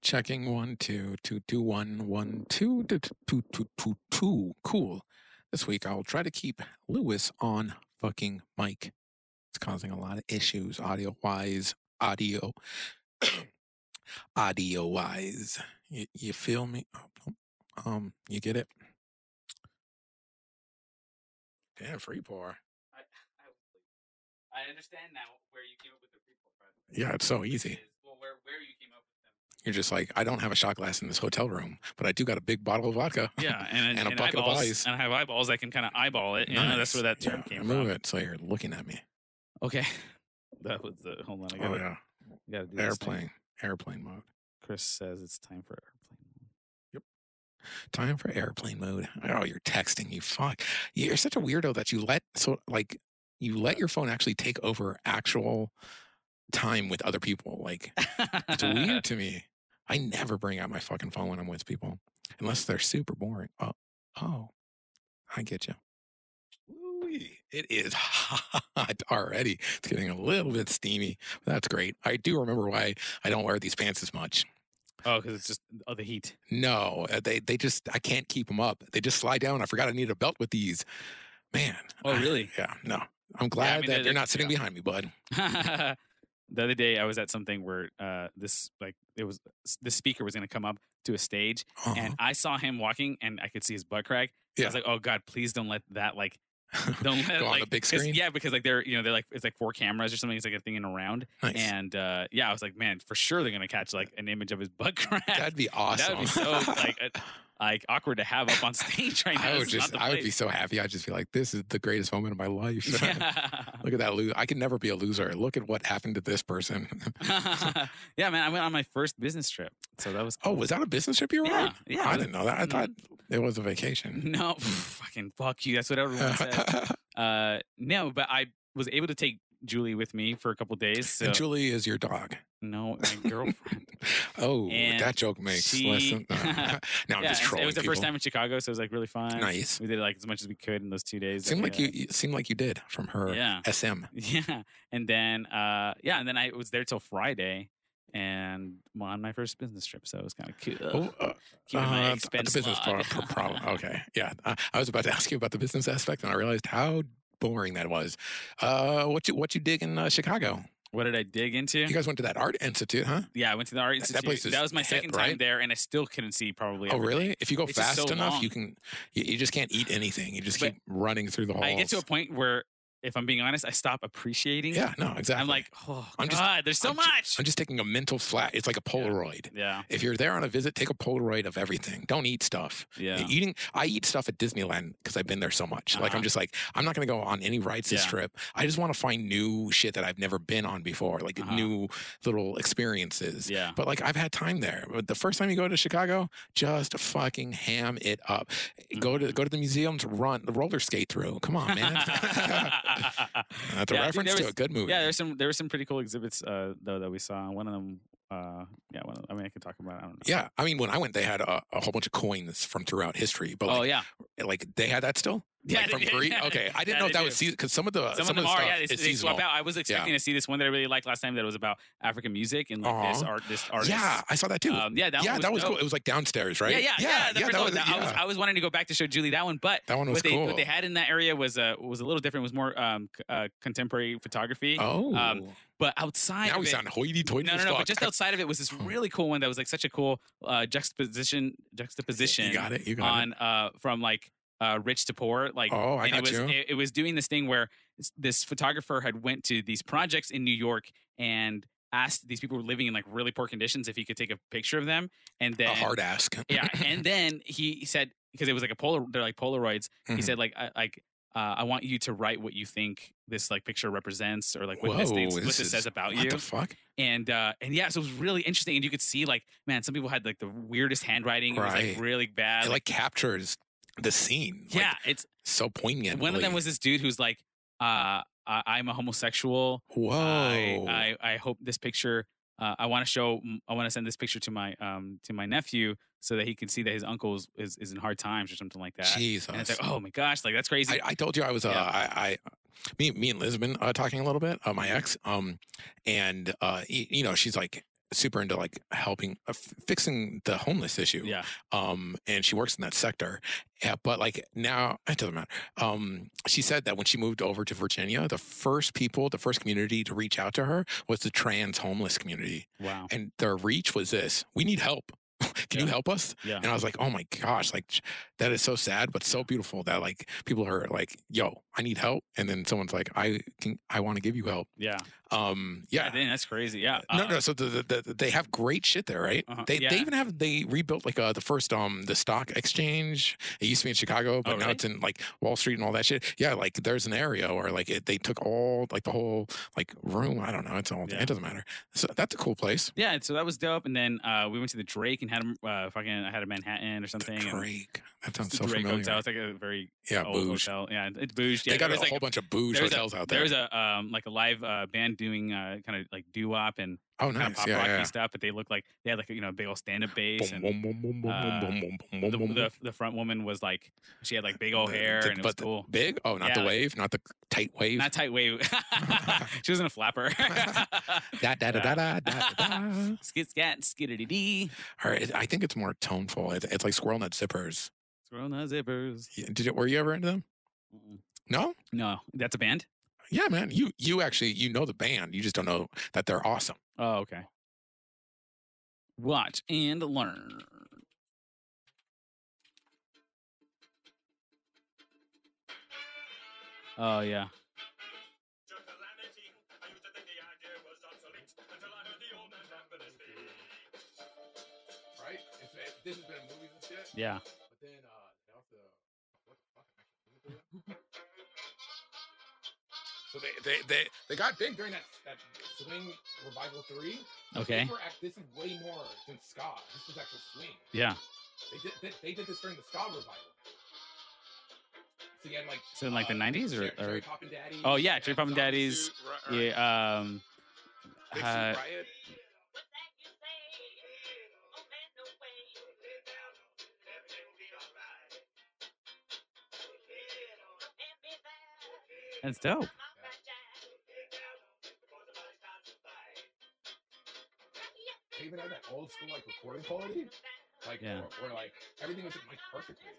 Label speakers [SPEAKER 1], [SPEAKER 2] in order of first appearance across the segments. [SPEAKER 1] Checking one, two, two, two, one, one, two, two, two, two, two, two. Cool. This week I'll try to keep Lewis on fucking mic. It's causing a lot of issues audio wise, audio, audio wise. You, you feel me? Oh, Um, you get it? Damn, free pour.
[SPEAKER 2] I, I, I understand now where you came up with the prequel project.
[SPEAKER 1] Yeah, it's so easy.
[SPEAKER 2] Is, well, where, where you came up with them.
[SPEAKER 1] You're just like, I don't have a shot glass in this hotel room, but I do got a big bottle of vodka.
[SPEAKER 3] Yeah, and,
[SPEAKER 1] And a bucket of
[SPEAKER 3] eyeballs,
[SPEAKER 1] eyes.
[SPEAKER 3] And I have eyeballs. I can kind of eyeball it. You know, that's where that
[SPEAKER 1] Nice.
[SPEAKER 3] term
[SPEAKER 1] Yeah,
[SPEAKER 3] came
[SPEAKER 1] I
[SPEAKER 3] from.
[SPEAKER 1] Move it so you're looking at me.
[SPEAKER 3] Okay, that was the. Hold on, I
[SPEAKER 1] Oh
[SPEAKER 3] gotta,
[SPEAKER 1] yeah,
[SPEAKER 3] gotta do this thing.
[SPEAKER 1] airplane, airplane mode.
[SPEAKER 3] Chris says it's time for airplane.
[SPEAKER 1] Time for airplane mode. Oh, you're texting. You fuck. You're such a weirdo that you let so like you let your phone actually take over actual time with other people. Like it's weird to me. I never bring out my fucking phone when I'm with people unless they're super boring. Oh, oh, I get you. Ooh-wee. It is hot already. It's getting a little bit steamy. That's great. I do remember why I don't wear these pants as much.
[SPEAKER 3] Oh, because it's just oh the heat.
[SPEAKER 1] No, uh, they they just I can't keep them up. They just slide down. I forgot I need a belt with these. Man.
[SPEAKER 3] Oh,
[SPEAKER 1] I-
[SPEAKER 3] really?
[SPEAKER 1] yeah. No. I'm glad
[SPEAKER 3] mean,
[SPEAKER 1] that
[SPEAKER 3] it-
[SPEAKER 1] you're
[SPEAKER 3] it-
[SPEAKER 1] not sitting
[SPEAKER 3] yeah.
[SPEAKER 1] behind me, bud.
[SPEAKER 3] the other day I was at something where uh this like it was this speaker was gonna come up to a stage
[SPEAKER 1] Uh-huh.
[SPEAKER 3] and I saw him walking and I could see his butt crack. I
[SPEAKER 1] Yeah.
[SPEAKER 3] was like, oh god, please don't let that like don't let
[SPEAKER 1] Go on the
[SPEAKER 3] like,
[SPEAKER 1] big
[SPEAKER 3] 'cause-
[SPEAKER 1] screen?
[SPEAKER 3] Yeah, because like they're you know they're like it's like four cameras or something. It's like a thing in a round.
[SPEAKER 1] nice.
[SPEAKER 3] And uh yeah, I was like, man, for sure they're gonna catch like an image of his butt crack.
[SPEAKER 1] That'd be awesome.
[SPEAKER 3] That would be so like uh, like awkward to have up on stage right now.
[SPEAKER 1] I would
[SPEAKER 3] This is not
[SPEAKER 1] just
[SPEAKER 3] the
[SPEAKER 1] I would be
[SPEAKER 3] place.
[SPEAKER 1] so happy. I'd just be like, this is the greatest moment of my life. Look at that loser. I can never be a loser. Look at what happened to this person.
[SPEAKER 3] yeah, man, I went on my first business trip, so that was
[SPEAKER 1] Oh,
[SPEAKER 3] cool.
[SPEAKER 1] was that a business trip you were
[SPEAKER 3] yeah,
[SPEAKER 1] on?
[SPEAKER 3] yeah.
[SPEAKER 1] I
[SPEAKER 3] it was-
[SPEAKER 1] didn't know that. I
[SPEAKER 3] Mm.
[SPEAKER 1] thought it was a vacation.
[SPEAKER 3] No, fucking fuck you. Mm-hmm. That's what everyone says. Uh, no, but I was able to take Julie with me for a couple days. So
[SPEAKER 1] and Julie is your dog.
[SPEAKER 3] no, my girlfriend.
[SPEAKER 1] Oh,
[SPEAKER 3] And
[SPEAKER 1] that joke makes
[SPEAKER 3] she-
[SPEAKER 1] less than. No, now I'm
[SPEAKER 3] yeah,
[SPEAKER 1] just
[SPEAKER 3] and
[SPEAKER 1] trolling.
[SPEAKER 3] it was the
[SPEAKER 1] people.
[SPEAKER 3] first time in Chicago, so it was like really fun.
[SPEAKER 1] Nice.
[SPEAKER 3] We did like as much as we could in those two days. that
[SPEAKER 1] Seemed
[SPEAKER 3] we
[SPEAKER 1] like
[SPEAKER 3] had.
[SPEAKER 1] you, you seemed like you did from her
[SPEAKER 3] Yeah.
[SPEAKER 1] SM.
[SPEAKER 3] Yeah, and then uh, yeah, and then I was there till Friday, and on my first business trip, so it was kind of cool.
[SPEAKER 1] Oh, uh,
[SPEAKER 3] Keeping
[SPEAKER 1] uh,
[SPEAKER 3] my
[SPEAKER 1] the-
[SPEAKER 3] expense
[SPEAKER 1] the business pro-
[SPEAKER 3] log.
[SPEAKER 1] pro- problem. Okay, yeah. I, I was about to ask you about the business aspect, and I realized how boring that was. Uh, what you what you dig in uh, Chicago?
[SPEAKER 3] What did I dig into?
[SPEAKER 1] You guys went to that art institute, huh?
[SPEAKER 3] Yeah, I went to the art
[SPEAKER 1] That-
[SPEAKER 3] institute.
[SPEAKER 1] that
[SPEAKER 3] That,
[SPEAKER 1] place is
[SPEAKER 3] was my
[SPEAKER 1] hit,
[SPEAKER 3] second time
[SPEAKER 1] right?
[SPEAKER 3] there, and I still couldn't see probably.
[SPEAKER 1] Oh,
[SPEAKER 3] everything.
[SPEAKER 1] really? If you go
[SPEAKER 3] It's just
[SPEAKER 1] fast
[SPEAKER 3] so
[SPEAKER 1] enough, you
[SPEAKER 3] long.
[SPEAKER 1] can. You, you just can't eat anything. You just
[SPEAKER 3] But
[SPEAKER 1] keep running through the halls.
[SPEAKER 3] I get to a point where, if I'm being honest, I stop appreciating.
[SPEAKER 1] yeah, no, exactly.
[SPEAKER 3] I'm like, oh
[SPEAKER 1] I'm
[SPEAKER 3] god,
[SPEAKER 1] just-
[SPEAKER 3] there's so
[SPEAKER 1] I'm ju-
[SPEAKER 3] much.
[SPEAKER 1] I'm just taking a mental flat. It's like a Polaroid.
[SPEAKER 3] yeah,
[SPEAKER 1] If you're there on a visit, take a Polaroid of everything. Don't eat stuff.
[SPEAKER 3] yeah,
[SPEAKER 1] Eating, I eat stuff at Disneyland because I've been there so much. Like I'm
[SPEAKER 3] Uh-huh.
[SPEAKER 1] just like I'm not going to go on any rides this
[SPEAKER 3] Yeah.
[SPEAKER 1] trip. I just want to find new shit that I've never been on before, like
[SPEAKER 3] Uh-huh.
[SPEAKER 1] new little experiences.
[SPEAKER 3] yeah.
[SPEAKER 1] But like I've had time there. But the first time you go to Chicago, just fucking ham it up. Eh,
[SPEAKER 3] Mm.
[SPEAKER 1] Go to go to the museums, run the roller skate through. Come on, man. That's a
[SPEAKER 3] Yeah, dude,
[SPEAKER 1] reference
[SPEAKER 3] there
[SPEAKER 1] to
[SPEAKER 3] was-
[SPEAKER 1] a good movie.
[SPEAKER 3] yeah, there's some there were some pretty cool exhibits uh, though that we saw. One of them, uh, yeah, one of, I mean, I could talk about. It, I don't know.
[SPEAKER 1] Yeah, I mean, when I went, they had a, a whole bunch of coins from throughout history, but
[SPEAKER 3] oh
[SPEAKER 1] like,
[SPEAKER 3] yeah,
[SPEAKER 1] like they had that still.
[SPEAKER 3] yeah.
[SPEAKER 1] like
[SPEAKER 3] they
[SPEAKER 1] from
[SPEAKER 3] did.
[SPEAKER 1] Greece. Okay, I didn't
[SPEAKER 3] Yeah,
[SPEAKER 1] know
[SPEAKER 3] they
[SPEAKER 1] if that
[SPEAKER 3] do.
[SPEAKER 1] was season because uh, some of the
[SPEAKER 3] some, of them
[SPEAKER 1] the
[SPEAKER 3] are.
[SPEAKER 1] stuff
[SPEAKER 3] Yeah, they,
[SPEAKER 1] is
[SPEAKER 3] they swap
[SPEAKER 1] seasonal.
[SPEAKER 3] out. I was expecting to see this one that I really liked last time. That was about African music and like this
[SPEAKER 1] Uh-huh.
[SPEAKER 3] art, this artist.
[SPEAKER 1] Yeah, I saw that too.
[SPEAKER 3] um, yeah, that
[SPEAKER 1] yeah,
[SPEAKER 3] one was
[SPEAKER 1] that was
[SPEAKER 3] dope.
[SPEAKER 1] cool. It was like downstairs, right?
[SPEAKER 3] Yeah, yeah, yeah. the first
[SPEAKER 1] that
[SPEAKER 3] one,
[SPEAKER 1] was,
[SPEAKER 3] that- I, was,
[SPEAKER 1] yeah.
[SPEAKER 3] I was wanting to go back to show Julie that one, but
[SPEAKER 1] That one was
[SPEAKER 3] what they,
[SPEAKER 1] cool.
[SPEAKER 3] what they had in that area was uh, was a little different. It was more um, c- uh, contemporary photography.
[SPEAKER 1] oh,
[SPEAKER 3] um, But outside
[SPEAKER 1] now
[SPEAKER 3] of
[SPEAKER 1] we
[SPEAKER 3] it,
[SPEAKER 1] sound hoity-toity.
[SPEAKER 3] no, no,
[SPEAKER 1] as
[SPEAKER 3] no.
[SPEAKER 1] fuck.
[SPEAKER 3] But just outside of it was
[SPEAKER 1] Oh.
[SPEAKER 3] this really cool one that was like such a cool uh, juxtaposition juxtaposition
[SPEAKER 1] You got it. You got
[SPEAKER 3] on uh, from like uh, rich to poor. Like,
[SPEAKER 1] it. Oh, I
[SPEAKER 3] and
[SPEAKER 1] got
[SPEAKER 3] it was
[SPEAKER 1] you.
[SPEAKER 3] It, it was doing this thing where this, this photographer had went to these projects in New York and asked these people who were living in like really poor conditions if he could take a picture of them, and then
[SPEAKER 1] a hard ask.
[SPEAKER 3] yeah, and then he said because it was like a polar, they're like Polaroids. He
[SPEAKER 1] Mhm.
[SPEAKER 3] said like I, like uh, I want you to write what you think this like picture represents or like what
[SPEAKER 1] Whoa,
[SPEAKER 3] this thing, what
[SPEAKER 1] this
[SPEAKER 3] this
[SPEAKER 1] is-
[SPEAKER 3] says about
[SPEAKER 1] What
[SPEAKER 3] you.
[SPEAKER 1] the fuck?
[SPEAKER 3] and uh, and yeah, so it was really interesting, and you could see like man, some people had like the weirdest handwriting. It was
[SPEAKER 1] Right.
[SPEAKER 3] like really bad.
[SPEAKER 1] It like captures the scene. like,
[SPEAKER 3] yeah, it's
[SPEAKER 1] so poignant.
[SPEAKER 3] one of them was this dude who's like uh, I, I'm a homosexual.
[SPEAKER 1] whoa. Oh.
[SPEAKER 3] I, I I hope this picture. Uh, I want to show. I want to send this picture to my um to my nephew so that he can see that his uncle is, is, is in hard times or something like that.
[SPEAKER 1] Jesus.
[SPEAKER 3] And it's like, oh my gosh, like that's crazy.
[SPEAKER 1] I, I told you I was uh,
[SPEAKER 3] Yeah.
[SPEAKER 1] I, I me me and Lisbon uh, talking a little bit. Uh, my ex, um, and uh, y- you know, she's like, super into like helping uh, f- fixing the homeless issue.
[SPEAKER 3] Yeah.
[SPEAKER 1] Um, and she works in that sector. Yeah, but like now it doesn't matter. Um, she said that when she moved over to Virginia, the first people, the first community to reach out to her was the trans homeless community,
[SPEAKER 3] Wow.
[SPEAKER 1] and their reach was this: "We need help. Can you
[SPEAKER 3] Yeah.
[SPEAKER 1] help us?"
[SPEAKER 3] Yeah.
[SPEAKER 1] And I was like, "Oh my gosh! Like that is so sad, but so beautiful that like people are like, yo, I need help,' and then someone's like, I can, I want to give you help."
[SPEAKER 3] Yeah.
[SPEAKER 1] Um, yeah,
[SPEAKER 3] Then that's crazy. Yeah.
[SPEAKER 1] no,
[SPEAKER 3] uh,
[SPEAKER 1] no. So the, the, the, they have great shit there, right?
[SPEAKER 3] Uh-huh,
[SPEAKER 1] They,
[SPEAKER 3] yeah.
[SPEAKER 1] they even have they rebuilt like uh, the first um the stock exchange. It used to be in Chicago, but now
[SPEAKER 3] Oh, really?
[SPEAKER 1] it's in like Wall Street and all that shit. Yeah, like there's an area where like it, they took all like the whole like room. I don't know. It's all
[SPEAKER 3] Yeah.
[SPEAKER 1] it doesn't matter. So that's a cool place.
[SPEAKER 3] Yeah. So that was dope. And then uh, we went to the Drake and had a uh, fucking I had a Manhattan or something.
[SPEAKER 1] the
[SPEAKER 3] and
[SPEAKER 1] Drake. That sounds
[SPEAKER 3] the oh,
[SPEAKER 1] so
[SPEAKER 3] Drake
[SPEAKER 1] familiar.
[SPEAKER 3] Hotel. It's like a very
[SPEAKER 1] Yeah,
[SPEAKER 3] old
[SPEAKER 1] bouge.
[SPEAKER 3] hotel. Yeah, it's bouge. Yeah,
[SPEAKER 1] they got
[SPEAKER 3] there
[SPEAKER 1] a
[SPEAKER 3] was, like,
[SPEAKER 1] whole bunch of bouge
[SPEAKER 3] there was a-
[SPEAKER 1] hotels out
[SPEAKER 3] there
[SPEAKER 1] there.
[SPEAKER 3] was a um like a live uh, band doing uh kind of like doo wop and
[SPEAKER 1] oh,
[SPEAKER 3] kind
[SPEAKER 1] nice.
[SPEAKER 3] of pop
[SPEAKER 1] Yeah,
[SPEAKER 3] rocky
[SPEAKER 1] yeah.
[SPEAKER 3] stuff, but they looked like they had like you know a big old stand up
[SPEAKER 1] yeah.
[SPEAKER 3] bass
[SPEAKER 1] Boom, boom,
[SPEAKER 3] and
[SPEAKER 1] boom, boom, boom,
[SPEAKER 3] uh,
[SPEAKER 1] boom, boom, boom,
[SPEAKER 3] the,
[SPEAKER 1] boom, boom,
[SPEAKER 3] the the front woman was like she had like big old
[SPEAKER 1] The-
[SPEAKER 3] hair
[SPEAKER 1] the-
[SPEAKER 3] and it was
[SPEAKER 1] but the
[SPEAKER 3] cool.
[SPEAKER 1] Big? Oh, not
[SPEAKER 3] Yeah.
[SPEAKER 1] the wave, not the tight wave.
[SPEAKER 3] Not tight wave. she wasn't a flapper.
[SPEAKER 1] Da da da
[SPEAKER 3] Yeah.
[SPEAKER 1] da da da. da.
[SPEAKER 3] Skit scat skittity dee.
[SPEAKER 1] Or it, I think it's more toneful. It, it's like squirrel nut zippers.
[SPEAKER 3] Throw the zippers.
[SPEAKER 1] Y- Did it, were you ever into them?
[SPEAKER 3] Mm-mm.
[SPEAKER 1] No.
[SPEAKER 3] No, that's a band.
[SPEAKER 1] Yeah, man. You you actually you know the band. You just don't know that they're awesome.
[SPEAKER 3] Oh, okay. Watch and learn. Oh yeah.
[SPEAKER 4] To calamity, I used to think the idea was obsolete until I heard the old man Lambert speak.
[SPEAKER 5] right? If, if this has been in movies and shit,
[SPEAKER 3] Yeah.
[SPEAKER 5] but then uh, that was the what the fuck? so they, they they they got big during that that swing revival three. but
[SPEAKER 3] Okay.
[SPEAKER 5] These were act, this is way more than ska. This was actual swing.
[SPEAKER 3] Yeah.
[SPEAKER 5] They did they, they did this during the ska revival. So you had like
[SPEAKER 3] So in like the
[SPEAKER 5] uh,
[SPEAKER 3] nineties or,
[SPEAKER 5] Jer-
[SPEAKER 3] or
[SPEAKER 5] Jerry Poppin' Daddy.
[SPEAKER 3] Oh, yeah,
[SPEAKER 5] you
[SPEAKER 3] Jerry
[SPEAKER 5] had
[SPEAKER 3] Poppin'
[SPEAKER 5] Zombie
[SPEAKER 3] Daddies,
[SPEAKER 5] Suit, Ri- or
[SPEAKER 3] yeah. Um.
[SPEAKER 5] Big Suit
[SPEAKER 3] uh,
[SPEAKER 5] Riot.
[SPEAKER 3] That's dope.
[SPEAKER 5] They even had that old school like recording quality. Like
[SPEAKER 3] Yeah.
[SPEAKER 5] where, where like everything was like perfectly.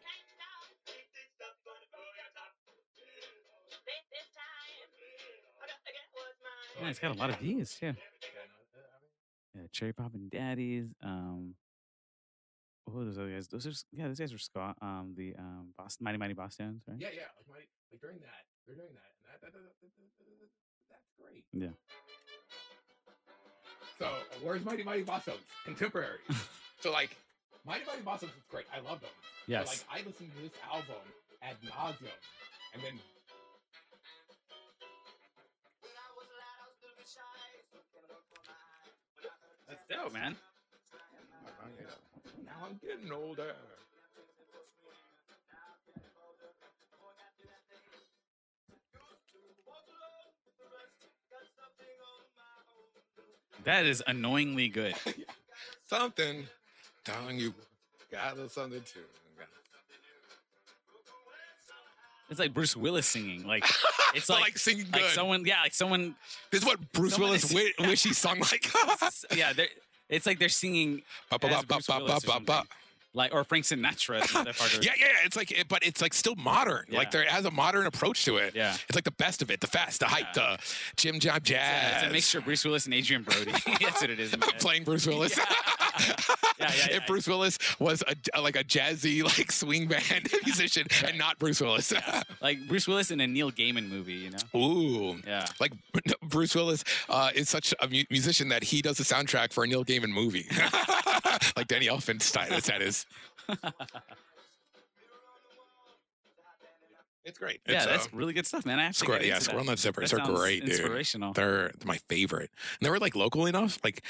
[SPEAKER 3] Yeah, it's got a lot of these too.
[SPEAKER 5] Yeah, no, uh, I mean,
[SPEAKER 3] Yeah, Cherry Pop and Daddies. Um. What were those other guys? Those are s- yeah. Those guys were Scott. Um. The um. Boston, Mighty Mighty Boston's, right?
[SPEAKER 5] Yeah, yeah. Like my like during that, they're doing that. And that, that, that, that, that, that, that- that's great.
[SPEAKER 3] Yeah.
[SPEAKER 5] So where's Mighty Mighty Bossoms? Contemporary. so like Mighty Mighty Bossoms is great. I love them. But,
[SPEAKER 3] Yes.
[SPEAKER 5] like I listened to this album ad nauseum, and then
[SPEAKER 3] That's dope, man.
[SPEAKER 5] now I'm getting older.
[SPEAKER 3] That is annoyingly good.
[SPEAKER 1] Something telling you got something too.
[SPEAKER 3] It's like Bruce Willis singing. Like it's
[SPEAKER 1] But,
[SPEAKER 3] like
[SPEAKER 1] like, singing good.
[SPEAKER 3] like someone yeah like someone
[SPEAKER 1] this is what Bruce
[SPEAKER 3] someone
[SPEAKER 1] Willis
[SPEAKER 3] is-
[SPEAKER 1] wi- wish he sung like.
[SPEAKER 3] s- yeah they're, it's like they're singing
[SPEAKER 1] Ba, ba,
[SPEAKER 3] as
[SPEAKER 1] ba, ba,
[SPEAKER 3] Bruce
[SPEAKER 1] ba,
[SPEAKER 3] Willis
[SPEAKER 1] ba,
[SPEAKER 3] or
[SPEAKER 1] ba.
[SPEAKER 3] something. like or Frank Sinatra. is another part of it.
[SPEAKER 1] Yeah, yeah, yeah. It's like, it, but it's like still modern.
[SPEAKER 3] Yeah.
[SPEAKER 1] Like there has a modern approach to it.
[SPEAKER 3] yeah.
[SPEAKER 1] It's like the best of it, the fast, the hype,
[SPEAKER 3] Yeah.
[SPEAKER 1] the Jim Job
[SPEAKER 3] It's a-
[SPEAKER 1] Jazz.
[SPEAKER 3] It's a mixture of Bruce Willis and Adrian Brody. That's what it is. man.
[SPEAKER 1] playing Bruce Willis.
[SPEAKER 3] Yeah. Yeah, yeah, yeah.
[SPEAKER 1] if Bruce Willis was a, like a jazzy like swing band musician and not Bruce Willis.
[SPEAKER 3] Like Bruce Willis in a Neil Gaiman movie, you know?
[SPEAKER 1] Ooh.
[SPEAKER 3] Yeah.
[SPEAKER 1] Like Bruce Willis uh, is such a mu- musician that he does the soundtrack for a Neil Gaiman movie, like Danny Elfman That's that is. It's great.
[SPEAKER 3] yeah,
[SPEAKER 1] It's,
[SPEAKER 3] that's
[SPEAKER 1] uh,
[SPEAKER 3] really good stuff, man. I have to
[SPEAKER 1] squirrel,
[SPEAKER 3] get
[SPEAKER 1] yeah,
[SPEAKER 3] into that.
[SPEAKER 1] squirrel nut zippers
[SPEAKER 3] That
[SPEAKER 1] are
[SPEAKER 3] sounds
[SPEAKER 1] great, dude.
[SPEAKER 3] Inspirational.
[SPEAKER 1] They're my favorite. And they were like local enough. Like,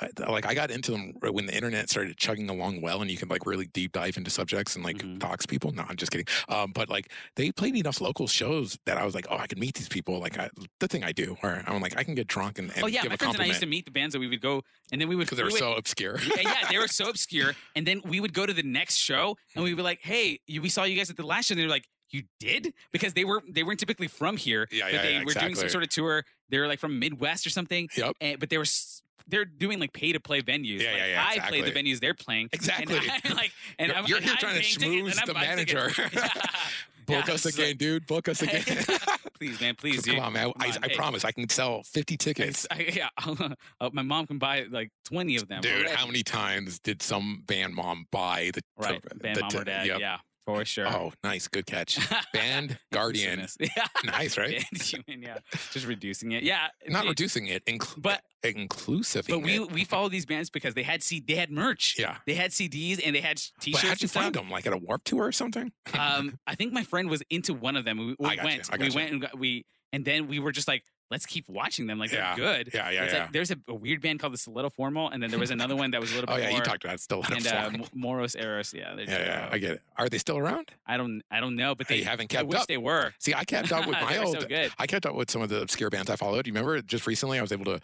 [SPEAKER 1] uh, th- like I got into them r- when the internet started chugging along well, and you can like really deep dive into subjects and like
[SPEAKER 3] Mhm.
[SPEAKER 1] dox people. No, I'm just kidding. Um, but like they played enough local shows that I was like, oh, I can meet these people. Like I, the thing I do, where I'm like, I can get drunk and, and
[SPEAKER 3] oh yeah,
[SPEAKER 1] give
[SPEAKER 3] my
[SPEAKER 1] a
[SPEAKER 3] friends and I
[SPEAKER 1] compliment
[SPEAKER 3] used to meet the bands that we would go, and then we would
[SPEAKER 1] because they were
[SPEAKER 3] we would-
[SPEAKER 1] so obscure.
[SPEAKER 3] yeah, yeah, they were so obscure. And then we would go to the next show and we'd be like, hey, you, we saw you guys at the last show. And they were like, you did? Because they were they weren't typically from here.
[SPEAKER 1] Yeah,
[SPEAKER 3] but
[SPEAKER 1] yeah,
[SPEAKER 3] they
[SPEAKER 1] yeah,
[SPEAKER 3] were doing some
[SPEAKER 1] exactly.
[SPEAKER 3] sort of tour. They were like from Midwest or something.
[SPEAKER 1] Yep.
[SPEAKER 3] And, but they were s- they're doing like pay to play venues.
[SPEAKER 1] Yeah,
[SPEAKER 3] Like,
[SPEAKER 1] yeah, yeah,
[SPEAKER 3] I play the
[SPEAKER 1] exactly.
[SPEAKER 3] venues they're playing.
[SPEAKER 1] Exactly.
[SPEAKER 3] And I'm like, and
[SPEAKER 1] You're-
[SPEAKER 3] I'm
[SPEAKER 1] you're
[SPEAKER 3] like,
[SPEAKER 1] here
[SPEAKER 3] I'm
[SPEAKER 1] trying to
[SPEAKER 3] paying
[SPEAKER 1] schmooze
[SPEAKER 3] tickets, and I'm
[SPEAKER 1] the
[SPEAKER 3] buying tickets.
[SPEAKER 1] manager.
[SPEAKER 3] Yeah.
[SPEAKER 1] Book
[SPEAKER 3] Yeah,
[SPEAKER 1] us
[SPEAKER 3] it's
[SPEAKER 1] again,
[SPEAKER 3] like-
[SPEAKER 1] dude. Book us again.
[SPEAKER 3] please, man, please, dude.
[SPEAKER 1] Come on, man. I,
[SPEAKER 3] Come on,
[SPEAKER 1] I
[SPEAKER 3] hey.
[SPEAKER 1] promise I can sell 50 tickets.
[SPEAKER 3] It's- I, yeah, uh, my mom can buy like twenty of them.
[SPEAKER 1] Dude,
[SPEAKER 3] already.
[SPEAKER 1] how many times did some band mom buy the
[SPEAKER 3] right?
[SPEAKER 1] the-
[SPEAKER 3] Band
[SPEAKER 1] the-
[SPEAKER 3] mom or dad?
[SPEAKER 1] yep.
[SPEAKER 3] Yeah, for sure.
[SPEAKER 1] Oh, nice, good catch. Band Guardian,
[SPEAKER 3] Inclusiveness. Yeah.
[SPEAKER 1] nice, right?
[SPEAKER 3] Band human, yeah. Just reducing it. Yeah.
[SPEAKER 1] Not
[SPEAKER 3] it-
[SPEAKER 1] reducing it, incl-
[SPEAKER 3] but-
[SPEAKER 1] inclusive.
[SPEAKER 3] But we we follow these bands because they had C they had merch.
[SPEAKER 1] yeah.
[SPEAKER 3] They had CDs and they had sh-
[SPEAKER 1] But
[SPEAKER 3] T-shirts.
[SPEAKER 1] how'd you
[SPEAKER 3] and stuff.
[SPEAKER 1] find them? Like at a warp tour or something?
[SPEAKER 3] um, I think my friend was into one of them. We, we
[SPEAKER 1] I gotcha,
[SPEAKER 3] went,
[SPEAKER 1] I
[SPEAKER 3] we
[SPEAKER 1] gotcha.
[SPEAKER 3] went and got, we, and then we were just like, let's keep watching them. Like
[SPEAKER 1] Yeah,
[SPEAKER 3] they're good.
[SPEAKER 1] yeah, yeah,
[SPEAKER 3] It's
[SPEAKER 1] yeah.
[SPEAKER 3] Like, there's a, a weird band called the Stiletto Formal, and then there was another one that was a little bit
[SPEAKER 1] oh yeah,
[SPEAKER 3] more.
[SPEAKER 1] you talked about it. still.
[SPEAKER 3] and uh,
[SPEAKER 1] form.
[SPEAKER 3] Mo- Moros Eros, yeah, they're
[SPEAKER 1] yeah, yeah, I
[SPEAKER 3] terrible.
[SPEAKER 1] get it. Are they still around?
[SPEAKER 3] I don't, I don't know, but
[SPEAKER 1] They
[SPEAKER 3] they
[SPEAKER 1] haven't
[SPEAKER 3] I
[SPEAKER 1] kept
[SPEAKER 3] wish
[SPEAKER 1] up.
[SPEAKER 3] they were.
[SPEAKER 1] See, I kept up with my
[SPEAKER 3] They were
[SPEAKER 1] old.
[SPEAKER 3] so good.
[SPEAKER 1] I kept up with some of the obscure bands I followed. You remember just recently I was able to,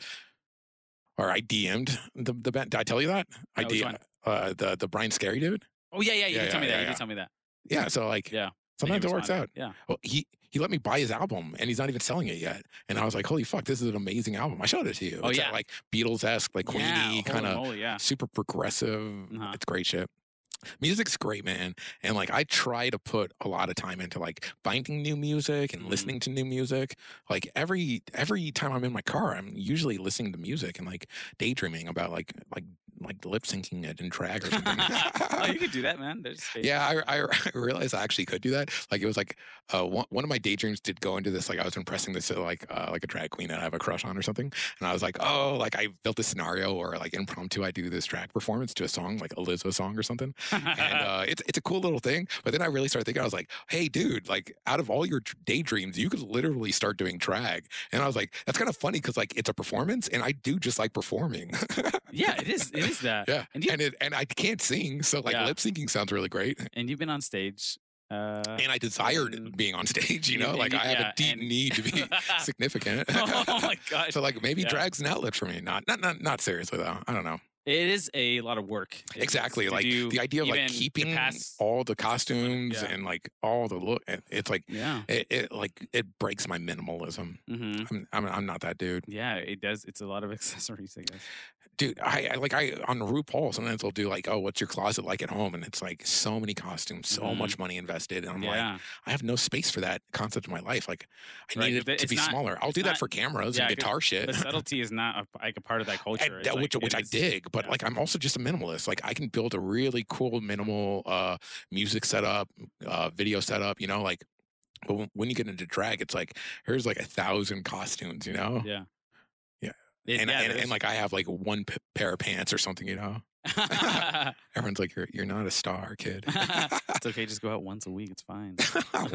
[SPEAKER 1] or I DM'd the, the band. Did I tell you that? I
[SPEAKER 3] Uh, which one?
[SPEAKER 1] DM uh, the the Brian Scary dude.
[SPEAKER 3] Oh yeah, yeah, you
[SPEAKER 1] Yeah,
[SPEAKER 3] did tell
[SPEAKER 1] yeah,
[SPEAKER 3] me that.
[SPEAKER 1] yeah,
[SPEAKER 3] you
[SPEAKER 1] yeah.
[SPEAKER 3] did tell me that.
[SPEAKER 1] Yeah, so like,
[SPEAKER 3] Yeah, that you
[SPEAKER 1] sometimes it works out.
[SPEAKER 3] responded. Yeah,
[SPEAKER 1] Well, he he let me buy his album, and he's not even selling it yet. And I was like, holy fuck, this is an amazing album. I showed it to you.
[SPEAKER 3] Oh,
[SPEAKER 1] it's uh,
[SPEAKER 3] yeah.
[SPEAKER 1] like Beatles esque, like Queenie
[SPEAKER 3] yeah,
[SPEAKER 1] kind of.
[SPEAKER 3] Oh yeah,
[SPEAKER 1] super progressive.
[SPEAKER 3] Uh-huh.
[SPEAKER 1] It's great shit. Music's great, man. And like I try to put a lot of time into like finding new music and
[SPEAKER 3] Mhm.
[SPEAKER 1] listening to new music. Like every every time I'm in my car, I'm usually listening to music and like daydreaming about like like like lip syncing it in drag or
[SPEAKER 3] oh, you
[SPEAKER 1] something.
[SPEAKER 3] could do that, man. There's space.
[SPEAKER 1] Yeah, I, I I realized I actually could do that. Like it was like uh, one, one of my daydreams did go into this. Like I was impressing this uh, like uh, like a drag queen that I have a crush on or something. And I was like, oh, like I built this scenario or like impromptu, I do this drag performance to a song like a Lizzo song or something. And uh, it's it's a cool little thing. But then I really started thinking, I was like, hey, dude, like out of all your dr- daydreams, you could literally start doing drag. And I was like, that's kind of funny because like it's a performance, and I do just like performing.
[SPEAKER 3] yeah, it is. It is that.
[SPEAKER 1] yeah,
[SPEAKER 3] Uh, And you-
[SPEAKER 1] and it and I can't sing, so like
[SPEAKER 3] Yeah.
[SPEAKER 1] lip syncing sounds really great
[SPEAKER 3] And you've been on stage. Uh,
[SPEAKER 1] and I desired
[SPEAKER 3] and-
[SPEAKER 1] being on stage. You
[SPEAKER 3] and-
[SPEAKER 1] know,
[SPEAKER 3] and
[SPEAKER 1] like
[SPEAKER 3] you-
[SPEAKER 1] I have
[SPEAKER 3] yeah,
[SPEAKER 1] a deep
[SPEAKER 3] and-
[SPEAKER 1] need to be significant.
[SPEAKER 3] oh my god.
[SPEAKER 1] so like maybe
[SPEAKER 3] Yeah.
[SPEAKER 1] drag's an outlet for me. Not not not not seriously though. I don't know
[SPEAKER 3] It is a lot of work. It is
[SPEAKER 1] exactly.
[SPEAKER 3] to
[SPEAKER 1] Like
[SPEAKER 3] do
[SPEAKER 1] the idea of like
[SPEAKER 3] even to
[SPEAKER 1] keeping
[SPEAKER 3] pass-
[SPEAKER 1] all the costumes
[SPEAKER 3] yeah.
[SPEAKER 1] and like all the look. it- It's like
[SPEAKER 3] yeah.
[SPEAKER 1] it, it like it breaks my minimalism.
[SPEAKER 3] hmm
[SPEAKER 1] I'm, I'm I'm not that dude.
[SPEAKER 3] Yeah, it does. It's a lot of accessories, I guess.
[SPEAKER 1] Dude, I, I like I on RuPaul sometimes they'll do like, oh, what's your closet like at home? And it's like so many costumes, so
[SPEAKER 3] Mhm.
[SPEAKER 1] much money invested, and I'm like,
[SPEAKER 3] yeah,
[SPEAKER 1] I have no space for that concept in my life. Like, I
[SPEAKER 3] Right,
[SPEAKER 1] need
[SPEAKER 3] but
[SPEAKER 1] it
[SPEAKER 3] the-
[SPEAKER 1] to
[SPEAKER 3] it's
[SPEAKER 1] be
[SPEAKER 3] not-
[SPEAKER 1] smaller. I'll
[SPEAKER 3] it's
[SPEAKER 1] do that
[SPEAKER 3] not-
[SPEAKER 1] for cameras
[SPEAKER 3] yeah,
[SPEAKER 1] and
[SPEAKER 3] 'cause
[SPEAKER 1] guitar shit,
[SPEAKER 3] the subtlety is not a, like a part of that culture.
[SPEAKER 1] and,
[SPEAKER 3] It's
[SPEAKER 1] uh,
[SPEAKER 3] like,
[SPEAKER 1] eh. which
[SPEAKER 3] it
[SPEAKER 1] which I
[SPEAKER 3] is-
[SPEAKER 1] dig. But
[SPEAKER 3] yeah.
[SPEAKER 1] like, I'm also just a minimalist. Like, I can build a really cool minimal uh, music setup, uh, video setup. You know, like. But when- when you get into drag, it's like here's like a thousand costumes, you know,
[SPEAKER 3] Yeah,
[SPEAKER 1] Yeah.
[SPEAKER 3] It-
[SPEAKER 1] and,
[SPEAKER 3] yeah,
[SPEAKER 1] and,
[SPEAKER 3] there's-
[SPEAKER 1] and like I have like one p- pair of pants or something, you know. Everyone's like, "You're you're not a star, kid."
[SPEAKER 3] it's okay. Just go out once a week. It's fine.
[SPEAKER 1] Oh What?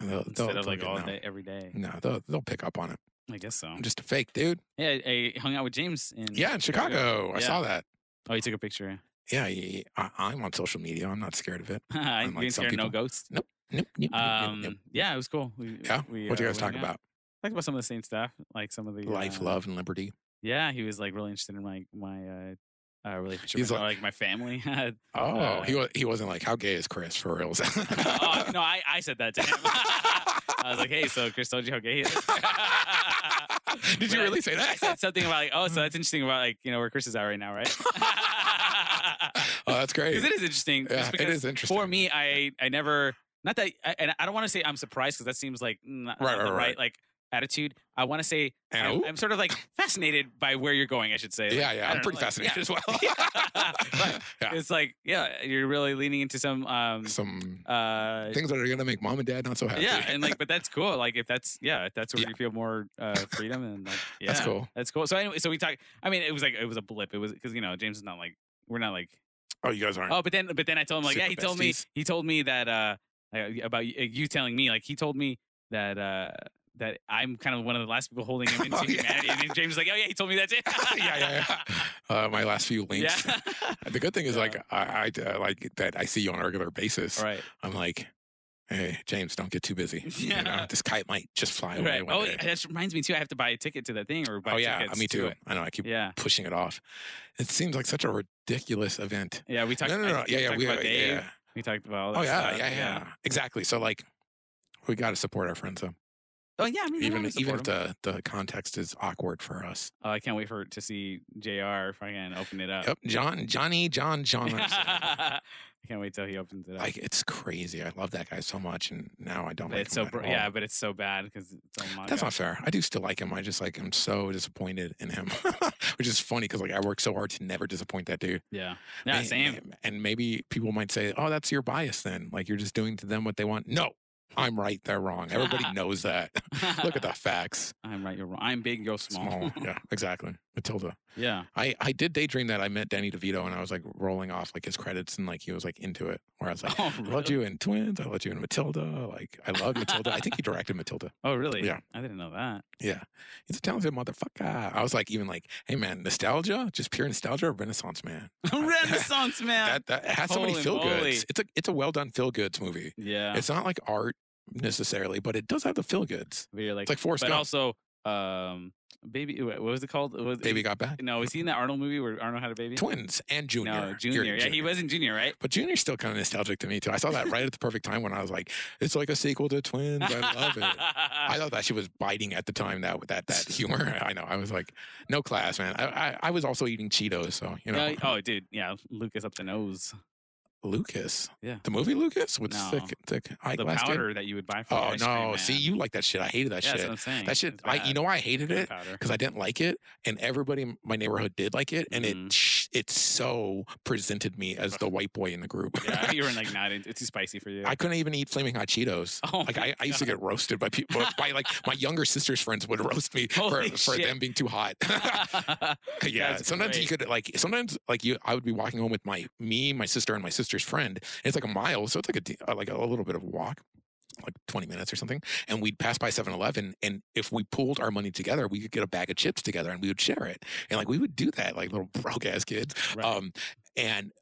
[SPEAKER 1] And they'll-
[SPEAKER 3] Instead
[SPEAKER 1] they'll
[SPEAKER 3] of like
[SPEAKER 1] fucking
[SPEAKER 3] all
[SPEAKER 1] know.
[SPEAKER 3] day, every day.
[SPEAKER 1] No, they'll they'll pick up on it.
[SPEAKER 3] I guess so.
[SPEAKER 1] I'm just a fake dude.
[SPEAKER 3] Yeah, I, I hung out with James in.
[SPEAKER 1] Yeah, in Chicago. I
[SPEAKER 3] Mm, Yeah.
[SPEAKER 1] saw that.
[SPEAKER 3] Oh, you took a picture.
[SPEAKER 1] Yeah, y- y- I, am on social media. I'm not scared of it.
[SPEAKER 3] I
[SPEAKER 1] Unlike
[SPEAKER 3] didn't
[SPEAKER 1] some
[SPEAKER 3] scare no
[SPEAKER 1] people.
[SPEAKER 3] ghosts.
[SPEAKER 1] Nope, nope, nope, nope, nope.
[SPEAKER 3] Um, yeah, it was cool. We,
[SPEAKER 1] Yeah.
[SPEAKER 3] we,
[SPEAKER 1] what you
[SPEAKER 3] uh,
[SPEAKER 1] guys
[SPEAKER 3] we
[SPEAKER 1] talking
[SPEAKER 3] hung out.
[SPEAKER 1] about?
[SPEAKER 3] Talked about some of the same stuff, like some of the
[SPEAKER 1] Life,
[SPEAKER 3] uh,
[SPEAKER 1] love, and liberty.
[SPEAKER 3] Yeah, he was like really interested in my my uh, uh relationship,
[SPEAKER 1] He's
[SPEAKER 3] with,
[SPEAKER 1] like-
[SPEAKER 3] like, my family. oh
[SPEAKER 1] Oh,
[SPEAKER 3] uh,
[SPEAKER 1] he was, he wasn't like how gay is Chris for reals.
[SPEAKER 3] Oh, no, I, I said that to him. I was like, hey, so Chris told you how gay he is.
[SPEAKER 1] Did
[SPEAKER 3] But
[SPEAKER 1] you
[SPEAKER 3] I-
[SPEAKER 1] really say
[SPEAKER 3] I
[SPEAKER 1] that?
[SPEAKER 3] said something about like, oh, so that's interesting about like you know where Chris is at right now, right?
[SPEAKER 1] oh, that's great.
[SPEAKER 3] Because it is interesting.
[SPEAKER 1] Yeah,
[SPEAKER 3] just
[SPEAKER 1] it
[SPEAKER 3] because
[SPEAKER 1] is interesting.
[SPEAKER 3] for me, I I never not that, I, and I don't want to say I'm surprised because that seems like not,
[SPEAKER 1] Right,
[SPEAKER 3] not the
[SPEAKER 1] right,
[SPEAKER 3] right,
[SPEAKER 1] right.
[SPEAKER 3] like attitude. I want to say
[SPEAKER 1] And,
[SPEAKER 3] I'm,
[SPEAKER 1] oh,
[SPEAKER 3] I'm sort of like fascinated by where you're going. I should say. Like,
[SPEAKER 1] yeah,
[SPEAKER 3] I
[SPEAKER 1] yeah. I'm
[SPEAKER 3] don't
[SPEAKER 1] pretty
[SPEAKER 3] know, like,
[SPEAKER 1] fascinated as well.
[SPEAKER 3] Right.
[SPEAKER 1] Yeah.
[SPEAKER 3] yeah. It's like yeah, you're really leaning into some um
[SPEAKER 1] Some
[SPEAKER 3] uh
[SPEAKER 1] things that are going to make mom and dad not so happy.
[SPEAKER 3] yeah, and like but that's cool. Like if that's yeah, if that's where
[SPEAKER 1] Yeah.
[SPEAKER 3] you feel more uh freedom and like yeah.
[SPEAKER 1] That's cool.
[SPEAKER 3] That's cool. So anyway, so we talk. I mean, it was like it was a blip. It was because you know James is not like we're not like
[SPEAKER 1] Oh, you guys aren't.
[SPEAKER 3] Oh, but then, but then I told him like, yeah,
[SPEAKER 1] Super
[SPEAKER 3] he told me,
[SPEAKER 1] besties.
[SPEAKER 3] he told me that uh, uh, about you, you telling me like, he told me that uh, that I'm kind of one of the last people holding him into
[SPEAKER 1] Oh, yeah.
[SPEAKER 3] humanity, and then James was like, oh yeah, he told me that too.
[SPEAKER 1] yeah, yeah, yeah. Uh, my last few links.
[SPEAKER 3] yeah.
[SPEAKER 1] The good thing is,
[SPEAKER 3] Yeah.
[SPEAKER 1] like, I, I uh, like that I see you on a regular basis.
[SPEAKER 3] All right.
[SPEAKER 1] I'm like, hey, James, don't get too busy. You know,
[SPEAKER 3] Yeah.
[SPEAKER 1] this kite might just fly away.
[SPEAKER 3] Right.
[SPEAKER 1] one
[SPEAKER 3] Oh,
[SPEAKER 1] day.
[SPEAKER 3] yeah, that reminds me too. I have to buy a ticket to that thing, or buy
[SPEAKER 1] oh yeah,
[SPEAKER 3] tickets
[SPEAKER 1] me
[SPEAKER 3] to
[SPEAKER 1] too.
[SPEAKER 3] it.
[SPEAKER 1] I know. I keep
[SPEAKER 3] Yeah.
[SPEAKER 1] pushing it off. It seems like such a ridiculous event.
[SPEAKER 3] Yeah. We talked.
[SPEAKER 1] no, no,
[SPEAKER 3] I-
[SPEAKER 1] no. Yeah,
[SPEAKER 3] we
[SPEAKER 1] yeah,
[SPEAKER 3] talked
[SPEAKER 1] we,
[SPEAKER 3] about Dave.
[SPEAKER 1] yeah.
[SPEAKER 3] We talked about. All
[SPEAKER 1] Oh
[SPEAKER 3] that
[SPEAKER 1] yeah,
[SPEAKER 3] stuff,
[SPEAKER 1] yeah, yeah, Exactly. So like, we got to support our friends. Though.
[SPEAKER 3] Oh yeah, I mean,
[SPEAKER 1] even
[SPEAKER 3] even,
[SPEAKER 1] even if the, the context is awkward for us.
[SPEAKER 3] oh, I can't wait for to see Jr. fucking open it up.
[SPEAKER 1] Yep, John, Johnny, John, John. I said.
[SPEAKER 3] I can't wait till he opens it up.
[SPEAKER 1] like it's crazy. I love that guy so much, and now I don't.
[SPEAKER 3] But
[SPEAKER 1] like
[SPEAKER 3] it's
[SPEAKER 1] him
[SPEAKER 3] so
[SPEAKER 1] at
[SPEAKER 3] br-
[SPEAKER 1] all.
[SPEAKER 3] yeah, but it's so bad because it's all manga.
[SPEAKER 1] That's not fair. I do still like him. I just like I'm so disappointed in him, which is funny because like I work so hard to never disappoint that dude.
[SPEAKER 3] yeah, yeah,
[SPEAKER 1] May-
[SPEAKER 3] same.
[SPEAKER 1] may- And maybe people might say, "Oh, that's your bias." Then, like you're just doing to them what they want. No, I'm right. They're wrong. Everybody knows that. Look at the facts.
[SPEAKER 3] I'm right. You're wrong. I'm big. You're small.
[SPEAKER 1] Yeah, exactly. Matilda.
[SPEAKER 3] yeah.
[SPEAKER 1] I I did daydream that I met Danny DeVito, and I was like rolling off like his credits, and like he was like into it. Where I was like,
[SPEAKER 3] Oh
[SPEAKER 1] "I
[SPEAKER 3] really?
[SPEAKER 1] loved you in Twins. I loved you in Matilda. Like I love Matilda. I think he directed Matilda.
[SPEAKER 3] Oh really?
[SPEAKER 1] Yeah.
[SPEAKER 3] I didn't know that.
[SPEAKER 1] Yeah. He's a talented motherfucker. I was like, even like, hey man, nostalgia, just pure nostalgia or Renaissance man.
[SPEAKER 3] Renaissance man.
[SPEAKER 1] That that it has so many
[SPEAKER 3] Holy
[SPEAKER 1] feel
[SPEAKER 3] moly.
[SPEAKER 1] goods. It's a it's a well done feel goods movie.
[SPEAKER 3] yeah.
[SPEAKER 1] It's not like art necessarily, but it does have the feel goods.
[SPEAKER 3] But you're like,
[SPEAKER 1] It's like Forrest
[SPEAKER 3] but
[SPEAKER 1] Gump.
[SPEAKER 3] also, um, baby, wha- what was it called? It Was, it
[SPEAKER 1] Baby
[SPEAKER 3] was-
[SPEAKER 1] got back.
[SPEAKER 3] No, was he in that Arnold movie where Arnold had a baby?
[SPEAKER 1] Twins and Junior.
[SPEAKER 3] No,
[SPEAKER 1] You're
[SPEAKER 3] junior.
[SPEAKER 1] in
[SPEAKER 3] Yeah, he wasn't junior, right?
[SPEAKER 1] But Junior's still kind of nostalgic to me too. I saw that right at the perfect time when I was like, it's like a sequel to Twins. I love it. I thought that she was biting at the time that that that humor. I know. I was like, no class, man. I, I, I was also eating Cheetos, so you know.
[SPEAKER 3] Yeah, oh, dude, yeah, Lucas up the nose,
[SPEAKER 1] Lucas.
[SPEAKER 3] Yeah.
[SPEAKER 1] The movie Lucas with
[SPEAKER 3] No.
[SPEAKER 1] thick, thick
[SPEAKER 3] the
[SPEAKER 1] eyeglass. kid?
[SPEAKER 3] powder that you would buy for. the
[SPEAKER 1] Oh
[SPEAKER 3] ice cream
[SPEAKER 1] no!
[SPEAKER 3] man.
[SPEAKER 1] See, you like that shit. I hated that
[SPEAKER 3] yeah, That's
[SPEAKER 1] shit.
[SPEAKER 3] what I'm saying.
[SPEAKER 1] That shit.
[SPEAKER 3] It's
[SPEAKER 1] I, you
[SPEAKER 3] bad.
[SPEAKER 1] know, why I hated
[SPEAKER 3] The
[SPEAKER 1] it
[SPEAKER 3] powder.
[SPEAKER 1] because I didn't like it, and everybody in my neighborhood did like it, and
[SPEAKER 3] Mhm.
[SPEAKER 1] it sh- it so presented me as the white boy in the group.
[SPEAKER 3] yeah, you were like not. in- It's too spicy for you.
[SPEAKER 1] I couldn't even eat flaming hot Cheetos.
[SPEAKER 3] oh
[SPEAKER 1] Like
[SPEAKER 3] my
[SPEAKER 1] I, I used to
[SPEAKER 3] God.
[SPEAKER 1] get roasted by people, by like my younger sister's friends would roast me for,
[SPEAKER 3] Holy
[SPEAKER 1] for
[SPEAKER 3] shit.
[SPEAKER 1] them being too hot. yeah,
[SPEAKER 3] That's
[SPEAKER 1] sometimes
[SPEAKER 3] great.
[SPEAKER 1] you could like sometimes like you I would be walking home with my me, my sister, and my sister's friend. And it's like a mile, so it's like a de- uh, like a little bit of a walk, like twenty minutes or something. And we'd pass by 7-Eleven, and if we pooled our money together, we could get a bag of chips together, and we would share it. And like we would do that, like little broke ass kids.
[SPEAKER 3] Right.
[SPEAKER 1] Um, and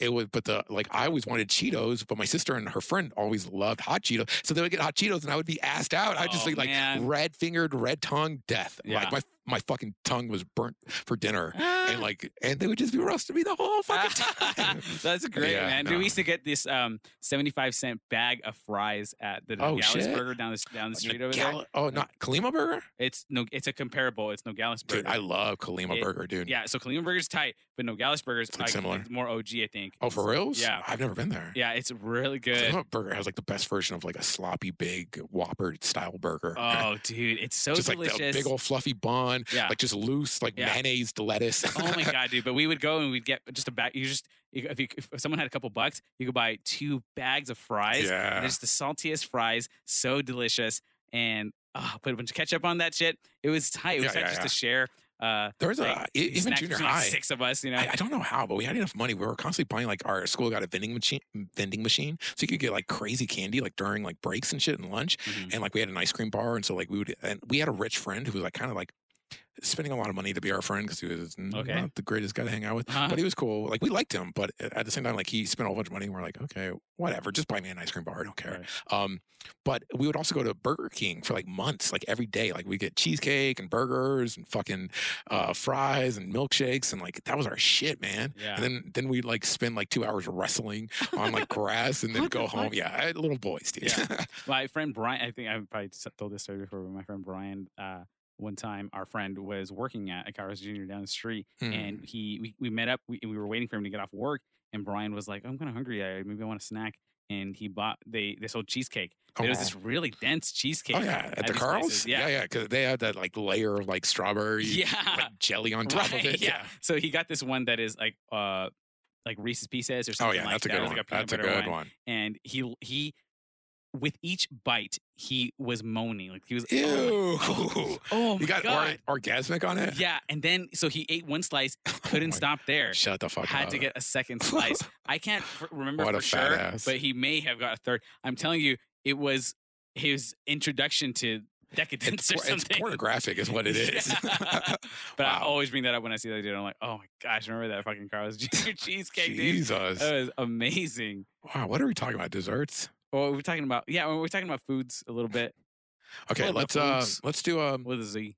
[SPEAKER 1] it was, but the like I always wanted Cheetos, but my sister and her friend always loved hot Cheetos, so they would get hot Cheetos, and I would be assed out. I'd just
[SPEAKER 3] Oh,
[SPEAKER 1] be like
[SPEAKER 3] man.
[SPEAKER 1] red fingered, red tongue death.
[SPEAKER 3] Yeah.
[SPEAKER 1] Like my my fucking tongue was burnt for dinner, and like and they would just be roasting me the whole fucking time.
[SPEAKER 3] That's great,
[SPEAKER 1] Yeah,
[SPEAKER 3] man. Dude,
[SPEAKER 1] no.
[SPEAKER 3] we used to get this um, seventy-five cent bag of fries at the
[SPEAKER 1] Oh,
[SPEAKER 3] Nogales
[SPEAKER 1] shit.
[SPEAKER 3] Burger down the s- down the street over there.
[SPEAKER 1] Nogales- oh, not Kalima Burger,
[SPEAKER 3] It's no, it's a comparable. It's Nogales Burger.
[SPEAKER 1] dude. I love Kalima
[SPEAKER 3] It-
[SPEAKER 1] Burger, dude.
[SPEAKER 3] yeah, so Kalima Burger's tight, but Nogales Burger's
[SPEAKER 1] It's like
[SPEAKER 3] like,
[SPEAKER 1] similar.
[SPEAKER 3] it's more OG, I think.
[SPEAKER 1] Oh,
[SPEAKER 3] It's-
[SPEAKER 1] for reals?
[SPEAKER 3] Yeah.
[SPEAKER 1] I've never been there.
[SPEAKER 3] Yeah, it's really good.
[SPEAKER 1] Kalima Burger has like the best version of like a sloppy big Whopper style burger.
[SPEAKER 3] Oh, dude, it's so
[SPEAKER 1] just like
[SPEAKER 3] delicious.
[SPEAKER 1] the big old fluffy bun,
[SPEAKER 3] yeah.
[SPEAKER 1] like just loose, like
[SPEAKER 3] Yeah.
[SPEAKER 1] mayonnaise lettuce.
[SPEAKER 3] oh my god, dude! But we would go and we'd get just a bag. You just you- if, you, if someone had a couple bucks, you could buy two bags of fries.
[SPEAKER 1] yeah.
[SPEAKER 3] There's the saltiest fries, so delicious, and ah, put a bunch of ketchup on that shit. It was tight. It
[SPEAKER 1] Yeah,
[SPEAKER 3] was tight
[SPEAKER 1] yeah,
[SPEAKER 3] just
[SPEAKER 1] yeah.
[SPEAKER 3] to share. Uh,
[SPEAKER 1] There was a
[SPEAKER 3] like,
[SPEAKER 1] e- even
[SPEAKER 3] snacks
[SPEAKER 1] junior
[SPEAKER 3] between, like,
[SPEAKER 1] high.
[SPEAKER 3] six of us, you know.
[SPEAKER 1] I, I don't know how, but we had enough money. We were constantly buying like our school got a vending machine, vending machine, so you could get like crazy candy like during like breaks and shit and lunch.
[SPEAKER 3] Mhm.
[SPEAKER 1] And like we had an ice cream bar, and so like we would, and we had a rich friend who was like kind of like spending a lot of money to be our friend because he was n-
[SPEAKER 3] Okay.
[SPEAKER 1] not the greatest guy to hang out with,
[SPEAKER 3] Uh-huh.
[SPEAKER 1] but he was cool. Like we liked him, but a- at the same time, like he spent a whole bunch of money, and we're like, okay, whatever, just buy me an ice cream bar. I don't care.
[SPEAKER 3] Right.
[SPEAKER 1] Um, but we would also go to Burger King for like months, like every day. Like we get cheesecake and burgers and fucking uh, fries and milkshakes, and like that was our shit, man.
[SPEAKER 3] Yeah.
[SPEAKER 1] And then then we'd like spend like two hours wrestling on like grass, and then
[SPEAKER 3] What the
[SPEAKER 1] go home.
[SPEAKER 3] fuck?
[SPEAKER 1] Yeah, I- little boys, dude.
[SPEAKER 3] Yeah. my friend Brian, I think I've probably s- told this story before, but my friend Brian, uh, one time our friend was working at a Carlos Jr. down the street
[SPEAKER 1] Hmm.
[SPEAKER 3] and he, we, we met up, we, we were waiting for him to get off work. And Brian was like, I'm kind of hungry. I, maybe I want a snack. And he bought, they, they sold cheesecake. There was
[SPEAKER 1] Aw.
[SPEAKER 3] this really dense cheesecake.
[SPEAKER 1] Oh yeah, at the
[SPEAKER 3] these
[SPEAKER 1] Carl's.
[SPEAKER 3] places, yeah.
[SPEAKER 1] yeah, because they had that like layer of like strawberry,
[SPEAKER 3] Yeah.
[SPEAKER 1] like jelly on top
[SPEAKER 3] Right,
[SPEAKER 1] of it.
[SPEAKER 3] yeah. So he got this one that is like, uh, like Reese's Pieces
[SPEAKER 1] Oh
[SPEAKER 3] or something
[SPEAKER 1] yeah,
[SPEAKER 3] like
[SPEAKER 1] that's a
[SPEAKER 3] that. It
[SPEAKER 1] good
[SPEAKER 3] was
[SPEAKER 1] one.
[SPEAKER 3] like peanut
[SPEAKER 1] that's a
[SPEAKER 3] butter
[SPEAKER 1] good one.
[SPEAKER 3] And he, he, with each bite, he was moaning. Like he was,
[SPEAKER 1] Ew.
[SPEAKER 3] "Oh my Oh my
[SPEAKER 1] you got
[SPEAKER 3] god!
[SPEAKER 1] or- orgasmic on it.
[SPEAKER 3] yeah, and then so he ate one slice, couldn't
[SPEAKER 1] Oh my-
[SPEAKER 3] stop there.
[SPEAKER 1] Shut the fuck up.
[SPEAKER 3] Had to get a second slice. I can't f- remember
[SPEAKER 1] What a
[SPEAKER 3] for sure,
[SPEAKER 1] fat ass.
[SPEAKER 3] but he may have got a third. I'm telling you, it was his introduction to
[SPEAKER 1] It's,
[SPEAKER 3] decadence or
[SPEAKER 1] por- it's
[SPEAKER 3] something.
[SPEAKER 1] pornographic, is what it is.
[SPEAKER 3] Yeah. but I
[SPEAKER 1] Wow.
[SPEAKER 3] always bring that up when I see that dude. I'm like, oh my gosh, remember that fucking Carlos Jr. cheesecake, dude? Uh,
[SPEAKER 1] Jesus.
[SPEAKER 3] That was amazing.
[SPEAKER 1] wow, what are we talking about? Desserts?
[SPEAKER 3] Well, we're talking about yeah, we're talking about foods a little bit
[SPEAKER 1] Okay,
[SPEAKER 3] Well, the
[SPEAKER 1] let's uh,
[SPEAKER 3] foods.
[SPEAKER 1] let's do um.
[SPEAKER 3] with a Z.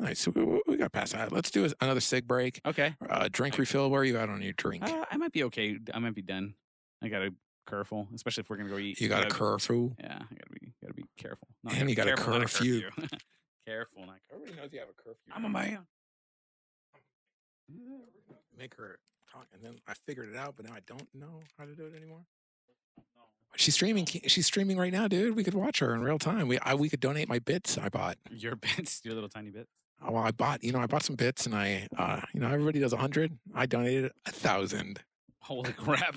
[SPEAKER 1] Nice. So we, we- we got past that. Let's do a- another sig break.
[SPEAKER 3] Okay,
[SPEAKER 1] Uh, drink refill. Where are you at on your drink?
[SPEAKER 3] uh, I might be okay. I might be done. I got to careful, especially if we're gonna go eat.
[SPEAKER 1] you got a
[SPEAKER 3] gotta-
[SPEAKER 1] curfew.
[SPEAKER 3] Yeah, I gotta be gotta be careful. Not
[SPEAKER 1] And you got a
[SPEAKER 3] careful, not
[SPEAKER 1] curfew.
[SPEAKER 3] curfew. careful, not
[SPEAKER 5] Everybody knows you have a curfew.
[SPEAKER 3] I'm a man.
[SPEAKER 1] Make her talk, and then I figured it out, but now I don't know how to do it anymore. She's streaming. Ke- She's streaming right now, dude. We could watch her in real time. We I, we could donate my bits I bought.
[SPEAKER 3] Your bits, your little tiny bits.
[SPEAKER 1] Uh, Well, I bought you know I bought some bits, and I uh, you know everybody does a hundred. I donated a thousand.
[SPEAKER 3] Holy crap!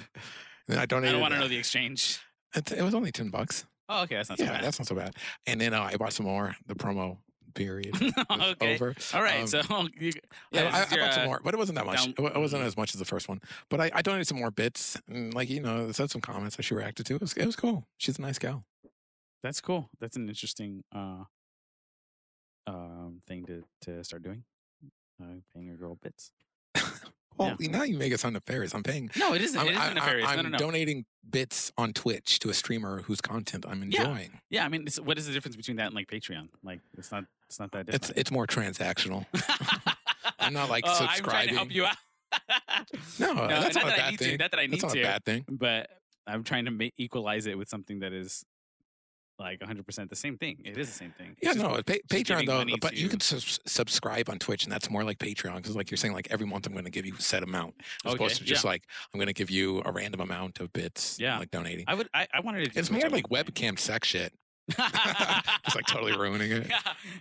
[SPEAKER 1] Then I
[SPEAKER 3] I
[SPEAKER 1] donated.
[SPEAKER 3] don't want to
[SPEAKER 1] uh,
[SPEAKER 3] know the exchange.
[SPEAKER 1] It, it was only ten bucks.
[SPEAKER 3] Oh, okay, that's not
[SPEAKER 1] yeah,
[SPEAKER 3] so bad.
[SPEAKER 1] that's not so bad. And then uh, I bought some more. The promo period was
[SPEAKER 3] okay.
[SPEAKER 1] over.
[SPEAKER 3] All right.
[SPEAKER 1] Um,
[SPEAKER 3] so oh, you,
[SPEAKER 1] Yeah,
[SPEAKER 3] yeah,
[SPEAKER 1] I,
[SPEAKER 3] this is
[SPEAKER 1] I
[SPEAKER 3] your,
[SPEAKER 1] bought some
[SPEAKER 3] uh,
[SPEAKER 1] more, but it wasn't that much.
[SPEAKER 3] down-
[SPEAKER 1] It wa- it wasn't
[SPEAKER 3] Mhm.
[SPEAKER 1] as much as the first one. But I, I donated some more bits, and like you know, said some comments that she reacted to. It was, it was cool. She's a nice gal.
[SPEAKER 3] that's cool. That's an interesting uh, um, thing to to start doing. Uh, paying your girl bits.
[SPEAKER 1] Well, now you make it sound nefarious. I'm paying.
[SPEAKER 3] No, it isn't.
[SPEAKER 1] I'm,
[SPEAKER 3] it
[SPEAKER 1] I-
[SPEAKER 3] isn't nefarious.
[SPEAKER 1] I, am
[SPEAKER 3] no, no, no.
[SPEAKER 1] donating bits on Twitch to a streamer whose content I'm
[SPEAKER 3] Yeah.
[SPEAKER 1] enjoying.
[SPEAKER 3] Yeah, I mean, it's, what is the difference between that and like Patreon? Like, it's not, it's not that
[SPEAKER 1] It's
[SPEAKER 3] different.
[SPEAKER 1] it's more transactional. I'm not, like,
[SPEAKER 3] Oh, I'm trying to
[SPEAKER 1] subscribing.
[SPEAKER 3] help you out.
[SPEAKER 1] No, that's not
[SPEAKER 3] not
[SPEAKER 1] a
[SPEAKER 3] that I
[SPEAKER 1] bad
[SPEAKER 3] need to.
[SPEAKER 1] thing.
[SPEAKER 3] Not that I need
[SPEAKER 1] That's not
[SPEAKER 3] to.
[SPEAKER 1] a bad thing.
[SPEAKER 3] But I'm trying to ma- equalize it with something that is like 100 percent the same thing. It is the same thing. It's
[SPEAKER 1] Yeah,
[SPEAKER 3] just-
[SPEAKER 1] no, pa- Patreon
[SPEAKER 3] giving
[SPEAKER 1] though,
[SPEAKER 3] money
[SPEAKER 1] but you
[SPEAKER 3] to-
[SPEAKER 1] can subs subscribe on Twitch, and that's more like Patreon because, like, you're saying, like every month I'm going to give you a set amount, as opposed
[SPEAKER 3] Okay,
[SPEAKER 1] to just like I'm going to give you a random amount of bits,
[SPEAKER 3] Yeah.
[SPEAKER 1] like donating.
[SPEAKER 3] I would. I, I wanted to. Do
[SPEAKER 1] It's
[SPEAKER 3] Twitch
[SPEAKER 1] more
[SPEAKER 3] at one
[SPEAKER 1] like
[SPEAKER 3] point.
[SPEAKER 1] webcam sex shit. It's like totally ruining it.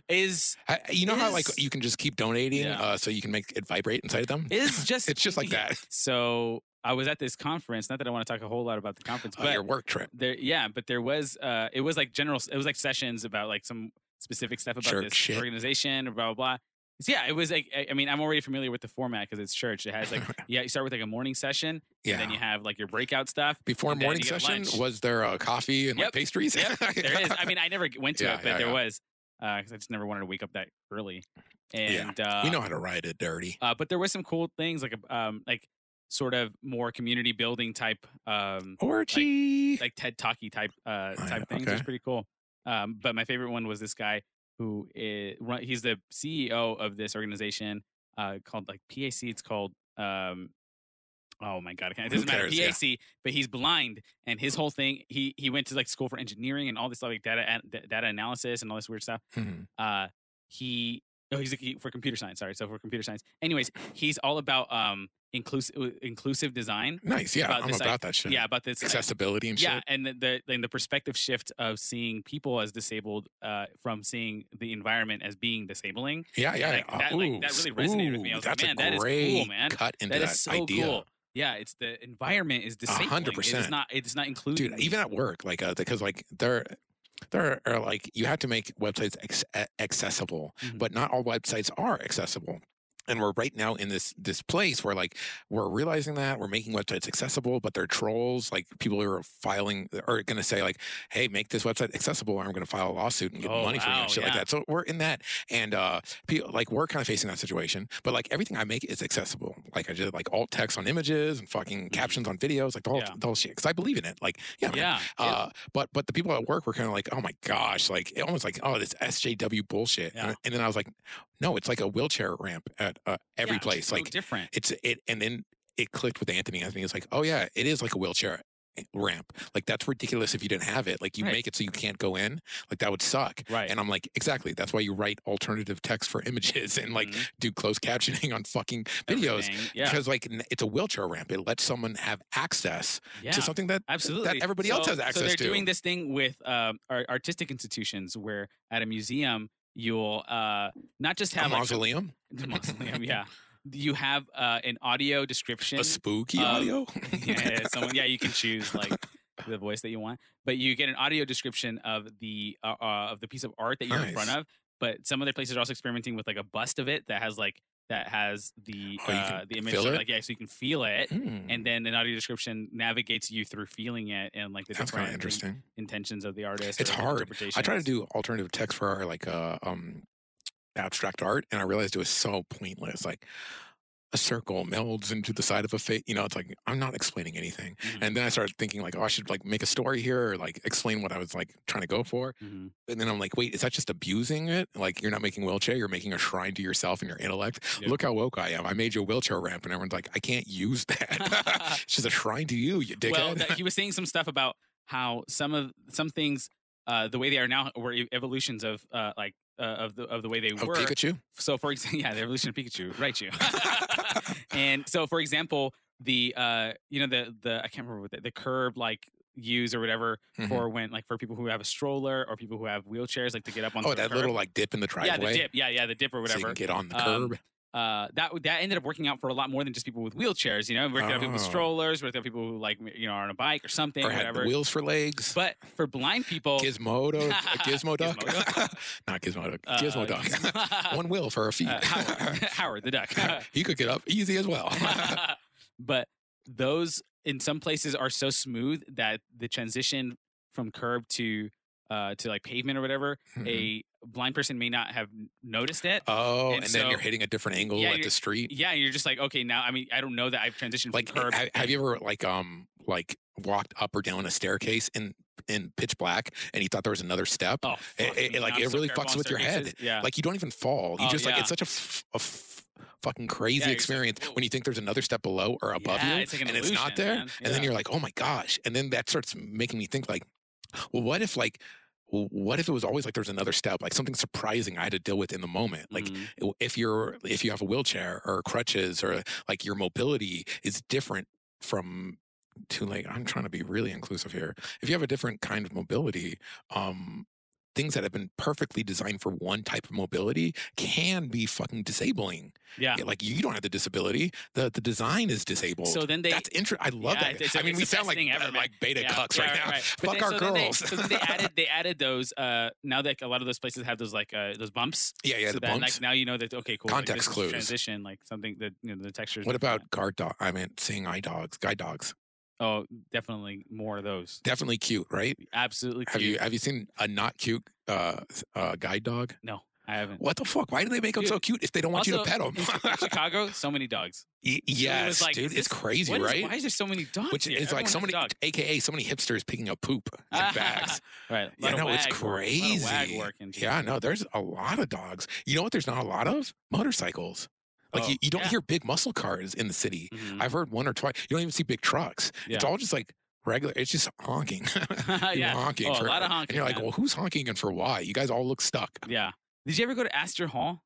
[SPEAKER 3] Is
[SPEAKER 1] I, you know how like
[SPEAKER 3] Is-
[SPEAKER 1] you can just keep donating,
[SPEAKER 3] Yeah.
[SPEAKER 1] uh, so you can make it vibrate inside of them.
[SPEAKER 3] is just.
[SPEAKER 1] it's just like
[SPEAKER 3] yeah.
[SPEAKER 1] that.
[SPEAKER 3] So I was at this conference. Not that I want to talk a whole lot about the conference,
[SPEAKER 1] Uh,
[SPEAKER 3] but
[SPEAKER 1] your work trip,
[SPEAKER 3] there yeah but there was uh it was like general s- it was like sessions about like some specific stuff about
[SPEAKER 1] Church
[SPEAKER 3] this
[SPEAKER 1] shit.
[SPEAKER 3] organization or blah blah blah so, yeah it was like I, I mean i'm already familiar with the format because it's church it has like yeah you start with like a morning session
[SPEAKER 1] yeah.
[SPEAKER 3] and then you have like your breakout stuff
[SPEAKER 1] Before
[SPEAKER 3] and then
[SPEAKER 1] morning
[SPEAKER 3] you get
[SPEAKER 1] session,
[SPEAKER 3] lunch.
[SPEAKER 1] was there uh, coffee and
[SPEAKER 3] Yep.
[SPEAKER 1] like pastries?
[SPEAKER 3] there is i mean i never g- went to
[SPEAKER 1] Yeah,
[SPEAKER 3] it but
[SPEAKER 1] yeah,
[SPEAKER 3] there
[SPEAKER 1] yeah.
[SPEAKER 3] was uh 'cause i just never wanted to wake up that early
[SPEAKER 1] Yeah,
[SPEAKER 3] and uh
[SPEAKER 1] we know how to ride it dirty.
[SPEAKER 3] uh but there was some cool things like a- um like sort of more community building type um
[SPEAKER 1] Orgy.
[SPEAKER 3] like TED Talky type uh,
[SPEAKER 1] Oh, yeah,
[SPEAKER 3] type things. It was
[SPEAKER 1] okay.
[SPEAKER 3] pretty cool. Um, but my favorite one was this guy who is run- he's the CEO of this organization uh, called like PAC. It's called um, oh my god, I can't- it
[SPEAKER 1] Who
[SPEAKER 3] doesn't matter
[SPEAKER 1] cares? Yeah.
[SPEAKER 3] PAC. But he's blind, and his whole thing he he went to like school for engineering and all this like data an- da- data analysis and all this weird stuff
[SPEAKER 1] Mhm.
[SPEAKER 3] uh he oh he's like, he- for computer science sorry so for computer science anyways he's all about um inclusive inclusive design
[SPEAKER 1] Nice. Yeah,
[SPEAKER 3] about
[SPEAKER 1] I'm
[SPEAKER 3] this,
[SPEAKER 1] about
[SPEAKER 3] like-
[SPEAKER 1] that shit.
[SPEAKER 3] yeah about this uh,
[SPEAKER 1] accessibility and
[SPEAKER 3] yeah
[SPEAKER 1] shit.
[SPEAKER 3] and the, the and the perspective shift of seeing people as disabled uh from seeing the environment as being disabling
[SPEAKER 1] Yeah, yeah.
[SPEAKER 3] like,
[SPEAKER 1] uh,
[SPEAKER 3] that, like, that
[SPEAKER 1] ooh,
[SPEAKER 3] really resonated with me. I
[SPEAKER 1] ooh,
[SPEAKER 3] was like,
[SPEAKER 1] that's
[SPEAKER 3] man,
[SPEAKER 1] a
[SPEAKER 3] that is cool,
[SPEAKER 1] great
[SPEAKER 3] man.
[SPEAKER 1] cut into
[SPEAKER 3] that
[SPEAKER 1] that,
[SPEAKER 3] is so
[SPEAKER 1] idea.
[SPEAKER 3] cool yeah it's the environment is disabling it's
[SPEAKER 1] 100%.
[SPEAKER 3] not it's not including
[SPEAKER 1] dude even at work like uh because like there there are like you have to make websites ex- a- accessible
[SPEAKER 3] Mhm.
[SPEAKER 1] but not all websites are accessible and we're right now in this this place where like we're realizing that we're making websites accessible but they're trolls like people who are filing are going to say like hey make this website accessible or i'm going to file a lawsuit and get
[SPEAKER 3] Oh,
[SPEAKER 1] money from you
[SPEAKER 3] wow,
[SPEAKER 1] and shit
[SPEAKER 3] yeah.
[SPEAKER 1] like that so we're in that and uh people like we're kind of facing that situation but like everything i make is accessible like i did like alt text on images and fucking captions on videos like the whole,
[SPEAKER 3] Yeah.
[SPEAKER 1] the whole shit because i believe in it like yeah, man,
[SPEAKER 3] yeah it-
[SPEAKER 1] uh, but but the people at work were kind of like, oh my gosh, like it almost like oh this SJW bullshit.
[SPEAKER 3] Yeah.
[SPEAKER 1] And, and then I was like, no, it's like a wheelchair ramp at uh, every
[SPEAKER 3] yeah,
[SPEAKER 1] place.
[SPEAKER 3] so
[SPEAKER 1] Like
[SPEAKER 3] different
[SPEAKER 1] it's it, and then it clicked with Anthony. Anthony was like, oh yeah, it is like a wheelchair eh, ramp. Like that's ridiculous if you didn't have it. Like you
[SPEAKER 3] Right.
[SPEAKER 1] make it so you can't go in. Like that would suck.
[SPEAKER 3] right
[SPEAKER 1] And I'm like, exactly. That's why you write alternative text for images and like
[SPEAKER 3] Mhm.
[SPEAKER 1] do closed captioning on fucking videos.
[SPEAKER 3] Everything, yeah
[SPEAKER 1] Because like n- it's a wheelchair ramp. It lets someone have access
[SPEAKER 3] yeah
[SPEAKER 1] to something that
[SPEAKER 3] Absolutely.
[SPEAKER 1] everybody else has
[SPEAKER 3] So
[SPEAKER 1] access
[SPEAKER 3] they're
[SPEAKER 1] to.
[SPEAKER 3] doing this thing with um, ar- artistic institutions where at a museum, you'll uh, not just
[SPEAKER 1] a
[SPEAKER 3] have like, some-
[SPEAKER 1] mausoleum.
[SPEAKER 3] the mausoleum, yeah. You have uh, an audio description.
[SPEAKER 1] a spooky
[SPEAKER 3] of-
[SPEAKER 1] audio.
[SPEAKER 3] yeah, someone, yeah, you can choose like the voice that you want, but you get an audio description of the uh, uh, of the piece of art that you're in front
[SPEAKER 1] Nice.
[SPEAKER 3] of. But some other places are also experimenting with like a bust of it that has like that has the
[SPEAKER 1] Oh, you
[SPEAKER 3] uh,
[SPEAKER 1] can
[SPEAKER 3] the image
[SPEAKER 1] feel
[SPEAKER 3] of,
[SPEAKER 1] it?
[SPEAKER 3] like yeah, so you can feel it.
[SPEAKER 1] Mm,
[SPEAKER 3] And then an audio description navigates you through feeling it and like the
[SPEAKER 1] that's kind of
[SPEAKER 3] different in-
[SPEAKER 1] interesting.
[SPEAKER 3] intentions of the artist.
[SPEAKER 1] It's
[SPEAKER 3] or their
[SPEAKER 1] hard. I try to
[SPEAKER 3] interpretations.
[SPEAKER 1] do alternative text for our like uh, um abstract art, and I realized it was so pointless. Like a circle melds into the side of a face. You know, it's like I'm not explaining anything.
[SPEAKER 3] Mhm.
[SPEAKER 1] And then I started thinking like, oh, I should like make a story here or like explain what I was like trying to go for.
[SPEAKER 3] Mhm.
[SPEAKER 1] And then I'm like, wait, is that just abusing it? Like you're not making wheelchair, you're making a shrine to yourself and your intellect.
[SPEAKER 3] Yeah.
[SPEAKER 1] Look how woke I am. I made you a wheelchair ramp, and everyone's like, I can't use that. it's just a shrine to you, you dickhead.
[SPEAKER 3] Well, that, he was saying some stuff about how some of some things uh, the way they are now were e- evolutions of uh, like uh, of the of the way they
[SPEAKER 1] Oh,
[SPEAKER 3] were.
[SPEAKER 1] Pikachu.
[SPEAKER 3] So for example, yeah, the evolution of Pikachu, Raichu. and so for example, the uh, you know the the I can't remember what the, the curb like use or whatever
[SPEAKER 1] Mhm.
[SPEAKER 3] for when like for people who have a stroller or people who have wheelchairs like to get up on
[SPEAKER 1] Oh, that little like dip in the
[SPEAKER 3] yeah
[SPEAKER 1] driveway.
[SPEAKER 3] the dip yeah yeah the dip or
[SPEAKER 1] So you can
[SPEAKER 3] whatever
[SPEAKER 1] get on the
[SPEAKER 3] Um,
[SPEAKER 1] curb.
[SPEAKER 3] uh, that w- that ended up working out for a lot more than just people with wheelchairs. You know, worked out people with
[SPEAKER 1] Oh.
[SPEAKER 3] strollers, worked out people who like you know are on a bike or something,
[SPEAKER 1] or had the
[SPEAKER 3] whatever.
[SPEAKER 1] wheels for legs.
[SPEAKER 3] But for blind people,
[SPEAKER 1] Gizmodo, Gizmo Duck,
[SPEAKER 3] Gizmo
[SPEAKER 1] not Gizmo Duck,
[SPEAKER 3] uh,
[SPEAKER 1] Gizmo Duck. One wheel for a feet.
[SPEAKER 3] uh, Howard, Howard the duck.
[SPEAKER 1] he could get up easy as well.
[SPEAKER 3] but those in some places are so smooth that the transition from curb to uh, to like pavement or whatever,
[SPEAKER 1] Mm-hmm.
[SPEAKER 3] a blind person may not have n- noticed it.
[SPEAKER 1] oh, and,
[SPEAKER 3] and
[SPEAKER 1] then you're
[SPEAKER 3] so-
[SPEAKER 1] hitting a different angle
[SPEAKER 3] Yeah,
[SPEAKER 1] at
[SPEAKER 3] you're-
[SPEAKER 1] the street.
[SPEAKER 3] yeah, you're just like, okay, now I mean, I don't know that I've transitioned
[SPEAKER 1] Like,
[SPEAKER 3] from curb.
[SPEAKER 1] ha- have you ever like um like walked up or down a staircase in in pitch black and you thought there was another step?
[SPEAKER 3] oh,
[SPEAKER 1] it-
[SPEAKER 3] fuck,
[SPEAKER 1] it-
[SPEAKER 3] man,
[SPEAKER 1] like,
[SPEAKER 3] I'm
[SPEAKER 1] it
[SPEAKER 3] so
[SPEAKER 1] really
[SPEAKER 3] terrible
[SPEAKER 1] fucks
[SPEAKER 3] on
[SPEAKER 1] with your head.
[SPEAKER 3] staircases. Yeah.
[SPEAKER 1] Like you don't even fall. You
[SPEAKER 3] Oh,
[SPEAKER 1] just like
[SPEAKER 3] yeah.
[SPEAKER 1] it's such a, f- a f- fucking crazy
[SPEAKER 3] you're just like,
[SPEAKER 1] experience
[SPEAKER 3] "Whoa."
[SPEAKER 1] when you think there's another step below or above
[SPEAKER 3] Yeah,
[SPEAKER 1] you
[SPEAKER 3] it's like an
[SPEAKER 1] and it's not
[SPEAKER 3] illusion,
[SPEAKER 1] there,
[SPEAKER 3] man.
[SPEAKER 1] and then
[SPEAKER 3] Yeah.
[SPEAKER 1] you're like, oh my gosh, and then that starts making me think like, well, what if like. w- What if it was always like there's another step, like something surprising I had to deal with in the moment? Like
[SPEAKER 3] Mhm.
[SPEAKER 1] w- if you're if you have a wheelchair or crutches or like your mobility is different from too late i'm trying to be really inclusive here if you have a different kind of mobility um things that have been perfectly designed for one type of mobility can be fucking disabling
[SPEAKER 3] yeah.
[SPEAKER 1] Yeah, like you don't have the disability the the design is disabled
[SPEAKER 3] So then they
[SPEAKER 1] that's interesting. I love
[SPEAKER 3] Yeah,
[SPEAKER 1] that.
[SPEAKER 3] it's-
[SPEAKER 1] I
[SPEAKER 3] it's-
[SPEAKER 1] mean,
[SPEAKER 3] it's
[SPEAKER 1] we
[SPEAKER 3] the
[SPEAKER 1] sound
[SPEAKER 3] best
[SPEAKER 1] like
[SPEAKER 3] thing ever,
[SPEAKER 1] uh,
[SPEAKER 3] man.
[SPEAKER 1] like beta
[SPEAKER 3] Yeah,
[SPEAKER 1] cucks
[SPEAKER 3] yeah,
[SPEAKER 1] right,
[SPEAKER 3] right,
[SPEAKER 1] now.
[SPEAKER 3] right. But
[SPEAKER 1] Fuck
[SPEAKER 3] then-
[SPEAKER 1] our
[SPEAKER 3] so then they-
[SPEAKER 1] girls.
[SPEAKER 3] so then they added they added those uh now that a lot of those places have those like uh those bumps.
[SPEAKER 1] yeah, yeah,
[SPEAKER 3] so
[SPEAKER 1] the
[SPEAKER 3] that
[SPEAKER 1] bumps.
[SPEAKER 3] like now you know that okay, cool. like,
[SPEAKER 1] Context
[SPEAKER 3] this is
[SPEAKER 1] clues.
[SPEAKER 3] Transition like something that you know the textures.
[SPEAKER 1] what
[SPEAKER 3] and whatnot.
[SPEAKER 1] about guard dog? I meant seeing eye dogs, guide dogs.
[SPEAKER 3] Oh, definitely more of those.
[SPEAKER 1] Definitely cute, right?
[SPEAKER 3] Absolutely cute.
[SPEAKER 1] Have you have you seen a not cute uh, s- uh, guide dog?
[SPEAKER 3] no, I haven't.
[SPEAKER 1] What the fuck? Why do they make them
[SPEAKER 3] Dude,
[SPEAKER 1] so cute if they don't want you to
[SPEAKER 3] also,
[SPEAKER 1] pet them?
[SPEAKER 3] In Chi- in Chicago, so many dogs.
[SPEAKER 1] yes,
[SPEAKER 3] like,
[SPEAKER 1] dude,
[SPEAKER 3] is
[SPEAKER 1] it's
[SPEAKER 3] this-
[SPEAKER 1] crazy,
[SPEAKER 3] What is-
[SPEAKER 1] right?
[SPEAKER 3] why is there so many dogs?
[SPEAKER 1] Which
[SPEAKER 3] here?
[SPEAKER 1] is like
[SPEAKER 3] Everyone
[SPEAKER 1] so
[SPEAKER 3] has a
[SPEAKER 1] many,
[SPEAKER 3] dog.
[SPEAKER 1] aka so many hipsters picking up poop in bags.
[SPEAKER 3] Right.
[SPEAKER 1] yeah,
[SPEAKER 3] lot of
[SPEAKER 1] no, it's
[SPEAKER 3] wag work, lot of wag
[SPEAKER 1] crazy.
[SPEAKER 3] work in
[SPEAKER 1] yeah, no, there's a lot of dogs. You know what? There's not a lot of motorcycles. Like
[SPEAKER 3] Oh,
[SPEAKER 1] you, you don't
[SPEAKER 3] yeah.
[SPEAKER 1] hear big muscle cars in the city.
[SPEAKER 3] Mhm.
[SPEAKER 1] I've heard one or twice. You don't even see big trucks. It's
[SPEAKER 3] Yeah.
[SPEAKER 1] all just like regular. It's just honking. You're
[SPEAKER 3] yeah.
[SPEAKER 1] honking.
[SPEAKER 3] Oh, a
[SPEAKER 1] for-
[SPEAKER 3] lot of
[SPEAKER 1] And
[SPEAKER 3] honking.
[SPEAKER 1] you're like,
[SPEAKER 3] man.
[SPEAKER 1] well, who's honking and for why? You guys all look stuck.
[SPEAKER 3] yeah. Did you ever go to Astor Hall?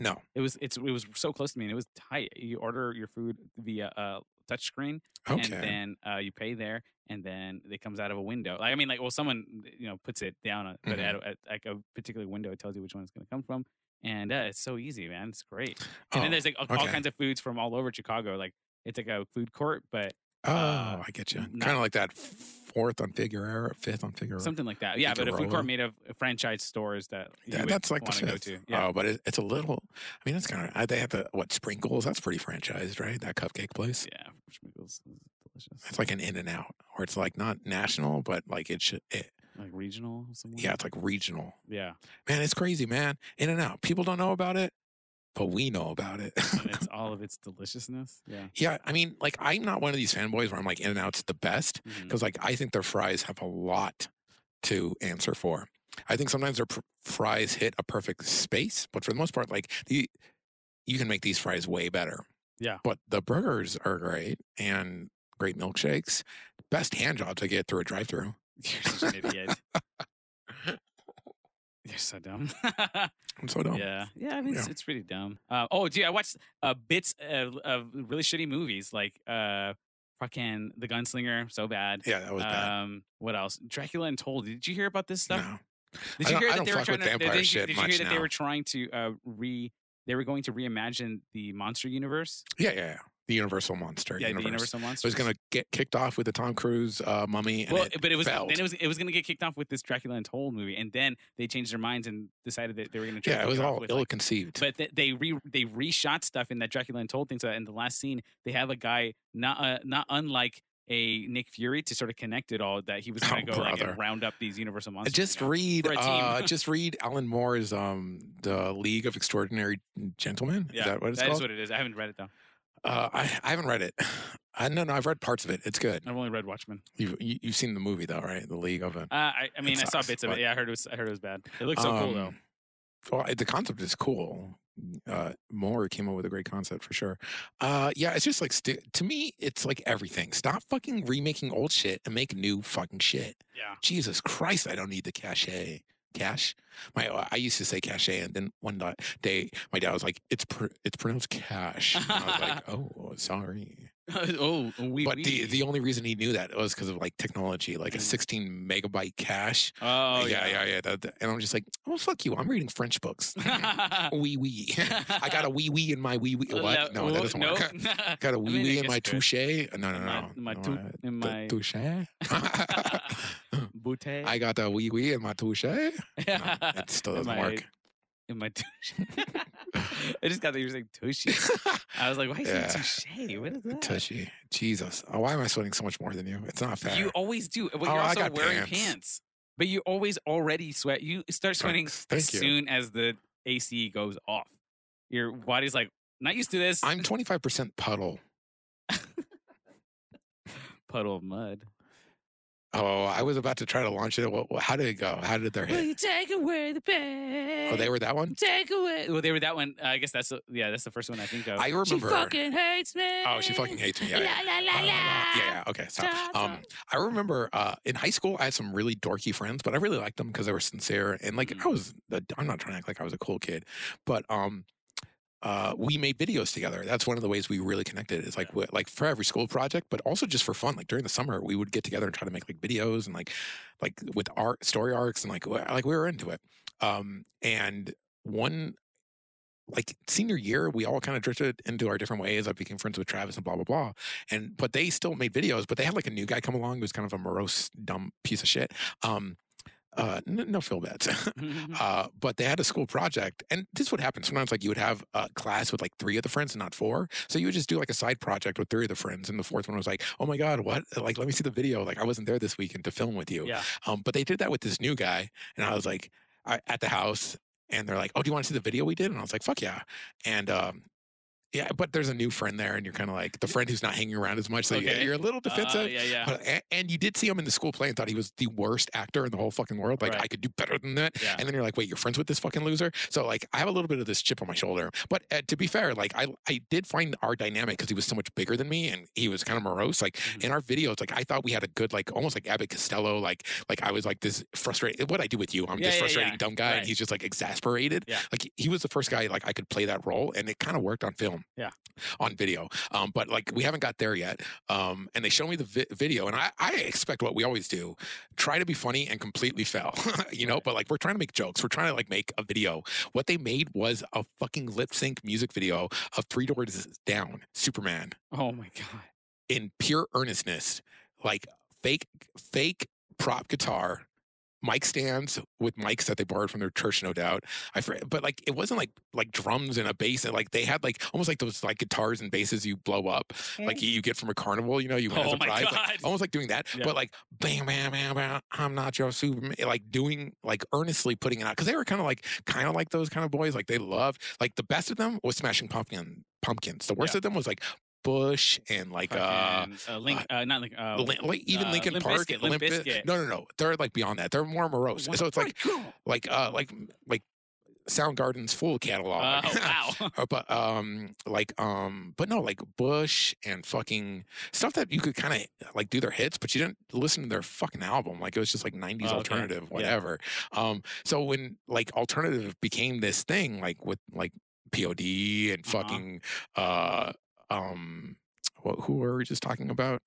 [SPEAKER 1] No.
[SPEAKER 3] It was it's it was so close to me, and it was tight. You order your food via uh, touchscreen,
[SPEAKER 1] Okay.
[SPEAKER 3] and then uh, you pay there, and then it comes out of a window. Like, I mean, like, well, someone you know puts it down, uh, but
[SPEAKER 1] Mm-hmm.
[SPEAKER 3] at, at like a particular window, it tells you which one it's going to come from, and uh, it's so easy, man. It's great.
[SPEAKER 1] Oh.
[SPEAKER 3] And then there's like all, all
[SPEAKER 1] okay.
[SPEAKER 3] kinds of foods from all over Chicago. Like it's like a food court, but
[SPEAKER 1] Oh,
[SPEAKER 3] uh,
[SPEAKER 1] I get you.
[SPEAKER 3] not-
[SPEAKER 1] Kind of like that fourth on Figueroa, fifth on Figueroa.
[SPEAKER 3] something like that.
[SPEAKER 1] you
[SPEAKER 3] Yeah,
[SPEAKER 1] think
[SPEAKER 3] but
[SPEAKER 1] a
[SPEAKER 3] a food
[SPEAKER 1] roller?
[SPEAKER 3] court made of uh, franchise stores that you
[SPEAKER 1] yeah,
[SPEAKER 3] would
[SPEAKER 1] that's like the
[SPEAKER 3] wanna go
[SPEAKER 1] fifth.
[SPEAKER 3] to. Yeah,
[SPEAKER 1] Oh, but it, it's a little. I mean, it's kind of. They have the what sprinkles? That's pretty franchised, right? That cupcake place.
[SPEAKER 3] yeah, Schmeagles is delicious.
[SPEAKER 1] It's like an In and Out, or it's like not national, but like it should. It,
[SPEAKER 3] Like regional, somewhere.
[SPEAKER 1] yeah, it's like regional.
[SPEAKER 3] yeah.
[SPEAKER 1] Man, it's crazy, man. In and Out. People don't know about it, but we know about it.
[SPEAKER 3] and it's all of its deliciousness. Yeah.
[SPEAKER 1] yeah, I mean, like I'm not one of these fanboys where I'm like In and Out's the best.
[SPEAKER 3] Mhm.
[SPEAKER 1] because like I think their fries have a lot to answer for. I think sometimes their pr- fries hit a perfect space, but for the most part, like the you can make these fries way better.
[SPEAKER 3] Yeah.
[SPEAKER 1] but the burgers are great and great milkshakes. Best hand jobs I get through a drive-through.
[SPEAKER 3] You're such an idiot. You're so dumb.
[SPEAKER 1] I'm so dumb.
[SPEAKER 3] Yeah. Yeah. I mean,
[SPEAKER 1] Yeah.
[SPEAKER 3] It's, it's pretty dumb. Uh, oh, dude, I watched uh, bits of, of really shitty movies like uh, fucking The Gunslinger, so bad.
[SPEAKER 1] Yeah, that was bad.
[SPEAKER 3] Um, what else? Dracula Untold. Did you hear about this stuff?
[SPEAKER 1] No.
[SPEAKER 3] Did
[SPEAKER 1] I
[SPEAKER 3] you
[SPEAKER 1] don't-
[SPEAKER 3] hear
[SPEAKER 1] I
[SPEAKER 3] that
[SPEAKER 1] don't
[SPEAKER 3] they were
[SPEAKER 1] fuck with
[SPEAKER 3] trying to? Did,
[SPEAKER 1] vampire
[SPEAKER 3] did you,
[SPEAKER 1] shit
[SPEAKER 3] did you hear
[SPEAKER 1] much
[SPEAKER 3] that they
[SPEAKER 1] now.
[SPEAKER 3] were trying to uh, re? They were going to reimagine the monster universe.
[SPEAKER 1] Yeah, yeah, yeah. The Universal Monster.
[SPEAKER 3] yeah,
[SPEAKER 1] universe.
[SPEAKER 3] the Universal
[SPEAKER 1] It
[SPEAKER 3] Monster.
[SPEAKER 1] was gonna get kicked off with the Tom Cruise uh, mummy. And
[SPEAKER 3] Well,
[SPEAKER 1] it
[SPEAKER 3] but it was
[SPEAKER 1] failed.
[SPEAKER 3] then it was it was going to get kicked off with this Dracula Untold movie, and then they changed their minds and decided that they were going to.
[SPEAKER 1] yeah, it was all
[SPEAKER 3] with, like-
[SPEAKER 1] ill-conceived.
[SPEAKER 3] but th- they re they reshot stuff in that Dracula Untold thing. So that in the last scene, they have a guy not uh, not unlike a Nick Fury to sort of connect it all. That he was going
[SPEAKER 1] Oh,
[SPEAKER 3] to go like
[SPEAKER 1] brother.
[SPEAKER 3] and round up these Universal monsters.
[SPEAKER 1] just
[SPEAKER 3] you know?
[SPEAKER 1] read
[SPEAKER 3] for a team.
[SPEAKER 1] uh just read alan moore's um the league of extraordinary gentlemen
[SPEAKER 3] Yeah,
[SPEAKER 1] is that what it's
[SPEAKER 3] that is
[SPEAKER 1] called
[SPEAKER 3] what it is. I haven't read it though.
[SPEAKER 1] uh I, I haven't read it i no no i've read parts of it it's good
[SPEAKER 3] I've only read Watchmen.
[SPEAKER 1] you've you, you've seen the movie though right the league of it
[SPEAKER 3] Uh, I, I mean, I saw
[SPEAKER 1] sucks,
[SPEAKER 3] bits of
[SPEAKER 1] but- Um,
[SPEAKER 3] it. Yeah, I heard it was I heard it was bad. It looks so cool though.
[SPEAKER 1] well the oh, concept is cool uh, Moore came up with a great concept for sure. Uh, yeah, it's just like sti to me, it's like everything. Stop fucking remaking old shit and make new fucking shit.
[SPEAKER 3] Yeah.
[SPEAKER 1] Jesus Christ, I don't need the cachet. Cash. My uh, I used to say cachet, and then one di- day my dad was like, "It's pr- it's pronounced cash." And I was like, "Oh, sorry."
[SPEAKER 3] oh, we.
[SPEAKER 1] but the the only reason he knew that was because of like technology, like a
[SPEAKER 3] Mm.
[SPEAKER 1] 16 megabyte cache.
[SPEAKER 3] oh
[SPEAKER 1] yeah, yeah, yeah. that- that- and I'm just like, "Oh, fuck you! I'm reading French books."
[SPEAKER 3] yeah.
[SPEAKER 1] wee wee. I got a wee wee in my wee wee.
[SPEAKER 3] Uh,
[SPEAKER 1] What? No, that
[SPEAKER 3] well,
[SPEAKER 1] doesn't
[SPEAKER 3] nope.
[SPEAKER 1] work. Got a
[SPEAKER 3] mean,
[SPEAKER 1] wee
[SPEAKER 3] I
[SPEAKER 1] wee in
[SPEAKER 3] guess
[SPEAKER 1] my
[SPEAKER 3] you could.
[SPEAKER 1] touche. Uh, No, no,
[SPEAKER 3] In
[SPEAKER 1] no.
[SPEAKER 3] my- my
[SPEAKER 1] no,
[SPEAKER 3] tou-
[SPEAKER 1] uh,
[SPEAKER 3] in
[SPEAKER 1] the
[SPEAKER 3] my-
[SPEAKER 1] touche.
[SPEAKER 3] Bouteille.
[SPEAKER 1] I got a wee wee in my touche. No, it still
[SPEAKER 3] In
[SPEAKER 1] doesn't
[SPEAKER 3] my-
[SPEAKER 1] work.
[SPEAKER 3] in my touche. I just got that you were saying tushy. I was like, why is
[SPEAKER 1] Yeah.
[SPEAKER 3] it touche? What is that?
[SPEAKER 1] Touchy. Jesus. Oh, why am I sweating so much more than you? It's not fair.
[SPEAKER 3] You always do. But
[SPEAKER 1] Oh,
[SPEAKER 3] you're
[SPEAKER 1] I
[SPEAKER 3] also
[SPEAKER 1] got
[SPEAKER 3] wearing
[SPEAKER 1] pants.
[SPEAKER 3] pants. But you always already sweat. You start sweating
[SPEAKER 1] Thanks.
[SPEAKER 3] as
[SPEAKER 1] Thank you.
[SPEAKER 3] soon as the AC goes off. Your body's like, not used to this.
[SPEAKER 1] I'm 25% puddle.
[SPEAKER 3] puddle of mud.
[SPEAKER 1] Oh, I was about to try to launch it. What, what- how did it go? How did their
[SPEAKER 3] Will
[SPEAKER 1] hit?
[SPEAKER 3] you take away the pain?
[SPEAKER 1] Oh, they were that one?
[SPEAKER 3] take away. Well, they were that one. I guess that's the- yeah, that's the first one I think of.
[SPEAKER 1] I remember.
[SPEAKER 3] hates me.
[SPEAKER 1] oh, she fucking hates me. Yeah, yeah. La, la, la. Yeah, yeah. Okay. So,
[SPEAKER 3] Ta, ta.
[SPEAKER 1] um, I remember uh, in high school I had some really dorky friends, but I really liked them because they were sincere and like
[SPEAKER 3] Mhm.
[SPEAKER 1] I was. a- I'm not trying to act like I was a cool kid, but um, uh, we made videos together. That's one of the ways we really connected. Is like wi- like for every school project, but also just for fun. Like during the summer, we would get together and try to make like videos and like like with art story arcs and like w- like we were into it. Um, and one like senior year, we all kind of drifted into our different ways. I became friends with Travis and blah blah blah. And but they still made videos, but they had like a new guy come along who was kind of a morose, dumb piece of shit. Um, uh, n- no Phil Betts. uh, but they had a school project, and this would happen sometimes. Like you would have a class with like three of the friends and not four, so you would just do like a side project with three of the friends, and the fourth one was like, "Oh my god, what? Like, let me see the video. Like, I wasn't there this weekend to film with you."
[SPEAKER 3] yeah.
[SPEAKER 1] Um, but they did that with this new guy, and I was like I, at the house, and they're like, "Oh, do you want to see the video we did?" And I was like, "Fuck yeah!" And um, yeah, but there's a new friend there, and you're kind of like the friend who's not hanging around as much, so you-
[SPEAKER 3] Okay.
[SPEAKER 1] you're a little
[SPEAKER 3] Uh,
[SPEAKER 1] defensive.
[SPEAKER 3] yeah, yeah.
[SPEAKER 1] But, and, and you did see him in the school play and thought he was the worst actor in the whole fucking world. Like,
[SPEAKER 3] Right.
[SPEAKER 1] I could do better than that.
[SPEAKER 3] Yeah.
[SPEAKER 1] And then you're like, wait, you're friends with this fucking loser? So, like, I have a little bit of this chip on my shoulder. But uh, to be fair, like, I, I did find our dynamic because he was so much bigger than me and he was kind of morose. Like,
[SPEAKER 3] Mhm.
[SPEAKER 1] in our videos, like, I thought we had a good, like, almost like Abbott Costello. Like, like I was like this frustrated. What I do with you, I'm
[SPEAKER 3] Yeah,
[SPEAKER 1] this
[SPEAKER 3] yeah,
[SPEAKER 1] frustrating
[SPEAKER 3] yeah.
[SPEAKER 1] dumb guy. And
[SPEAKER 3] Right.
[SPEAKER 1] he's just like exasperated.
[SPEAKER 3] Yeah.
[SPEAKER 1] Like, he was the first guy, like, I could play that role and it kind of worked on film.
[SPEAKER 3] Yeah.
[SPEAKER 1] On video. Um, but like, we haven't got there yet um, and they show me the vi- video, and I, I expect what we always do: try to be funny and completely fail, you know. But like, we're trying to make jokes, we're trying to like make a video. What they made was a fucking lip sync music video of Three Doors Down, Superman,
[SPEAKER 3] Oh my god.
[SPEAKER 1] in pure earnestness, like fake, fake prop guitar. Mic stands with mics that they borrowed from their church, no doubt. I for, but like it wasn't like like drums and a bass, and like they had like almost like those like guitars and basses you blow up, like you get from a carnival, you know, you win as
[SPEAKER 3] Oh
[SPEAKER 1] a
[SPEAKER 3] my
[SPEAKER 1] prize, like,
[SPEAKER 3] God.
[SPEAKER 1] almost like doing that,
[SPEAKER 3] Yeah.
[SPEAKER 1] but like bam, bam, bam, bam, I'm not your Superman, eh, like doing like earnestly putting it out because they were kind of like kind of like those kind of boys, like they loved like the best of them was Smashing Pumpkin Pumpkins, the worst
[SPEAKER 3] Yeah.
[SPEAKER 1] of them was like Bush and like uh.
[SPEAKER 3] Fucking, uh, Link, uh, not Link. Uh,
[SPEAKER 1] Lin- like even
[SPEAKER 3] uh,
[SPEAKER 1] Lincoln
[SPEAKER 3] Limp
[SPEAKER 1] Park,
[SPEAKER 3] Bizkit,
[SPEAKER 1] Limp
[SPEAKER 3] Limp
[SPEAKER 1] Biz-
[SPEAKER 3] Bizkit.
[SPEAKER 1] No, no, no. They're like beyond that. They're more morose.
[SPEAKER 3] what
[SPEAKER 1] So it's like,
[SPEAKER 3] freak?
[SPEAKER 1] like, uh, like, like Soundgarden's full catalog.
[SPEAKER 3] Uh, wow.
[SPEAKER 1] Uh, but um like um but no like bush and fucking stuff that you could kind of like do their hits but you didn't listen to their fucking album like it was just like 90s
[SPEAKER 3] Oh, okay.
[SPEAKER 1] alternative whatever um so when like alternative became this thing like with like pod and
[SPEAKER 3] Uh-huh.
[SPEAKER 1] fucking uh um wh- who were we just talking about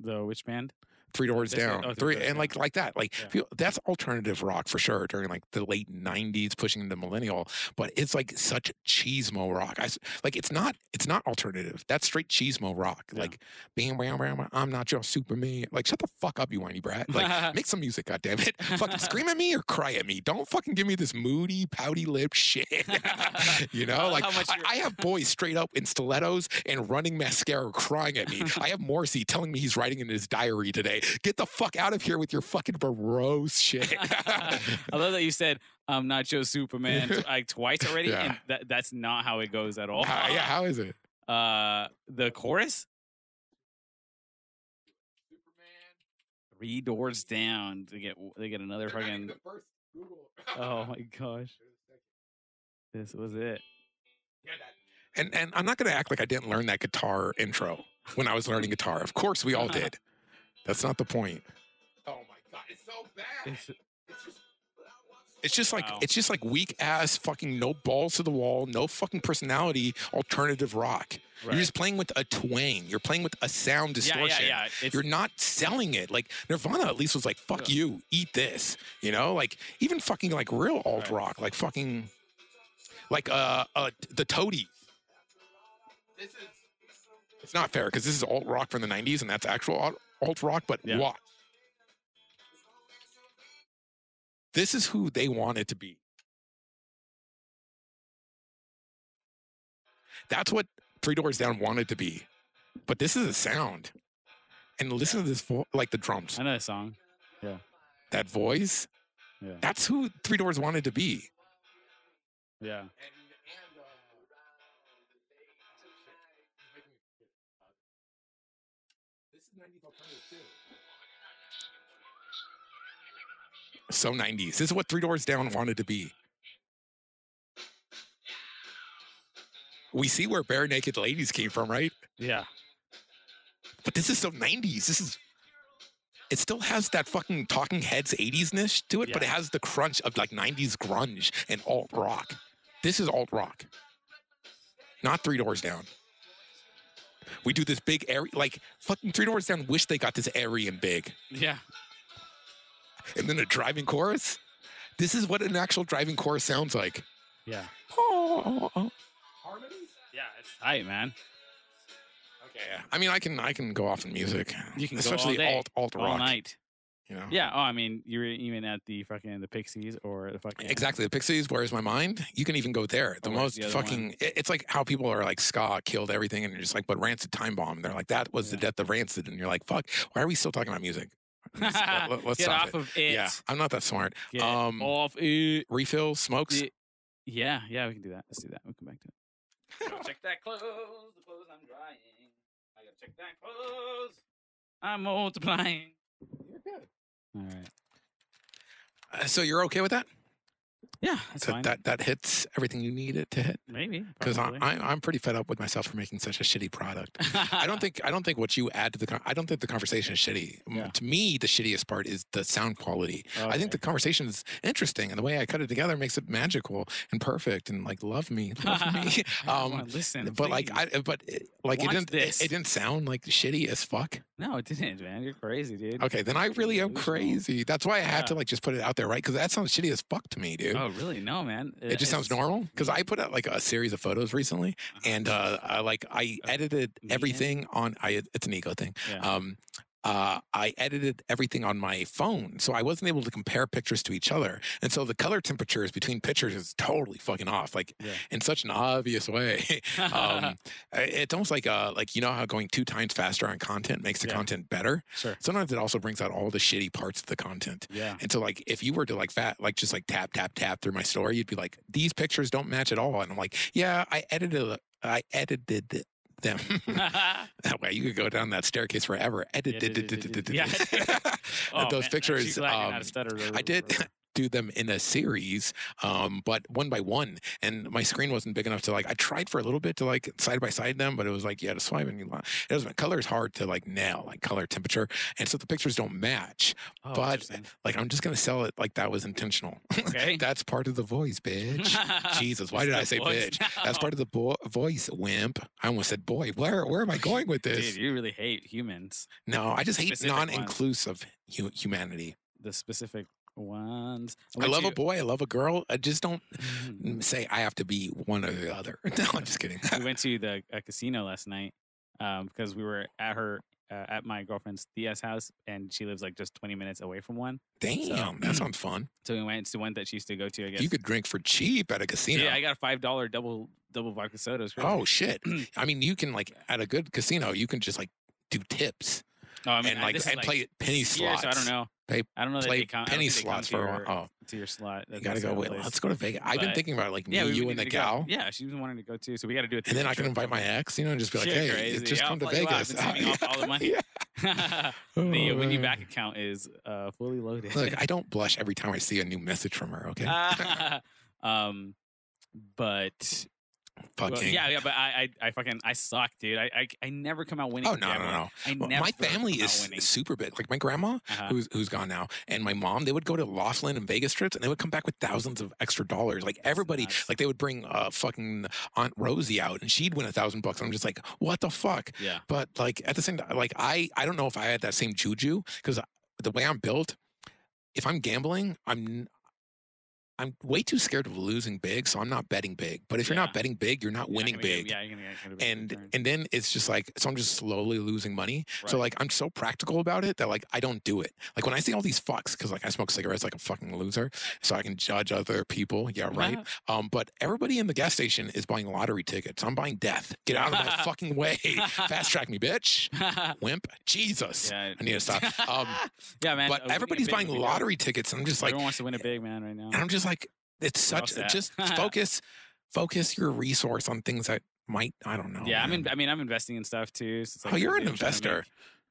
[SPEAKER 3] the which band?
[SPEAKER 1] three doors
[SPEAKER 3] That's it.
[SPEAKER 1] down
[SPEAKER 3] Oh, Three
[SPEAKER 1] three
[SPEAKER 3] Doors
[SPEAKER 1] and
[SPEAKER 3] Down.
[SPEAKER 1] like like that like
[SPEAKER 3] Yeah.
[SPEAKER 1] people, that's alternative rock for sure during like the late 90s pushing into millennial but it's like such cheesemo rock i s- like it's not it's not alternative that's straight cheesemo rock
[SPEAKER 3] Yeah.
[SPEAKER 1] like bam bam bam i'm not your superman like shut the fuck up you whiny brat like make some music god damn it fucking scream at me or cry at me don't fucking give me this moody pouty lip shit you know
[SPEAKER 3] love
[SPEAKER 1] like
[SPEAKER 3] Uh, how much
[SPEAKER 1] I,
[SPEAKER 3] you're-
[SPEAKER 1] I have boys straight up in stilettos and running mascara crying at me i have morrissey telling me he's writing in his diary today get the fuck out of here with your fucking morose shit
[SPEAKER 3] I love that you said I'm not your Superman t- like twice already,
[SPEAKER 1] Yeah.
[SPEAKER 3] and that, that's not how it goes at all.
[SPEAKER 1] How- yeah how is it
[SPEAKER 3] Uh, the chorus.
[SPEAKER 5] Superman.
[SPEAKER 3] Three doors down. They get they get another
[SPEAKER 5] They're not even
[SPEAKER 3] fucking.
[SPEAKER 5] the first Google.
[SPEAKER 3] Oh my gosh,
[SPEAKER 5] They're the second.
[SPEAKER 3] this was it.
[SPEAKER 5] Get that.
[SPEAKER 1] And and I'm not going to act like I didn't learn that guitar intro when I was learning guitar. Of course, we all did. That's not the point.
[SPEAKER 5] Oh my god, it's so bad. It's,
[SPEAKER 3] It's-
[SPEAKER 5] just
[SPEAKER 1] It's just like
[SPEAKER 3] Wow.
[SPEAKER 1] it's just like weak ass fucking no balls to the wall, no fucking personality alternative rock.
[SPEAKER 3] Right.
[SPEAKER 1] You're just playing with a twang. You're playing with a sound
[SPEAKER 3] yeah,
[SPEAKER 1] distortion.
[SPEAKER 3] yeah, yeah. It's,
[SPEAKER 1] You're not selling it. Like Nirvana at least was like, fuck
[SPEAKER 3] Yeah.
[SPEAKER 1] you, eat this. You know, like even fucking like real alt
[SPEAKER 3] Right.
[SPEAKER 1] rock, like fucking like uh uh the toady.
[SPEAKER 5] this is
[SPEAKER 1] It's not fair because this is alt rock from the nineties and that's actual alt, alt rock, but
[SPEAKER 3] Yeah.
[SPEAKER 1] what? This is who they wanted to be. That's what Three Doors Down wanted to be. But this is a sound. And listen to this, vo- like the drums.
[SPEAKER 3] I know that song.
[SPEAKER 1] that voice.
[SPEAKER 3] Yeah.
[SPEAKER 1] That's who Three Doors wanted to be.
[SPEAKER 3] Yeah.
[SPEAKER 5] and and uh shit, it's making me- this is 90s alternative too.
[SPEAKER 1] So 90s. This is what Three Doors Down wanted to be. We see where Bare Naked Ladies came from, right?
[SPEAKER 3] Yeah.
[SPEAKER 1] But this is so 90s. This is. It still has that fucking Talking Heads 80s nish to it, but it
[SPEAKER 3] Yeah.
[SPEAKER 1] has the crunch of like 90s grunge and alt rock. This is alt rock, not Three Doors Down. We do this big airy, like fucking Three Doors Down wish they got this airy and big.
[SPEAKER 3] Yeah.
[SPEAKER 1] and then a driving chorus. This is what an actual driving chorus sounds like.
[SPEAKER 3] Yeah.
[SPEAKER 1] Oh,
[SPEAKER 5] Harmonies?
[SPEAKER 3] Yeah. It's tight, man.
[SPEAKER 1] Yeah. I mean, I can I can go off in music.
[SPEAKER 3] You can go all
[SPEAKER 1] especially
[SPEAKER 3] day,
[SPEAKER 1] alt alt
[SPEAKER 3] All
[SPEAKER 1] rock.
[SPEAKER 3] night.
[SPEAKER 1] You know.
[SPEAKER 3] Yeah. Oh, I mean, you're even at the fucking the Pixies or the fucking
[SPEAKER 1] Exactly. The Pixies, Where's My Mind? You can even go there. The
[SPEAKER 3] Or where's
[SPEAKER 1] most
[SPEAKER 3] the other
[SPEAKER 1] fucking, it- it's like how people are like, ska killed everything. And you're just like, but Rancid Time Bomb. And they're like, that was the
[SPEAKER 3] Yeah.
[SPEAKER 1] death of Rancid. And you're like, fuck, why are we still talking about music?
[SPEAKER 3] Get
[SPEAKER 1] Let's- let- let- let's stop
[SPEAKER 3] off of it.
[SPEAKER 1] Yeah. I'm not that smart.
[SPEAKER 3] Get
[SPEAKER 1] Um,
[SPEAKER 3] off it.
[SPEAKER 1] Refill, smokes.
[SPEAKER 3] Ye- Yeah. Yeah. We can do that. Let's do that. We'll come back to it.
[SPEAKER 2] check that clothes. The clothes I'm drying. I gotta check that clothes.
[SPEAKER 3] I'm multiplying.
[SPEAKER 5] You're good.
[SPEAKER 3] All right.
[SPEAKER 1] Uh, so you're okay with that?
[SPEAKER 3] Yeah. That's
[SPEAKER 1] That-
[SPEAKER 3] fine.
[SPEAKER 1] that that hits everything you need it to hit?
[SPEAKER 3] Maybe.
[SPEAKER 1] Because
[SPEAKER 3] probably.
[SPEAKER 1] I'm pretty fed up with myself for making such a shitty product. I don't think I don't think what you add to the con- I don't think the conversation is shitty. M-
[SPEAKER 3] Yeah.
[SPEAKER 1] To me, the shittiest part is the sound quality. I think the
[SPEAKER 3] Oh, Okay.
[SPEAKER 1] conversation is interesting, and the way I cut it together makes it magical and perfect, and like love me, love me.
[SPEAKER 3] Everyone,
[SPEAKER 1] um,
[SPEAKER 3] listen,
[SPEAKER 1] but like
[SPEAKER 3] please.
[SPEAKER 1] I but it- like it
[SPEAKER 3] Watch
[SPEAKER 1] didn't it,
[SPEAKER 3] this.
[SPEAKER 1] it didn't sound like shitty as fuck.
[SPEAKER 3] no, it didn't, man. You're crazy, dude.
[SPEAKER 1] Okay, then I really am
[SPEAKER 3] Delusional.
[SPEAKER 1] crazy. That's why I had to
[SPEAKER 3] Yeah.
[SPEAKER 1] like just put it out there, right? Because that sounds shitty as fuck to me, dude.
[SPEAKER 3] Oh, really? No, man.
[SPEAKER 1] It just sounds
[SPEAKER 3] it's-
[SPEAKER 1] normal because I put out like a series of photos recently, and uh, I like I
[SPEAKER 3] Uh,
[SPEAKER 1] edited
[SPEAKER 3] an ego?
[SPEAKER 1] everything on. I e, it's an ego thing.
[SPEAKER 3] Yeah.
[SPEAKER 1] Um, uh, I edited everything on my phone, so I wasn't able to compare pictures to each other, and so the color temperatures between pictures is totally fucking off, like
[SPEAKER 3] Yeah.
[SPEAKER 1] in such an obvious way. um, I- it's almost like uh, like you know how going two times faster on content makes the
[SPEAKER 3] Yeah.
[SPEAKER 1] content better.
[SPEAKER 3] sure.
[SPEAKER 1] Sometimes it also brings out all the shitty parts of the content.
[SPEAKER 3] Yeah.
[SPEAKER 1] And so like if you were to like fat like just like tap tap tap through my story, you'd be like, these pictures don't match at all. And I'm like, yeah, I edited a- I edited th- them.
[SPEAKER 3] Oh,
[SPEAKER 1] that way you could go down that staircase forever. Edited
[SPEAKER 3] Yeah. Oh,
[SPEAKER 1] those
[SPEAKER 3] man,
[SPEAKER 1] pictures,
[SPEAKER 3] Actually, glad you're not
[SPEAKER 1] um,
[SPEAKER 3] a stutterer
[SPEAKER 1] I did
[SPEAKER 3] or-
[SPEAKER 1] do them in a series, um, but one by one. And my screen wasn't big enough to like. I tried for a little bit to like side by side them, but it was like you had to swipe and you. lo- It was color is hard to like nail, like color temperature, and so the pictures don't match.
[SPEAKER 3] Oh,
[SPEAKER 1] but-
[SPEAKER 3] interesting.
[SPEAKER 1] Like I'm just gonna sell it like that was intentional.
[SPEAKER 3] okay.
[SPEAKER 1] That's part of the voice, bitch. Jesus, why did I say bitch? That's part of the bo- voice, wimp. I almost said boy. Where where am I going with
[SPEAKER 3] Dude,
[SPEAKER 1] this?
[SPEAKER 3] you really hate humans.
[SPEAKER 1] no, I just hate
[SPEAKER 3] specific ones.
[SPEAKER 1] non-inclusive hu- humanity.
[SPEAKER 3] The specific ones.
[SPEAKER 1] I
[SPEAKER 3] went
[SPEAKER 1] love a
[SPEAKER 3] to-
[SPEAKER 1] boy. I love a girl. I just don't
[SPEAKER 3] Mhm.
[SPEAKER 1] mm, say I have to be one or the other. No, I'm just kidding.
[SPEAKER 3] we went to the a casino last night um, because we were at her uh, at my girlfriend's Thea's house, and she lives like just 20 minutes away from one.
[SPEAKER 1] Damn, that sounds fun.
[SPEAKER 3] So we went to one that she used to go to. I guess.
[SPEAKER 1] You could drink for cheap at a casino.
[SPEAKER 3] Yeah, I got a five dollar double double vodka soda. It was crazy.
[SPEAKER 1] oh shit! I mean, you can like at a good casino, you can just like do tips
[SPEAKER 3] No, Oh, I mean,
[SPEAKER 1] and
[SPEAKER 3] I-
[SPEAKER 1] like
[SPEAKER 3] this is,
[SPEAKER 1] and play penny
[SPEAKER 3] years,
[SPEAKER 1] slots.
[SPEAKER 3] so I don't know.
[SPEAKER 1] They
[SPEAKER 3] I don't know that
[SPEAKER 1] Play
[SPEAKER 3] they come. I don't
[SPEAKER 1] penny
[SPEAKER 3] think they come
[SPEAKER 1] slots
[SPEAKER 3] to
[SPEAKER 1] for a while.
[SPEAKER 3] your,
[SPEAKER 1] Oh.
[SPEAKER 3] to your slot.
[SPEAKER 1] You
[SPEAKER 3] That's
[SPEAKER 1] gotta
[SPEAKER 3] not
[SPEAKER 1] go.
[SPEAKER 3] the
[SPEAKER 1] Wait,
[SPEAKER 3] place.
[SPEAKER 1] let's go to Vegas. I've been
[SPEAKER 3] But-
[SPEAKER 1] thinking about like
[SPEAKER 3] Yeah,
[SPEAKER 1] me,
[SPEAKER 3] we- we
[SPEAKER 1] you,
[SPEAKER 3] need
[SPEAKER 1] and the
[SPEAKER 3] to go.
[SPEAKER 1] gal,
[SPEAKER 3] Yeah, she was wanting to go too, so we got to do it.
[SPEAKER 1] and then I can invite my ex. You know, and just be like,
[SPEAKER 3] Shit,
[SPEAKER 1] hey,
[SPEAKER 3] crazy.
[SPEAKER 1] just
[SPEAKER 3] I'll
[SPEAKER 1] come to
[SPEAKER 3] fly you out. I've
[SPEAKER 1] Vegas.
[SPEAKER 3] been saving up all the money.
[SPEAKER 1] Yeah.
[SPEAKER 3] the
[SPEAKER 1] Oh,
[SPEAKER 3] uh, Winnie
[SPEAKER 1] man.
[SPEAKER 3] back account is uh, fully loaded.
[SPEAKER 1] Look, I don't blush every
[SPEAKER 3] Uh,
[SPEAKER 1] time I see a new message from her. Okay.
[SPEAKER 3] um, but Well,
[SPEAKER 1] Fucking
[SPEAKER 3] yeah, yeah, but I, I, I fucking, I suck, dude. I, I, I never come out winning.
[SPEAKER 1] Oh
[SPEAKER 3] with
[SPEAKER 1] no, no,
[SPEAKER 3] gambling.
[SPEAKER 1] no!
[SPEAKER 3] I
[SPEAKER 1] Well,
[SPEAKER 3] never
[SPEAKER 1] my family
[SPEAKER 3] come out
[SPEAKER 1] is
[SPEAKER 3] winning.
[SPEAKER 1] super big. Like my grandma,
[SPEAKER 3] Uh-huh.
[SPEAKER 1] who's who's gone now, and my mom, they would go to Laughlin and Vegas trips, and they would come back with thousands of extra dollars. Like
[SPEAKER 3] That's
[SPEAKER 1] everybody,
[SPEAKER 3] nuts.
[SPEAKER 1] like they would bring uh, fucking Aunt Rosie out, and she'd win a thousand bucks. I'm just like, what the fuck?
[SPEAKER 3] Yeah.
[SPEAKER 1] But like at the same time, like I I don't know if I had that same juju because the way I'm built, if I'm gambling, I'm I'm way too scared of losing big, so I'm not betting big. But if you're
[SPEAKER 3] Yeah.
[SPEAKER 1] not betting big, you're not
[SPEAKER 3] You're not
[SPEAKER 1] winning
[SPEAKER 3] gonna get-
[SPEAKER 1] big.
[SPEAKER 3] Yeah, you're gonna get kind of a big
[SPEAKER 1] And
[SPEAKER 3] return.
[SPEAKER 1] and then it's just like so I'm just slowly losing money. So
[SPEAKER 3] Right.
[SPEAKER 1] like I'm so practical about it that like I don't do it. Like when I see all these fucks, because like I smoke cigarettes like a fucking loser, so I can judge other people. Yeah, right. Um, but everybody in the gas station is buying lottery tickets. I'm buying death. Get out of my fucking way. Fast track me, bitch.
[SPEAKER 3] yeah,
[SPEAKER 1] Wimp. Jesus. I need to stop. Um,
[SPEAKER 3] yeah, man. uh,
[SPEAKER 1] but
[SPEAKER 3] winning a
[SPEAKER 1] everybody's
[SPEAKER 3] big
[SPEAKER 1] buying
[SPEAKER 3] would be dope.
[SPEAKER 1] lottery tickets. And I'm just like,
[SPEAKER 3] everyone wants to win a big man right now.
[SPEAKER 1] and I'm just like, it's
[SPEAKER 3] We're all
[SPEAKER 1] such
[SPEAKER 3] set.
[SPEAKER 1] just focus, focus your resource on things that might I don't know.
[SPEAKER 3] yeah, I'm.
[SPEAKER 1] man.
[SPEAKER 3] In, I mean, I'm investing in stuff too. so it's
[SPEAKER 1] Oh,
[SPEAKER 3] like,
[SPEAKER 1] you're an
[SPEAKER 3] dude, I'm trying to
[SPEAKER 1] investor. You
[SPEAKER 3] trying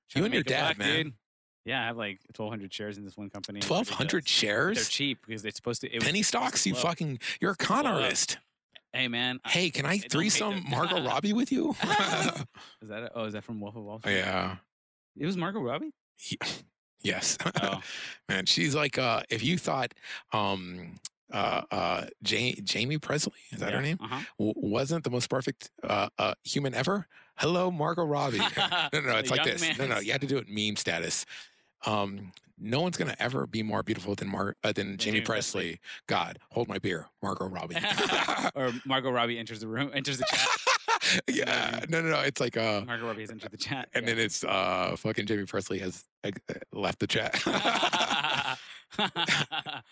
[SPEAKER 3] to
[SPEAKER 1] and your
[SPEAKER 3] make a
[SPEAKER 1] dad, man.
[SPEAKER 3] Yeah, I have like 1,200 shares in this one company. It's
[SPEAKER 1] Twelve hundred
[SPEAKER 3] ridiculous. But They're
[SPEAKER 1] shares.
[SPEAKER 3] cheap because they're supposed to. It was-
[SPEAKER 1] Penny
[SPEAKER 3] it's supposed to
[SPEAKER 1] stocks, you
[SPEAKER 3] blow.
[SPEAKER 1] fucking, you're a con
[SPEAKER 3] blow up.
[SPEAKER 1] artist.
[SPEAKER 3] Hey, man. I-
[SPEAKER 1] Hey, can I
[SPEAKER 3] don't hate
[SPEAKER 1] threesome
[SPEAKER 3] them.
[SPEAKER 1] Margot Robbie with you?
[SPEAKER 3] Is that? A, oh, is that from Wolf of Wall Street?
[SPEAKER 1] yeah.
[SPEAKER 3] It was Margot Robbie.
[SPEAKER 1] Ye- Yes.
[SPEAKER 3] Oh,
[SPEAKER 1] Man, she's like, uh, if you thought um, uh, uh, ja- Jamie Presley, is that her name?
[SPEAKER 3] Uh-huh.
[SPEAKER 1] W- wasn't the most perfect uh, uh, human ever? Hello, Margot Robbie. no, no, no,
[SPEAKER 3] The
[SPEAKER 1] it's like
[SPEAKER 3] young
[SPEAKER 1] this. No, no,
[SPEAKER 3] man's-
[SPEAKER 1] you had to do it meme status. Um, no one's gonna ever be more beautiful than Mar- uh, than Jamie,
[SPEAKER 3] Jamie Presley.
[SPEAKER 1] Presley. God, hold my beer, Margot Robbie.
[SPEAKER 3] or Margot Robbie enters the room, enters the chat.
[SPEAKER 1] yeah, no, no, no. It's like uh,
[SPEAKER 3] Margot Robbie has entered the chat.
[SPEAKER 1] and then it's uh, fucking Jamie Presley has like, uh, left the chat.
[SPEAKER 3] yeah.
[SPEAKER 1] oh, that's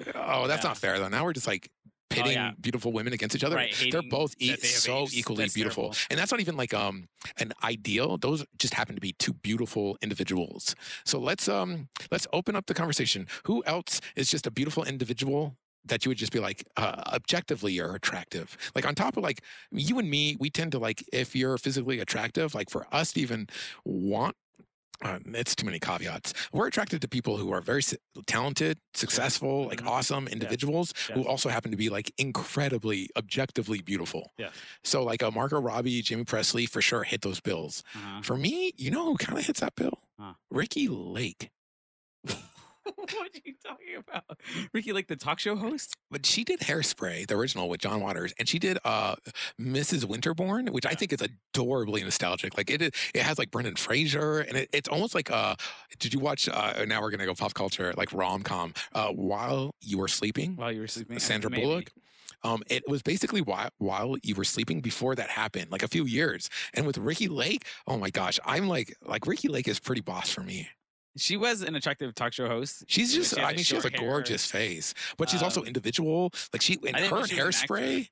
[SPEAKER 3] Yeah. Oh,
[SPEAKER 1] not fair though. Now we're just like pitting
[SPEAKER 3] yeah.
[SPEAKER 1] beautiful women against each other.
[SPEAKER 3] Right,
[SPEAKER 1] They're
[SPEAKER 3] hating
[SPEAKER 1] both e-
[SPEAKER 3] that they have
[SPEAKER 1] so
[SPEAKER 3] apes.
[SPEAKER 1] equally
[SPEAKER 3] That's
[SPEAKER 1] beautiful,
[SPEAKER 3] terrible.
[SPEAKER 1] and that's not even like um an ideal. Those just happen to be two beautiful individuals. So let's um let's open up the conversation. Who else is just a beautiful individual? That you would just be like, uh, objectively, you're attractive. Like, on top of like you and me, we tend to like, if you're physically attractive, like for us to even want, um, it's too many caveats. We're attracted to people who are very s- talented, successful, like
[SPEAKER 3] Mhm.
[SPEAKER 1] awesome individuals who
[SPEAKER 3] Yeah.
[SPEAKER 1] also happen to be like incredibly, objectively beautiful.
[SPEAKER 3] Yeah.
[SPEAKER 1] So like a Margot Robbie, Jimmy Presley for sure hit those bills.
[SPEAKER 3] Uh-huh.
[SPEAKER 1] For me, you know who kind of hits that bill?
[SPEAKER 3] Huh.
[SPEAKER 1] Ricky Lake.
[SPEAKER 3] what are you talking about? Ricky, like the talk show host?
[SPEAKER 1] But she did Hairspray, the original with John Waters, and she did uh, Mrs. Winterborn, which I think is adorably nostalgic. Like it, is- it has like Brendan Fraser, and it, it's almost like uh, did you watch? Uh, now we're gonna go pop culture, like rom com. Uh, While you were sleeping,
[SPEAKER 3] While you were sleeping.
[SPEAKER 1] Sandra
[SPEAKER 3] maybe.
[SPEAKER 1] Bullock. Um, it was basically while while you were sleeping before that happened, like a few years. And with Ricky Lake, oh my gosh, I'm like like Ricky Lake is pretty boss for me.
[SPEAKER 3] She was an attractive talk show host.
[SPEAKER 1] She's
[SPEAKER 3] Yeah,
[SPEAKER 1] just
[SPEAKER 3] she has
[SPEAKER 1] I
[SPEAKER 3] that
[SPEAKER 1] mean she has a
[SPEAKER 3] short hair.
[SPEAKER 1] gorgeous face, but she's also
[SPEAKER 3] Um,
[SPEAKER 1] individual. Like she and
[SPEAKER 3] I didn't know
[SPEAKER 1] her and
[SPEAKER 3] she was an actor.
[SPEAKER 1] hairspray.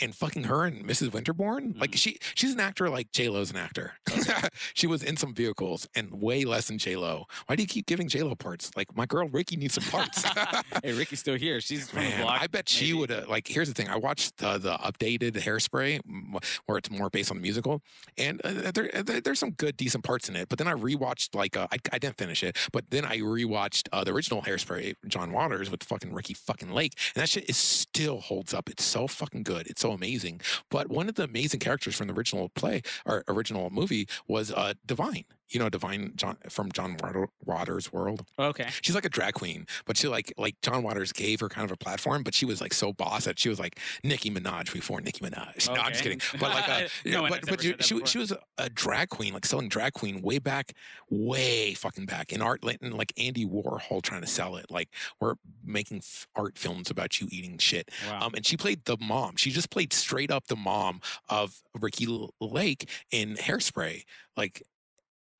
[SPEAKER 1] And fucking her and Mrs. Winterborn, like
[SPEAKER 3] Mhm.
[SPEAKER 1] she she's an actor like J Lo's an actor. she was in some vehicles and way less than J Lo. Why do you keep giving J Lo parts? Like my girl Ricky needs some parts.
[SPEAKER 3] hey, Ricky's still here. She's from the
[SPEAKER 1] Man,
[SPEAKER 3] block.
[SPEAKER 1] I bet she
[SPEAKER 3] maybe.
[SPEAKER 1] would have. Like, here's the thing: I watched the, the updated Hairspray, m- where it's more based on the musical, and uh, there, there there's some good, decent parts in it. But then I rewatched like uh, I, I didn't finish it, but then I rewatched uh, the original Hairspray, John Waters with fucking Ricky fucking Lake, and that shit is still holds up. It's so fucking good. It's so amazing. But one of the amazing characters from the original play or original movie was uh, Divine. You know, Divine John from John Water- Waters' world.
[SPEAKER 3] Okay.
[SPEAKER 1] She's like a drag queen, but she like like John Waters gave her kind of a platform, but she was like so boss that she was like Nicki Minaj before Nicki Minaj. No, I'm just
[SPEAKER 3] Okay.
[SPEAKER 1] kidding. But like, uh,
[SPEAKER 3] No
[SPEAKER 1] yeah,
[SPEAKER 3] one
[SPEAKER 1] but
[SPEAKER 3] has
[SPEAKER 1] but
[SPEAKER 3] ever
[SPEAKER 1] you-
[SPEAKER 3] said that
[SPEAKER 1] she
[SPEAKER 3] before.
[SPEAKER 1] she was a, a drag queen, like selling drag queen way back, way fucking back in art and like Andy Warhol trying to sell it. Like we're making f- art films about you eating shit.
[SPEAKER 3] Wow.
[SPEAKER 1] Um, and she played the mom. She just played straight up the mom of Ricky L- Lake in Hairspray. Like,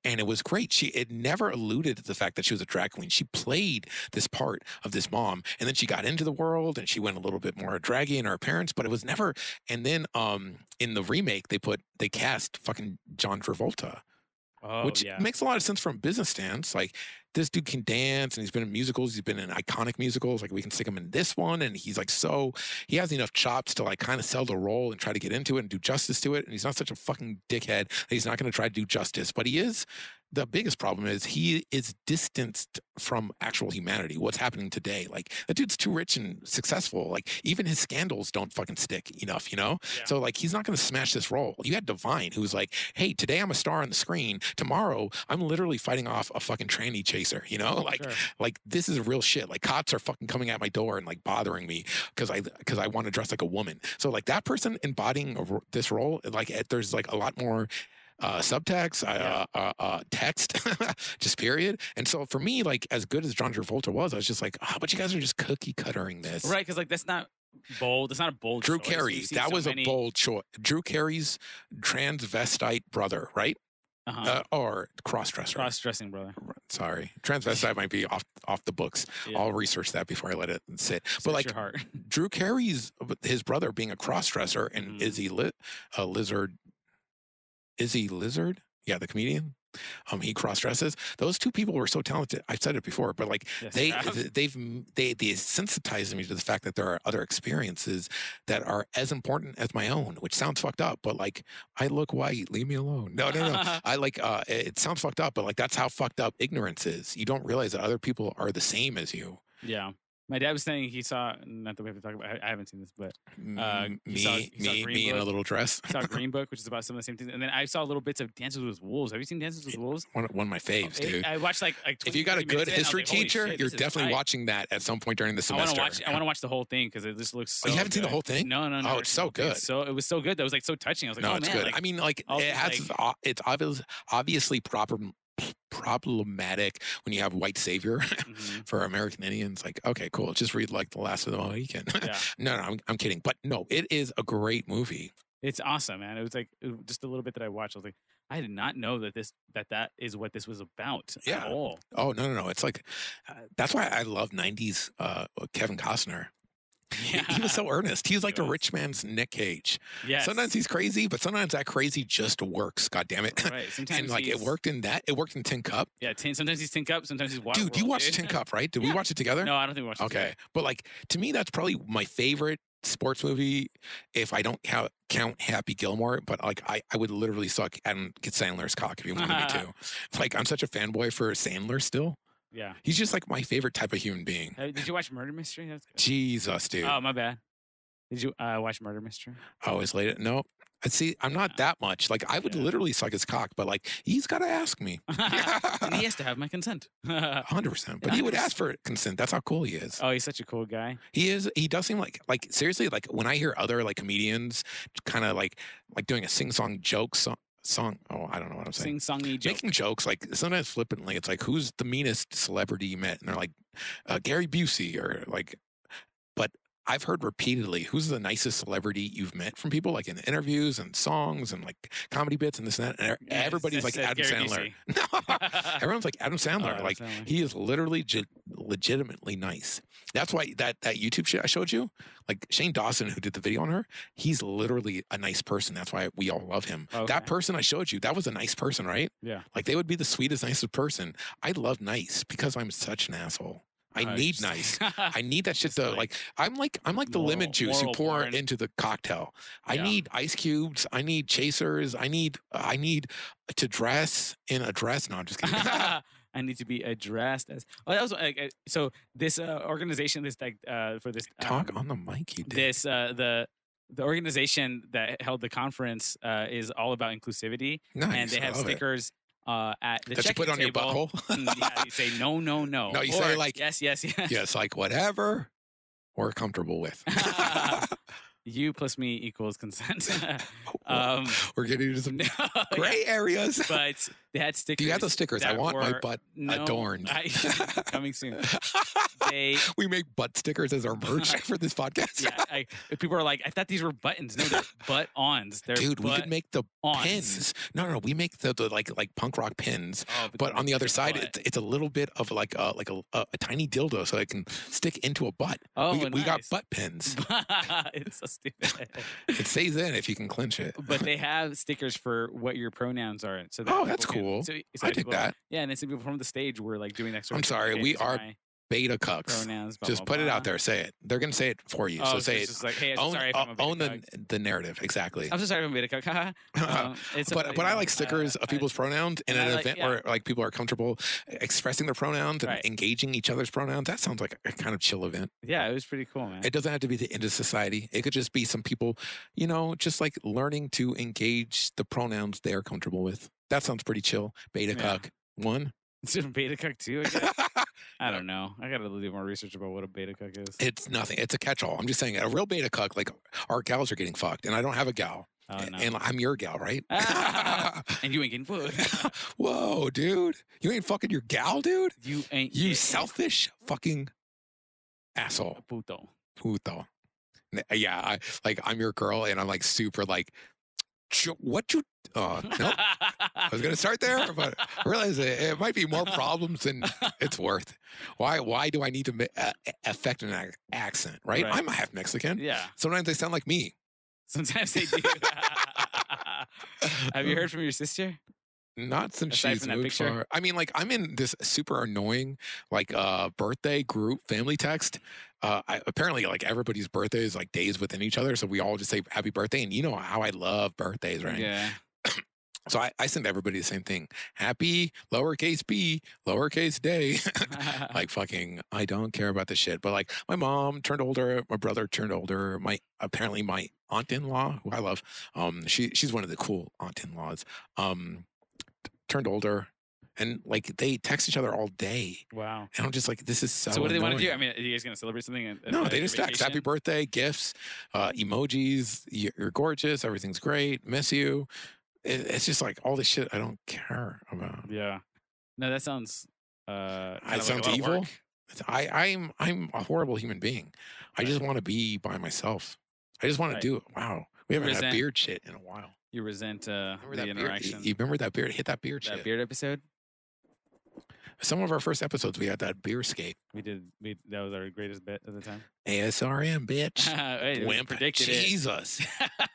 [SPEAKER 1] and it was great. She it never alluded to the fact that she was a drag queen. She played this part of this mom, and then she got into the world, and she went a little bit more draggy in her appearance. But it was never. And then um, in the remake, they put they cast fucking John Travolta
[SPEAKER 3] oh,
[SPEAKER 1] which
[SPEAKER 3] yeah.
[SPEAKER 1] makes a lot of sense from a business stance. Like this dude can dance, and he's been in musicals. He's been in iconic musicals. Like we can stick him in this one, and he's like so he has enough chops to like kind of sell the role and try to get into it and do justice to it. And he's not such a fucking dickhead that he's not going to try to do justice, but he is the biggest problem is he is distanced from actual humanity. What's happening today? Like that dude's too rich and successful. Like even his scandals don't fucking stick enough, you know?
[SPEAKER 4] Yeah.
[SPEAKER 1] So like he's not gonna smash this role. You had Divine who was like, Hey, today I'm a star on the screen. Tomorrow I'm literally fighting off a fucking tranny chaser, you know? Like
[SPEAKER 3] Sure.
[SPEAKER 1] like this is real shit. Like cops are fucking coming at my door and like bothering me because I because I want to dress like a woman. So like that person embodying a ro- this role, like it, there's like a lot more uh, subtext, uh, uh, uh, text, just period. And so for me, like as good as John Travolta was, I was just like, oh, but you guys are just cookie cuttering this.
[SPEAKER 3] right? Because like that's not bold. That's not a bold.
[SPEAKER 1] Drew
[SPEAKER 3] choice.
[SPEAKER 1] Carey,
[SPEAKER 3] We've seen
[SPEAKER 1] that
[SPEAKER 3] so
[SPEAKER 1] was
[SPEAKER 3] many-
[SPEAKER 1] a bold choice. Drew Carey's transvestite brother, right?
[SPEAKER 3] uh-huh.
[SPEAKER 1] Uh, or crossdresser.
[SPEAKER 3] cross dressing brother.
[SPEAKER 1] Sorry, transvestite might be off off the books.
[SPEAKER 3] Yeah.
[SPEAKER 1] I'll research that before I let it sit.
[SPEAKER 3] Search
[SPEAKER 1] but like
[SPEAKER 3] your heart.
[SPEAKER 1] Drew Carey's uh, his brother being a crossdresser and
[SPEAKER 3] Mhm.
[SPEAKER 1] Izzy Li- uh, Lizard, Izzy Lizard, yeah, the comedian. Um, he crossdresses. Those two people were so talented. I've said it before, but like
[SPEAKER 3] Yes,
[SPEAKER 1] they,
[SPEAKER 3] Trav.
[SPEAKER 1] th- they've, m- they, they sensitized me to the fact that there are other experiences that are as important as my own, which sounds fucked up, but like I look white, leave me alone. No, no, no. I like uh, it it sounds fucked up, but like that's how fucked up ignorance is. You don't realize that other people are the same as you.
[SPEAKER 3] yeah. My dad was saying he saw. Not that we have to talk about. I, I haven't seen this, but
[SPEAKER 1] Uh, me,
[SPEAKER 3] he saw- he saw
[SPEAKER 1] me,
[SPEAKER 3] Green
[SPEAKER 1] me in a
[SPEAKER 3] Book.
[SPEAKER 1] little dress.
[SPEAKER 3] I saw Green Book, which is about some of the same things. And then I saw little bits of Dances with Wolves. Have you seen Dances with Wolves?
[SPEAKER 1] One, one of my faves,
[SPEAKER 3] Oh, It-
[SPEAKER 1] dude.
[SPEAKER 3] I watched like, like
[SPEAKER 1] if
[SPEAKER 3] 20,
[SPEAKER 1] you got a
[SPEAKER 3] 30 minutes
[SPEAKER 1] good
[SPEAKER 3] in, I was
[SPEAKER 1] history
[SPEAKER 3] like, "Holy
[SPEAKER 1] teacher,
[SPEAKER 3] shit,
[SPEAKER 1] you're
[SPEAKER 3] this is
[SPEAKER 1] definitely
[SPEAKER 3] tight."
[SPEAKER 1] watching that at some point during the
[SPEAKER 3] I want
[SPEAKER 1] semester.
[SPEAKER 3] to watch. I want to watch the whole thing because it just looks. So
[SPEAKER 1] Oh, you haven't seen the
[SPEAKER 3] good.
[SPEAKER 1] whole thing?
[SPEAKER 3] No, no, no.
[SPEAKER 1] Oh,
[SPEAKER 3] I
[SPEAKER 1] it's
[SPEAKER 3] just
[SPEAKER 1] so
[SPEAKER 3] looked at it.
[SPEAKER 1] good.
[SPEAKER 3] So it was so good. That was like so touching. I was like,
[SPEAKER 1] no,
[SPEAKER 3] oh
[SPEAKER 1] it's
[SPEAKER 3] man,
[SPEAKER 1] good.
[SPEAKER 3] like,
[SPEAKER 1] I mean, like
[SPEAKER 3] I was
[SPEAKER 1] it
[SPEAKER 3] just
[SPEAKER 1] has.
[SPEAKER 3] like-
[SPEAKER 1] o- it's obvious, obviously problem problematic when you have white savior
[SPEAKER 3] mhm,
[SPEAKER 1] for American Indians. Like, okay, cool. Just read like the Last of the Mohican.
[SPEAKER 3] yeah,
[SPEAKER 1] no, no, I'm, I'm kidding. But no, it is a great movie.
[SPEAKER 3] it's awesome, man. It was like it was just a little bit that I watched. I was like, I did not know that this that that is what this was about
[SPEAKER 1] Yeah.
[SPEAKER 3] at all.
[SPEAKER 1] Oh no, no, no. It's like uh, that's why I love '90s uh, Kevin Costner. He- He, was so earnest. He was like the
[SPEAKER 3] was.
[SPEAKER 1] rich man's Nick Cage.
[SPEAKER 3] yes.
[SPEAKER 1] Sometimes he's crazy, but sometimes that crazy just works. God damn it.
[SPEAKER 3] right. Sometimes
[SPEAKER 1] and like it
[SPEAKER 3] he's-
[SPEAKER 1] worked in that. It worked in Tin Cup.
[SPEAKER 3] Yeah, tin, sometimes he's tin cup, sometimes he's water.
[SPEAKER 1] Dude, you watched Tin Cup, right? Did we
[SPEAKER 3] Yeah.
[SPEAKER 1] watch it together?
[SPEAKER 3] No, I don't think we watched. it
[SPEAKER 1] Okay.
[SPEAKER 3] together.
[SPEAKER 1] But like to me, that's probably my favorite sports movie if I don't count count Happy Gilmore, but like I, I would literally suck Adam Sandler's cock if you wanted me to. It's Like I'm such a fanboy for Sandler still.
[SPEAKER 3] Yeah.
[SPEAKER 1] He's just like my favorite type of human being.
[SPEAKER 3] Uh, did you watch Murder Mystery? That was good.
[SPEAKER 1] Jesus, dude.
[SPEAKER 3] Oh, my bad. Did you uh, watch Murder Mystery?
[SPEAKER 1] I always laid it. No. I see I'm not that much. Like I would
[SPEAKER 3] Yeah.
[SPEAKER 1] literally suck his cock, but like he's gotta ask me.
[SPEAKER 3] and he has to have my consent. oh,
[SPEAKER 1] hundred percent. But he would ask for consent. That's how cool he is.
[SPEAKER 3] he's such a cool guy.
[SPEAKER 1] He is. He does seem like like seriously like when I hear other like comedians kind of like like doing a sing song joke song song. Oh, I don't know what I'm saying.
[SPEAKER 3] Sing songy joke.
[SPEAKER 1] Making jokes like sometimes flippantly, it's like who's the meanest celebrity you met, and they're like uh, Gary Busey or like. But I've heard repeatedly, who's the nicest celebrity you've met from people like in interviews and songs and like comedy bits and this and that. And e-
[SPEAKER 3] Yeah, it's-
[SPEAKER 1] everybody's
[SPEAKER 3] that's,
[SPEAKER 1] like
[SPEAKER 3] uh,
[SPEAKER 1] Adam
[SPEAKER 3] Gary
[SPEAKER 1] Sandler.
[SPEAKER 3] Busey.
[SPEAKER 1] No. Everyone's like Adam
[SPEAKER 3] Oh,
[SPEAKER 1] Sandler.
[SPEAKER 3] Adam
[SPEAKER 1] like
[SPEAKER 3] Sandler.
[SPEAKER 1] he is literally ge- legitimately nice. That's why that that YouTube shit I showed you, like Shane Dawson who did the video on her, he's literally a nice person. That's why we all love him.
[SPEAKER 3] Okay.
[SPEAKER 1] That person I showed you, that was a nice person, right?
[SPEAKER 3] Yeah.
[SPEAKER 1] Like they would be the sweetest, nicest person. I love nice because I'm such an asshole. I
[SPEAKER 3] Oh,
[SPEAKER 1] need
[SPEAKER 3] just-
[SPEAKER 1] nice. I need that shit
[SPEAKER 3] Just
[SPEAKER 1] though.
[SPEAKER 3] like
[SPEAKER 1] Like, I'm like I'm like the lemon
[SPEAKER 3] moral-
[SPEAKER 1] juice you
[SPEAKER 3] moral
[SPEAKER 1] pour
[SPEAKER 3] porn.
[SPEAKER 1] into the cocktail. I
[SPEAKER 3] Yeah.
[SPEAKER 1] need ice cubes. I need chasers. I need I need to dress in a dress. No, I'm just kidding.
[SPEAKER 3] I need to be addressed as. Oh, that was like uh, so. This uh, organization, this like uh, for this
[SPEAKER 1] Talk
[SPEAKER 3] um,
[SPEAKER 1] on the mic, you did.
[SPEAKER 3] this uh, the the organization that held the conference uh, is all about inclusivity,
[SPEAKER 1] Nice.
[SPEAKER 3] and they
[SPEAKER 1] I
[SPEAKER 3] have
[SPEAKER 1] love it.
[SPEAKER 3] stickers uh, at the
[SPEAKER 1] that you
[SPEAKER 3] check-in
[SPEAKER 1] put on your
[SPEAKER 3] table. Mm,
[SPEAKER 1] butthole.
[SPEAKER 3] yeah, you say no, no, no.
[SPEAKER 1] No, you say,
[SPEAKER 3] or
[SPEAKER 1] like,
[SPEAKER 3] yes, yes, yes.
[SPEAKER 1] yes, like whatever we're comfortable with.
[SPEAKER 3] You plus me equals consent. um,
[SPEAKER 1] um, we're getting into some
[SPEAKER 3] no, yeah,
[SPEAKER 1] gray areas.
[SPEAKER 3] But they had stickers.
[SPEAKER 1] Do you have those uh, stickers? I
[SPEAKER 3] that
[SPEAKER 1] want my
[SPEAKER 3] were-
[SPEAKER 1] butt
[SPEAKER 3] No,
[SPEAKER 1] adorned.
[SPEAKER 3] I, coming soon. They
[SPEAKER 1] we make butt stickers as our merch for this podcast.
[SPEAKER 3] yeah. I, if people are like, I thought these were buttons. No, they're butt ons. They're
[SPEAKER 1] Dude, we
[SPEAKER 3] butt
[SPEAKER 1] could make the
[SPEAKER 3] ons.
[SPEAKER 1] pins. No, no, we make the, the like like punk rock pins.
[SPEAKER 3] Oh,
[SPEAKER 1] But
[SPEAKER 3] they're
[SPEAKER 1] on the other
[SPEAKER 3] your
[SPEAKER 1] side,
[SPEAKER 3] butt.
[SPEAKER 1] it's, it's a little bit of like a like a, a, a tiny dildo, so I can stick into a butt.
[SPEAKER 3] oh,
[SPEAKER 1] we, we got
[SPEAKER 3] nice.
[SPEAKER 1] butt pins.
[SPEAKER 3] it's so stupid.
[SPEAKER 1] It stays in if you can clinch it.
[SPEAKER 3] but they have stickers for what your pronouns are. So that
[SPEAKER 1] Oh, that's
[SPEAKER 3] people can-
[SPEAKER 1] cool.
[SPEAKER 3] so-
[SPEAKER 1] I
[SPEAKER 3] so
[SPEAKER 1] dig
[SPEAKER 3] people-
[SPEAKER 1] that.
[SPEAKER 3] Yeah, and then some people from the stage were like doing that sort
[SPEAKER 1] I'm
[SPEAKER 3] of. thing,
[SPEAKER 1] sorry,
[SPEAKER 3] okay,
[SPEAKER 1] we
[SPEAKER 3] these
[SPEAKER 1] are
[SPEAKER 3] my-
[SPEAKER 1] beta cucks.
[SPEAKER 3] pronouns. Blah,
[SPEAKER 1] Just
[SPEAKER 3] blah,
[SPEAKER 1] put it out
[SPEAKER 3] blah.
[SPEAKER 1] there. Say it. They're gonna say it for you.
[SPEAKER 3] Oh,
[SPEAKER 1] so say
[SPEAKER 3] it's
[SPEAKER 1] it.
[SPEAKER 3] just like, hey, I'm so
[SPEAKER 1] Own,
[SPEAKER 3] sorry if
[SPEAKER 1] uh,
[SPEAKER 3] I'm a beta
[SPEAKER 1] own the
[SPEAKER 3] cuck.
[SPEAKER 1] the narrative exactly.
[SPEAKER 3] I'm so sorry if I'm a beta cuck. Um, it's a-
[SPEAKER 1] but but I
[SPEAKER 3] yeah,
[SPEAKER 1] like stickers
[SPEAKER 3] I-
[SPEAKER 1] of people's pronouns in
[SPEAKER 3] and
[SPEAKER 1] an
[SPEAKER 3] I like-
[SPEAKER 1] event
[SPEAKER 3] yeah.
[SPEAKER 1] where like people are comfortable expressing their pronouns and
[SPEAKER 3] Right.
[SPEAKER 1] engaging each other's pronouns. That sounds like a kind of chill event.
[SPEAKER 3] Yeah, it was pretty cool, man.
[SPEAKER 1] It doesn't have to be the end of society. It could just be some people, you know, just like learning to engage the pronouns they're comfortable with. That sounds pretty chill. Beta
[SPEAKER 3] Yeah.
[SPEAKER 1] cuck one.
[SPEAKER 3] It's a beta cuck too. I, guess. I don't know. I gotta do more research about what a beta cuck is.
[SPEAKER 1] it's nothing. It's a catch-all. I'm just saying a real beta cuck. Like our gals are getting fucked, and I don't have a gal,
[SPEAKER 3] oh, no.
[SPEAKER 1] and I'm your gal, right?
[SPEAKER 3] and you ain't getting food.
[SPEAKER 1] Whoa, dude, you ain't fucking your gal, dude.
[SPEAKER 3] you ain't
[SPEAKER 1] You
[SPEAKER 3] getting
[SPEAKER 1] selfish fucking asshole.
[SPEAKER 3] puto.
[SPEAKER 1] Puto. N- Yeah, I, like I'm your girl and I'm like super like, "Ch- what you, uh, nope. I was going to start there, but I realized it, it might be more problems than it's worth. Why, why do I need to ma- uh, a- affect an ac- accent, right?
[SPEAKER 3] Right.
[SPEAKER 1] I'm a half Mexican.
[SPEAKER 3] yeah.
[SPEAKER 1] Sometimes they sound like me.
[SPEAKER 3] Sometimes they do. Have you heard from your sister?
[SPEAKER 1] Not since
[SPEAKER 3] Aside
[SPEAKER 1] she's
[SPEAKER 3] from that
[SPEAKER 1] moved
[SPEAKER 3] picture?
[SPEAKER 1] far. I mean, like I'm in this super annoying like uh birthday group family text. Uh, I, apparently, like everybody's birthday is like days within each other, so we all just say happy birthday. And you know how I love birthdays, right?
[SPEAKER 3] Yeah.
[SPEAKER 1] So I, I send everybody the same thing: happy lowercase b lowercase day. like fucking, I don't care about this shit. But like, my mom turned older, my brother turned older, my apparently my aunt in law, who I love, um, she she's one of the cool aunt in laws, um, t- turned older, and like they text each other all day,
[SPEAKER 3] wow.
[SPEAKER 1] and I'm just like, this is so.
[SPEAKER 3] So, what do they want to do?
[SPEAKER 1] annoying.
[SPEAKER 3] I mean, are you guys gonna celebrate something? at- at-
[SPEAKER 1] No,
[SPEAKER 3] at
[SPEAKER 1] they
[SPEAKER 3] your
[SPEAKER 1] just text happy
[SPEAKER 3] vacation?
[SPEAKER 1] birthday, gifts, uh, emojis. You're, you're gorgeous. Everything's great. Miss you. It, it's just like all this shit I don't care about.
[SPEAKER 3] Yeah. No, that sounds. Uh,
[SPEAKER 1] I
[SPEAKER 3] kinda like a
[SPEAKER 1] sounds
[SPEAKER 3] lot of
[SPEAKER 1] evil.
[SPEAKER 3] work.
[SPEAKER 1] It's- I, I'm I'm a horrible human being. I just want to be by myself. I just want
[SPEAKER 3] Right.
[SPEAKER 1] to do it. Wow, we
[SPEAKER 3] You
[SPEAKER 1] haven't had
[SPEAKER 3] resent-
[SPEAKER 1] beard shit in a while.
[SPEAKER 3] You resent uh,
[SPEAKER 1] Remember that
[SPEAKER 3] the
[SPEAKER 1] beard? You
[SPEAKER 3] interaction.
[SPEAKER 1] you remember that beard? Hit that beard
[SPEAKER 3] that
[SPEAKER 1] E-, shit.
[SPEAKER 3] beard episode
[SPEAKER 1] Some of our first episodes, we had that beer scape.
[SPEAKER 3] we did. We that was our greatest bit at the time.
[SPEAKER 1] ASRM, bitch.
[SPEAKER 3] Hey, we
[SPEAKER 1] Wimp.
[SPEAKER 3] predicted it.
[SPEAKER 1] Jesus.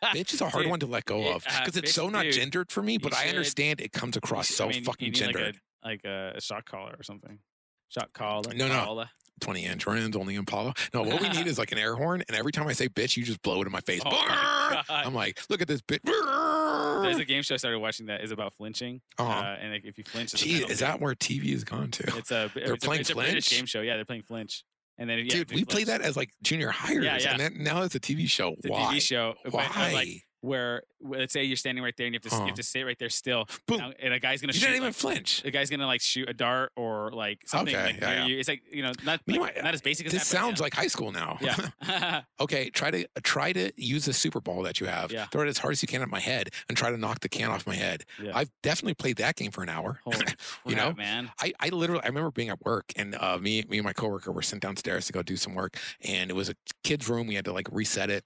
[SPEAKER 1] bitch is a hard
[SPEAKER 3] Dude,
[SPEAKER 1] one to let go
[SPEAKER 3] it-
[SPEAKER 1] of
[SPEAKER 3] uh,
[SPEAKER 1] because it's
[SPEAKER 3] bitch-
[SPEAKER 1] so not
[SPEAKER 3] dude,
[SPEAKER 1] gendered for me,
[SPEAKER 3] you
[SPEAKER 1] but I
[SPEAKER 3] should-
[SPEAKER 1] understand it comes
[SPEAKER 3] You
[SPEAKER 1] across
[SPEAKER 3] should- I
[SPEAKER 1] so
[SPEAKER 3] mean, you
[SPEAKER 1] fucking
[SPEAKER 3] need
[SPEAKER 1] gendered.
[SPEAKER 3] Like a, like a shock collar or something. Shock collar.
[SPEAKER 1] No, no.
[SPEAKER 3] collar.
[SPEAKER 1] 20 inch rims, only Impala. No, what we need is like an air horn. And every time I say bitch, you just blow it in my face.
[SPEAKER 3] Oh my
[SPEAKER 1] Brrr!
[SPEAKER 3] God.
[SPEAKER 1] I'm like, look at this bitch.
[SPEAKER 3] There's a
[SPEAKER 1] Brrr!
[SPEAKER 3] game show I started watching that is about flinching. Uh,
[SPEAKER 1] Uh-huh.
[SPEAKER 3] and like, if you flinch, it's a
[SPEAKER 1] Gee,
[SPEAKER 3] penalty.
[SPEAKER 1] is that where TV has gone to?
[SPEAKER 3] It's a
[SPEAKER 1] they're
[SPEAKER 3] it's
[SPEAKER 1] playing
[SPEAKER 3] a, it's a British
[SPEAKER 1] Flinch?
[SPEAKER 3] game show. Yeah, they're playing flinch. And then yeah,
[SPEAKER 1] Dude,
[SPEAKER 3] do
[SPEAKER 1] we played that
[SPEAKER 3] flinch.
[SPEAKER 1] as like junior hires.
[SPEAKER 3] yeah.
[SPEAKER 1] And then now it's a TV show.
[SPEAKER 3] It's a
[SPEAKER 1] Why?
[SPEAKER 3] TV show. but, uh,
[SPEAKER 1] Why?
[SPEAKER 3] like where where- let's say you're standing right there and you have to s you
[SPEAKER 1] Huh.
[SPEAKER 3] have to sit right there still,
[SPEAKER 1] Uh-huh. Boom.
[SPEAKER 3] and, and a guy's gonna
[SPEAKER 1] you
[SPEAKER 3] shoot.
[SPEAKER 1] didn't even
[SPEAKER 3] like,
[SPEAKER 1] flinch.
[SPEAKER 3] the guy's gonna like shoot a dart or like something
[SPEAKER 1] Okay,
[SPEAKER 3] like
[SPEAKER 1] yeah,
[SPEAKER 3] near
[SPEAKER 1] yeah.
[SPEAKER 3] you. It's like you know not
[SPEAKER 1] You know
[SPEAKER 3] like,
[SPEAKER 1] what?
[SPEAKER 3] not as basic as
[SPEAKER 1] This
[SPEAKER 3] that, but,
[SPEAKER 1] sounds like high school now.
[SPEAKER 3] yeah. yeah.
[SPEAKER 1] okay, try to try to use the super ball that you have.
[SPEAKER 3] Yeah.
[SPEAKER 1] Throw it as hard as you can at my head and try to knock the can off my head.
[SPEAKER 3] Yeah.
[SPEAKER 1] I've definitely played that game for an hour.
[SPEAKER 3] Holy crap,
[SPEAKER 1] You know?
[SPEAKER 3] man.
[SPEAKER 1] Um, I, I literally I remember being at work and uh, me me and my coworker were sent downstairs to go do some work and it was a kid's room. We had to like reset it.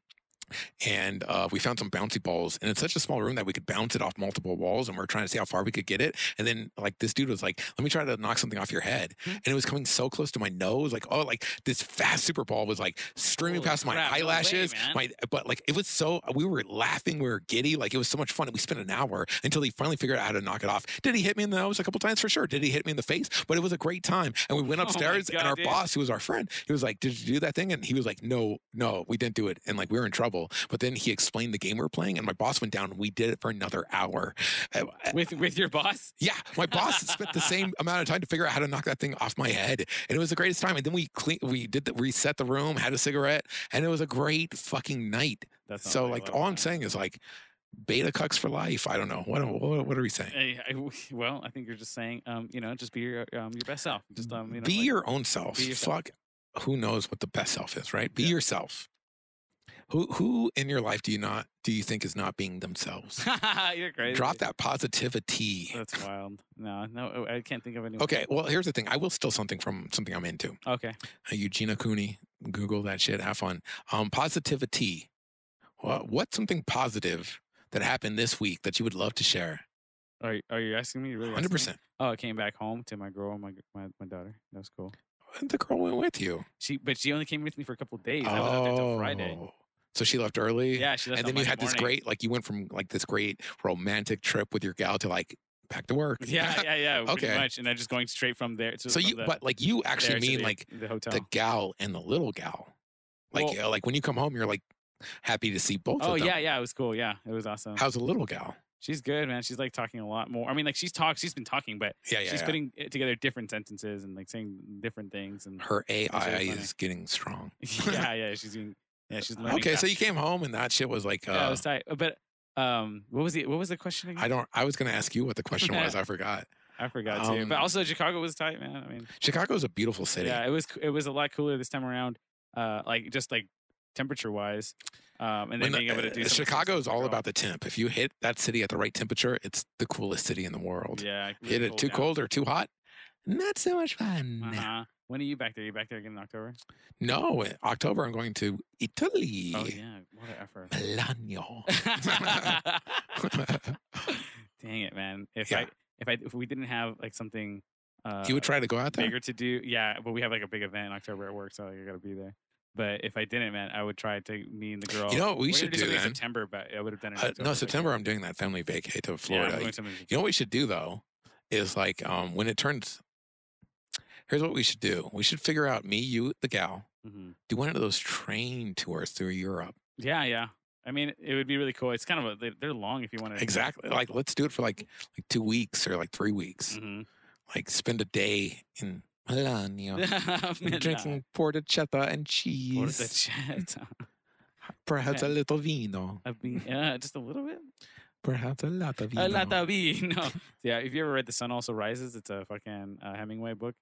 [SPEAKER 1] And uh, we found some bouncy balls, and it's such a small room that we could bounce it off multiple walls. And we are trying to see how far we could get it. And then, like this dude was like, "Let me try to knock something off your head,"
[SPEAKER 3] Hmm.
[SPEAKER 1] and it was coming so close to my nose, like oh, like this fast super ball was like streaming
[SPEAKER 3] Holy
[SPEAKER 1] past
[SPEAKER 3] crap,
[SPEAKER 1] my
[SPEAKER 3] no way,
[SPEAKER 1] eyelashes.
[SPEAKER 3] man.
[SPEAKER 1] my but like it was so we were laughing, we were giddy, like it was so much fun. And we spent an hour until he finally figured out how to knock it off. Did he hit me in the nose a couple times for sure? Did he hit me in the face? But it was a great time, and we went
[SPEAKER 3] Oh my
[SPEAKER 1] upstairs, and
[SPEAKER 3] God,
[SPEAKER 1] our
[SPEAKER 3] dude.
[SPEAKER 1] boss, who was our friend, he was like, "Did you do that thing?" And he was like, "No, no, we didn't do it," and like we were in trouble. But then he explained the game we were playing, and my boss went down, and we did it for another hour. Uh,
[SPEAKER 3] With with your boss.
[SPEAKER 1] yeah, my boss spent the same amount of time to figure out how to knock that thing off my head, and it was the greatest time. And then we clean, we did the reset the room, had a cigarette, and it was a great fucking night.
[SPEAKER 3] That sounds
[SPEAKER 1] so
[SPEAKER 3] a
[SPEAKER 1] like,
[SPEAKER 3] lot of
[SPEAKER 1] all I'm
[SPEAKER 3] fun.
[SPEAKER 1] saying is like, beta cucks for life. I don't know what what, what are we saying?
[SPEAKER 3] Hey, I- well, I think you're just saying, um, you know, just be your um, your best self. Just um, you know,
[SPEAKER 1] be
[SPEAKER 3] like-
[SPEAKER 1] your own self.
[SPEAKER 3] be yourself.
[SPEAKER 1] Fuck, who knows what the best self is, right? Be
[SPEAKER 3] Yeah.
[SPEAKER 1] yourself. Who who in your life do you not do you think is not being themselves?
[SPEAKER 3] you're crazy.
[SPEAKER 1] Drop that positivity.
[SPEAKER 3] That's wild. No, no, oh, I can't think of anyone.
[SPEAKER 1] Okay, well here's the thing. I will steal something from something I'm into.
[SPEAKER 3] Okay.
[SPEAKER 1] Uh, Eugenia Cooney. Google that shit. Have fun. Um, positivity. What, what's something positive that happened this week that you would love to share?
[SPEAKER 3] Are you, are you asking me? You really? asking me?
[SPEAKER 1] Hundred percent.
[SPEAKER 3] Oh, I came back home to my girl, and my g- my my daughter. That was cool.
[SPEAKER 1] The girl went with you.
[SPEAKER 3] She, but she only came with me for a couple days. I was out there till Friday.
[SPEAKER 1] Oh. So she left early.
[SPEAKER 3] Yeah, she left.
[SPEAKER 1] and
[SPEAKER 3] on
[SPEAKER 1] then you
[SPEAKER 3] Monday
[SPEAKER 1] had this
[SPEAKER 3] morning.
[SPEAKER 1] great, like, you went from like this great romantic trip with your gal to like back to work.
[SPEAKER 3] Yeah, yeah, yeah.
[SPEAKER 1] Okay.
[SPEAKER 3] Pretty much, and then just going straight from there. To,
[SPEAKER 1] so
[SPEAKER 3] from
[SPEAKER 1] you,
[SPEAKER 3] the,
[SPEAKER 1] but like you
[SPEAKER 3] there
[SPEAKER 1] actually
[SPEAKER 3] to
[SPEAKER 1] mean
[SPEAKER 3] the-
[SPEAKER 1] like
[SPEAKER 3] the hotel.
[SPEAKER 1] the gal and the little gal, like
[SPEAKER 3] Well-
[SPEAKER 1] uh, like when you come home, you're like happy to see both.
[SPEAKER 3] oh
[SPEAKER 1] of them.
[SPEAKER 3] yeah, yeah. It was cool. Yeah, it was awesome.
[SPEAKER 1] How's the little gal?
[SPEAKER 3] she's good, man. She's like talking a lot more. I mean, like she's talked. She's been talking, but
[SPEAKER 1] Yeah, yeah.
[SPEAKER 3] she's
[SPEAKER 1] yeah.
[SPEAKER 3] putting it together different sentences and like saying different things. And
[SPEAKER 1] her AI
[SPEAKER 3] funny.
[SPEAKER 1] is getting strong.
[SPEAKER 3] yeah, yeah. She's doing. Yeah, she's learning.
[SPEAKER 1] Okay,
[SPEAKER 3] fast.
[SPEAKER 1] so you came home and that shit was like, uh,
[SPEAKER 3] yeah, it was tight. But um, what was the what was the question again?
[SPEAKER 1] I don't. I was gonna ask you what the question was. I forgot.
[SPEAKER 3] I forgot too. but
[SPEAKER 1] Um,
[SPEAKER 3] also Chicago was tight, man. I mean,
[SPEAKER 1] Chicago is a beautiful city.
[SPEAKER 3] yeah, it was it was a lot cooler this time around. Uh, like just like temperature wise, um, and then
[SPEAKER 1] When the-
[SPEAKER 3] being able to
[SPEAKER 1] uh,
[SPEAKER 3] do some of the
[SPEAKER 1] Chicago
[SPEAKER 3] things
[SPEAKER 1] is
[SPEAKER 3] that
[SPEAKER 1] all
[SPEAKER 3] go-
[SPEAKER 1] about the temp. If you hit that city at the right temperature, it's the coolest city in the world.
[SPEAKER 3] Yeah, really
[SPEAKER 1] hit it too
[SPEAKER 3] down.
[SPEAKER 1] cold or too hot, not so much fun.
[SPEAKER 3] Uh-huh. When are you back there? you back there again in October?
[SPEAKER 1] No, in October I'm going to Italy,
[SPEAKER 3] Oh yeah, what an effort.
[SPEAKER 1] Milano.
[SPEAKER 3] Dang it, man! If
[SPEAKER 1] Yeah.
[SPEAKER 3] I if I if we didn't have like something, uh,
[SPEAKER 1] you would try to go out there.
[SPEAKER 3] bigger to do. Yeah, but we have like a big event in October at work, so like, I gotta be there. But if I didn't, man, I would try to me and the girl.
[SPEAKER 1] You know what we
[SPEAKER 3] we're gonna
[SPEAKER 1] should
[SPEAKER 3] do
[SPEAKER 1] do
[SPEAKER 3] something in
[SPEAKER 1] then?
[SPEAKER 3] September, but I would have done it. in
[SPEAKER 1] Uh,
[SPEAKER 3] October,
[SPEAKER 1] no,
[SPEAKER 3] but I
[SPEAKER 1] September
[SPEAKER 3] can't.
[SPEAKER 1] I'm doing that family vacay to
[SPEAKER 3] Yeah, I'm
[SPEAKER 1] Florida.
[SPEAKER 3] doing something in
[SPEAKER 1] You know
[SPEAKER 3] September.
[SPEAKER 1] what we should do though is like um, when it turns. Here's what we should do. We should figure out me, you, the gal,
[SPEAKER 3] Mhm.
[SPEAKER 1] do one of those train tours through Europe.
[SPEAKER 3] Yeah, yeah. I mean, it would be really cool. It's kind of a, they- they're long if you want to.
[SPEAKER 1] Exactly. Like let's do it for like like two weeks or like three weeks.
[SPEAKER 3] Mm. Mm-hmm.
[SPEAKER 1] Like spend a day in Milan, you know, and drinking porticetta and cheese,
[SPEAKER 3] uh,
[SPEAKER 1] perhaps a
[SPEAKER 3] Okay.
[SPEAKER 1] little vino,
[SPEAKER 3] yeah, uh, just a little bit. Uh,
[SPEAKER 1] perhaps a lot of vino.
[SPEAKER 3] A lot of vino. yeah, if you ever read The Sun Also Rises, it's a fucking uh, Hemingway book.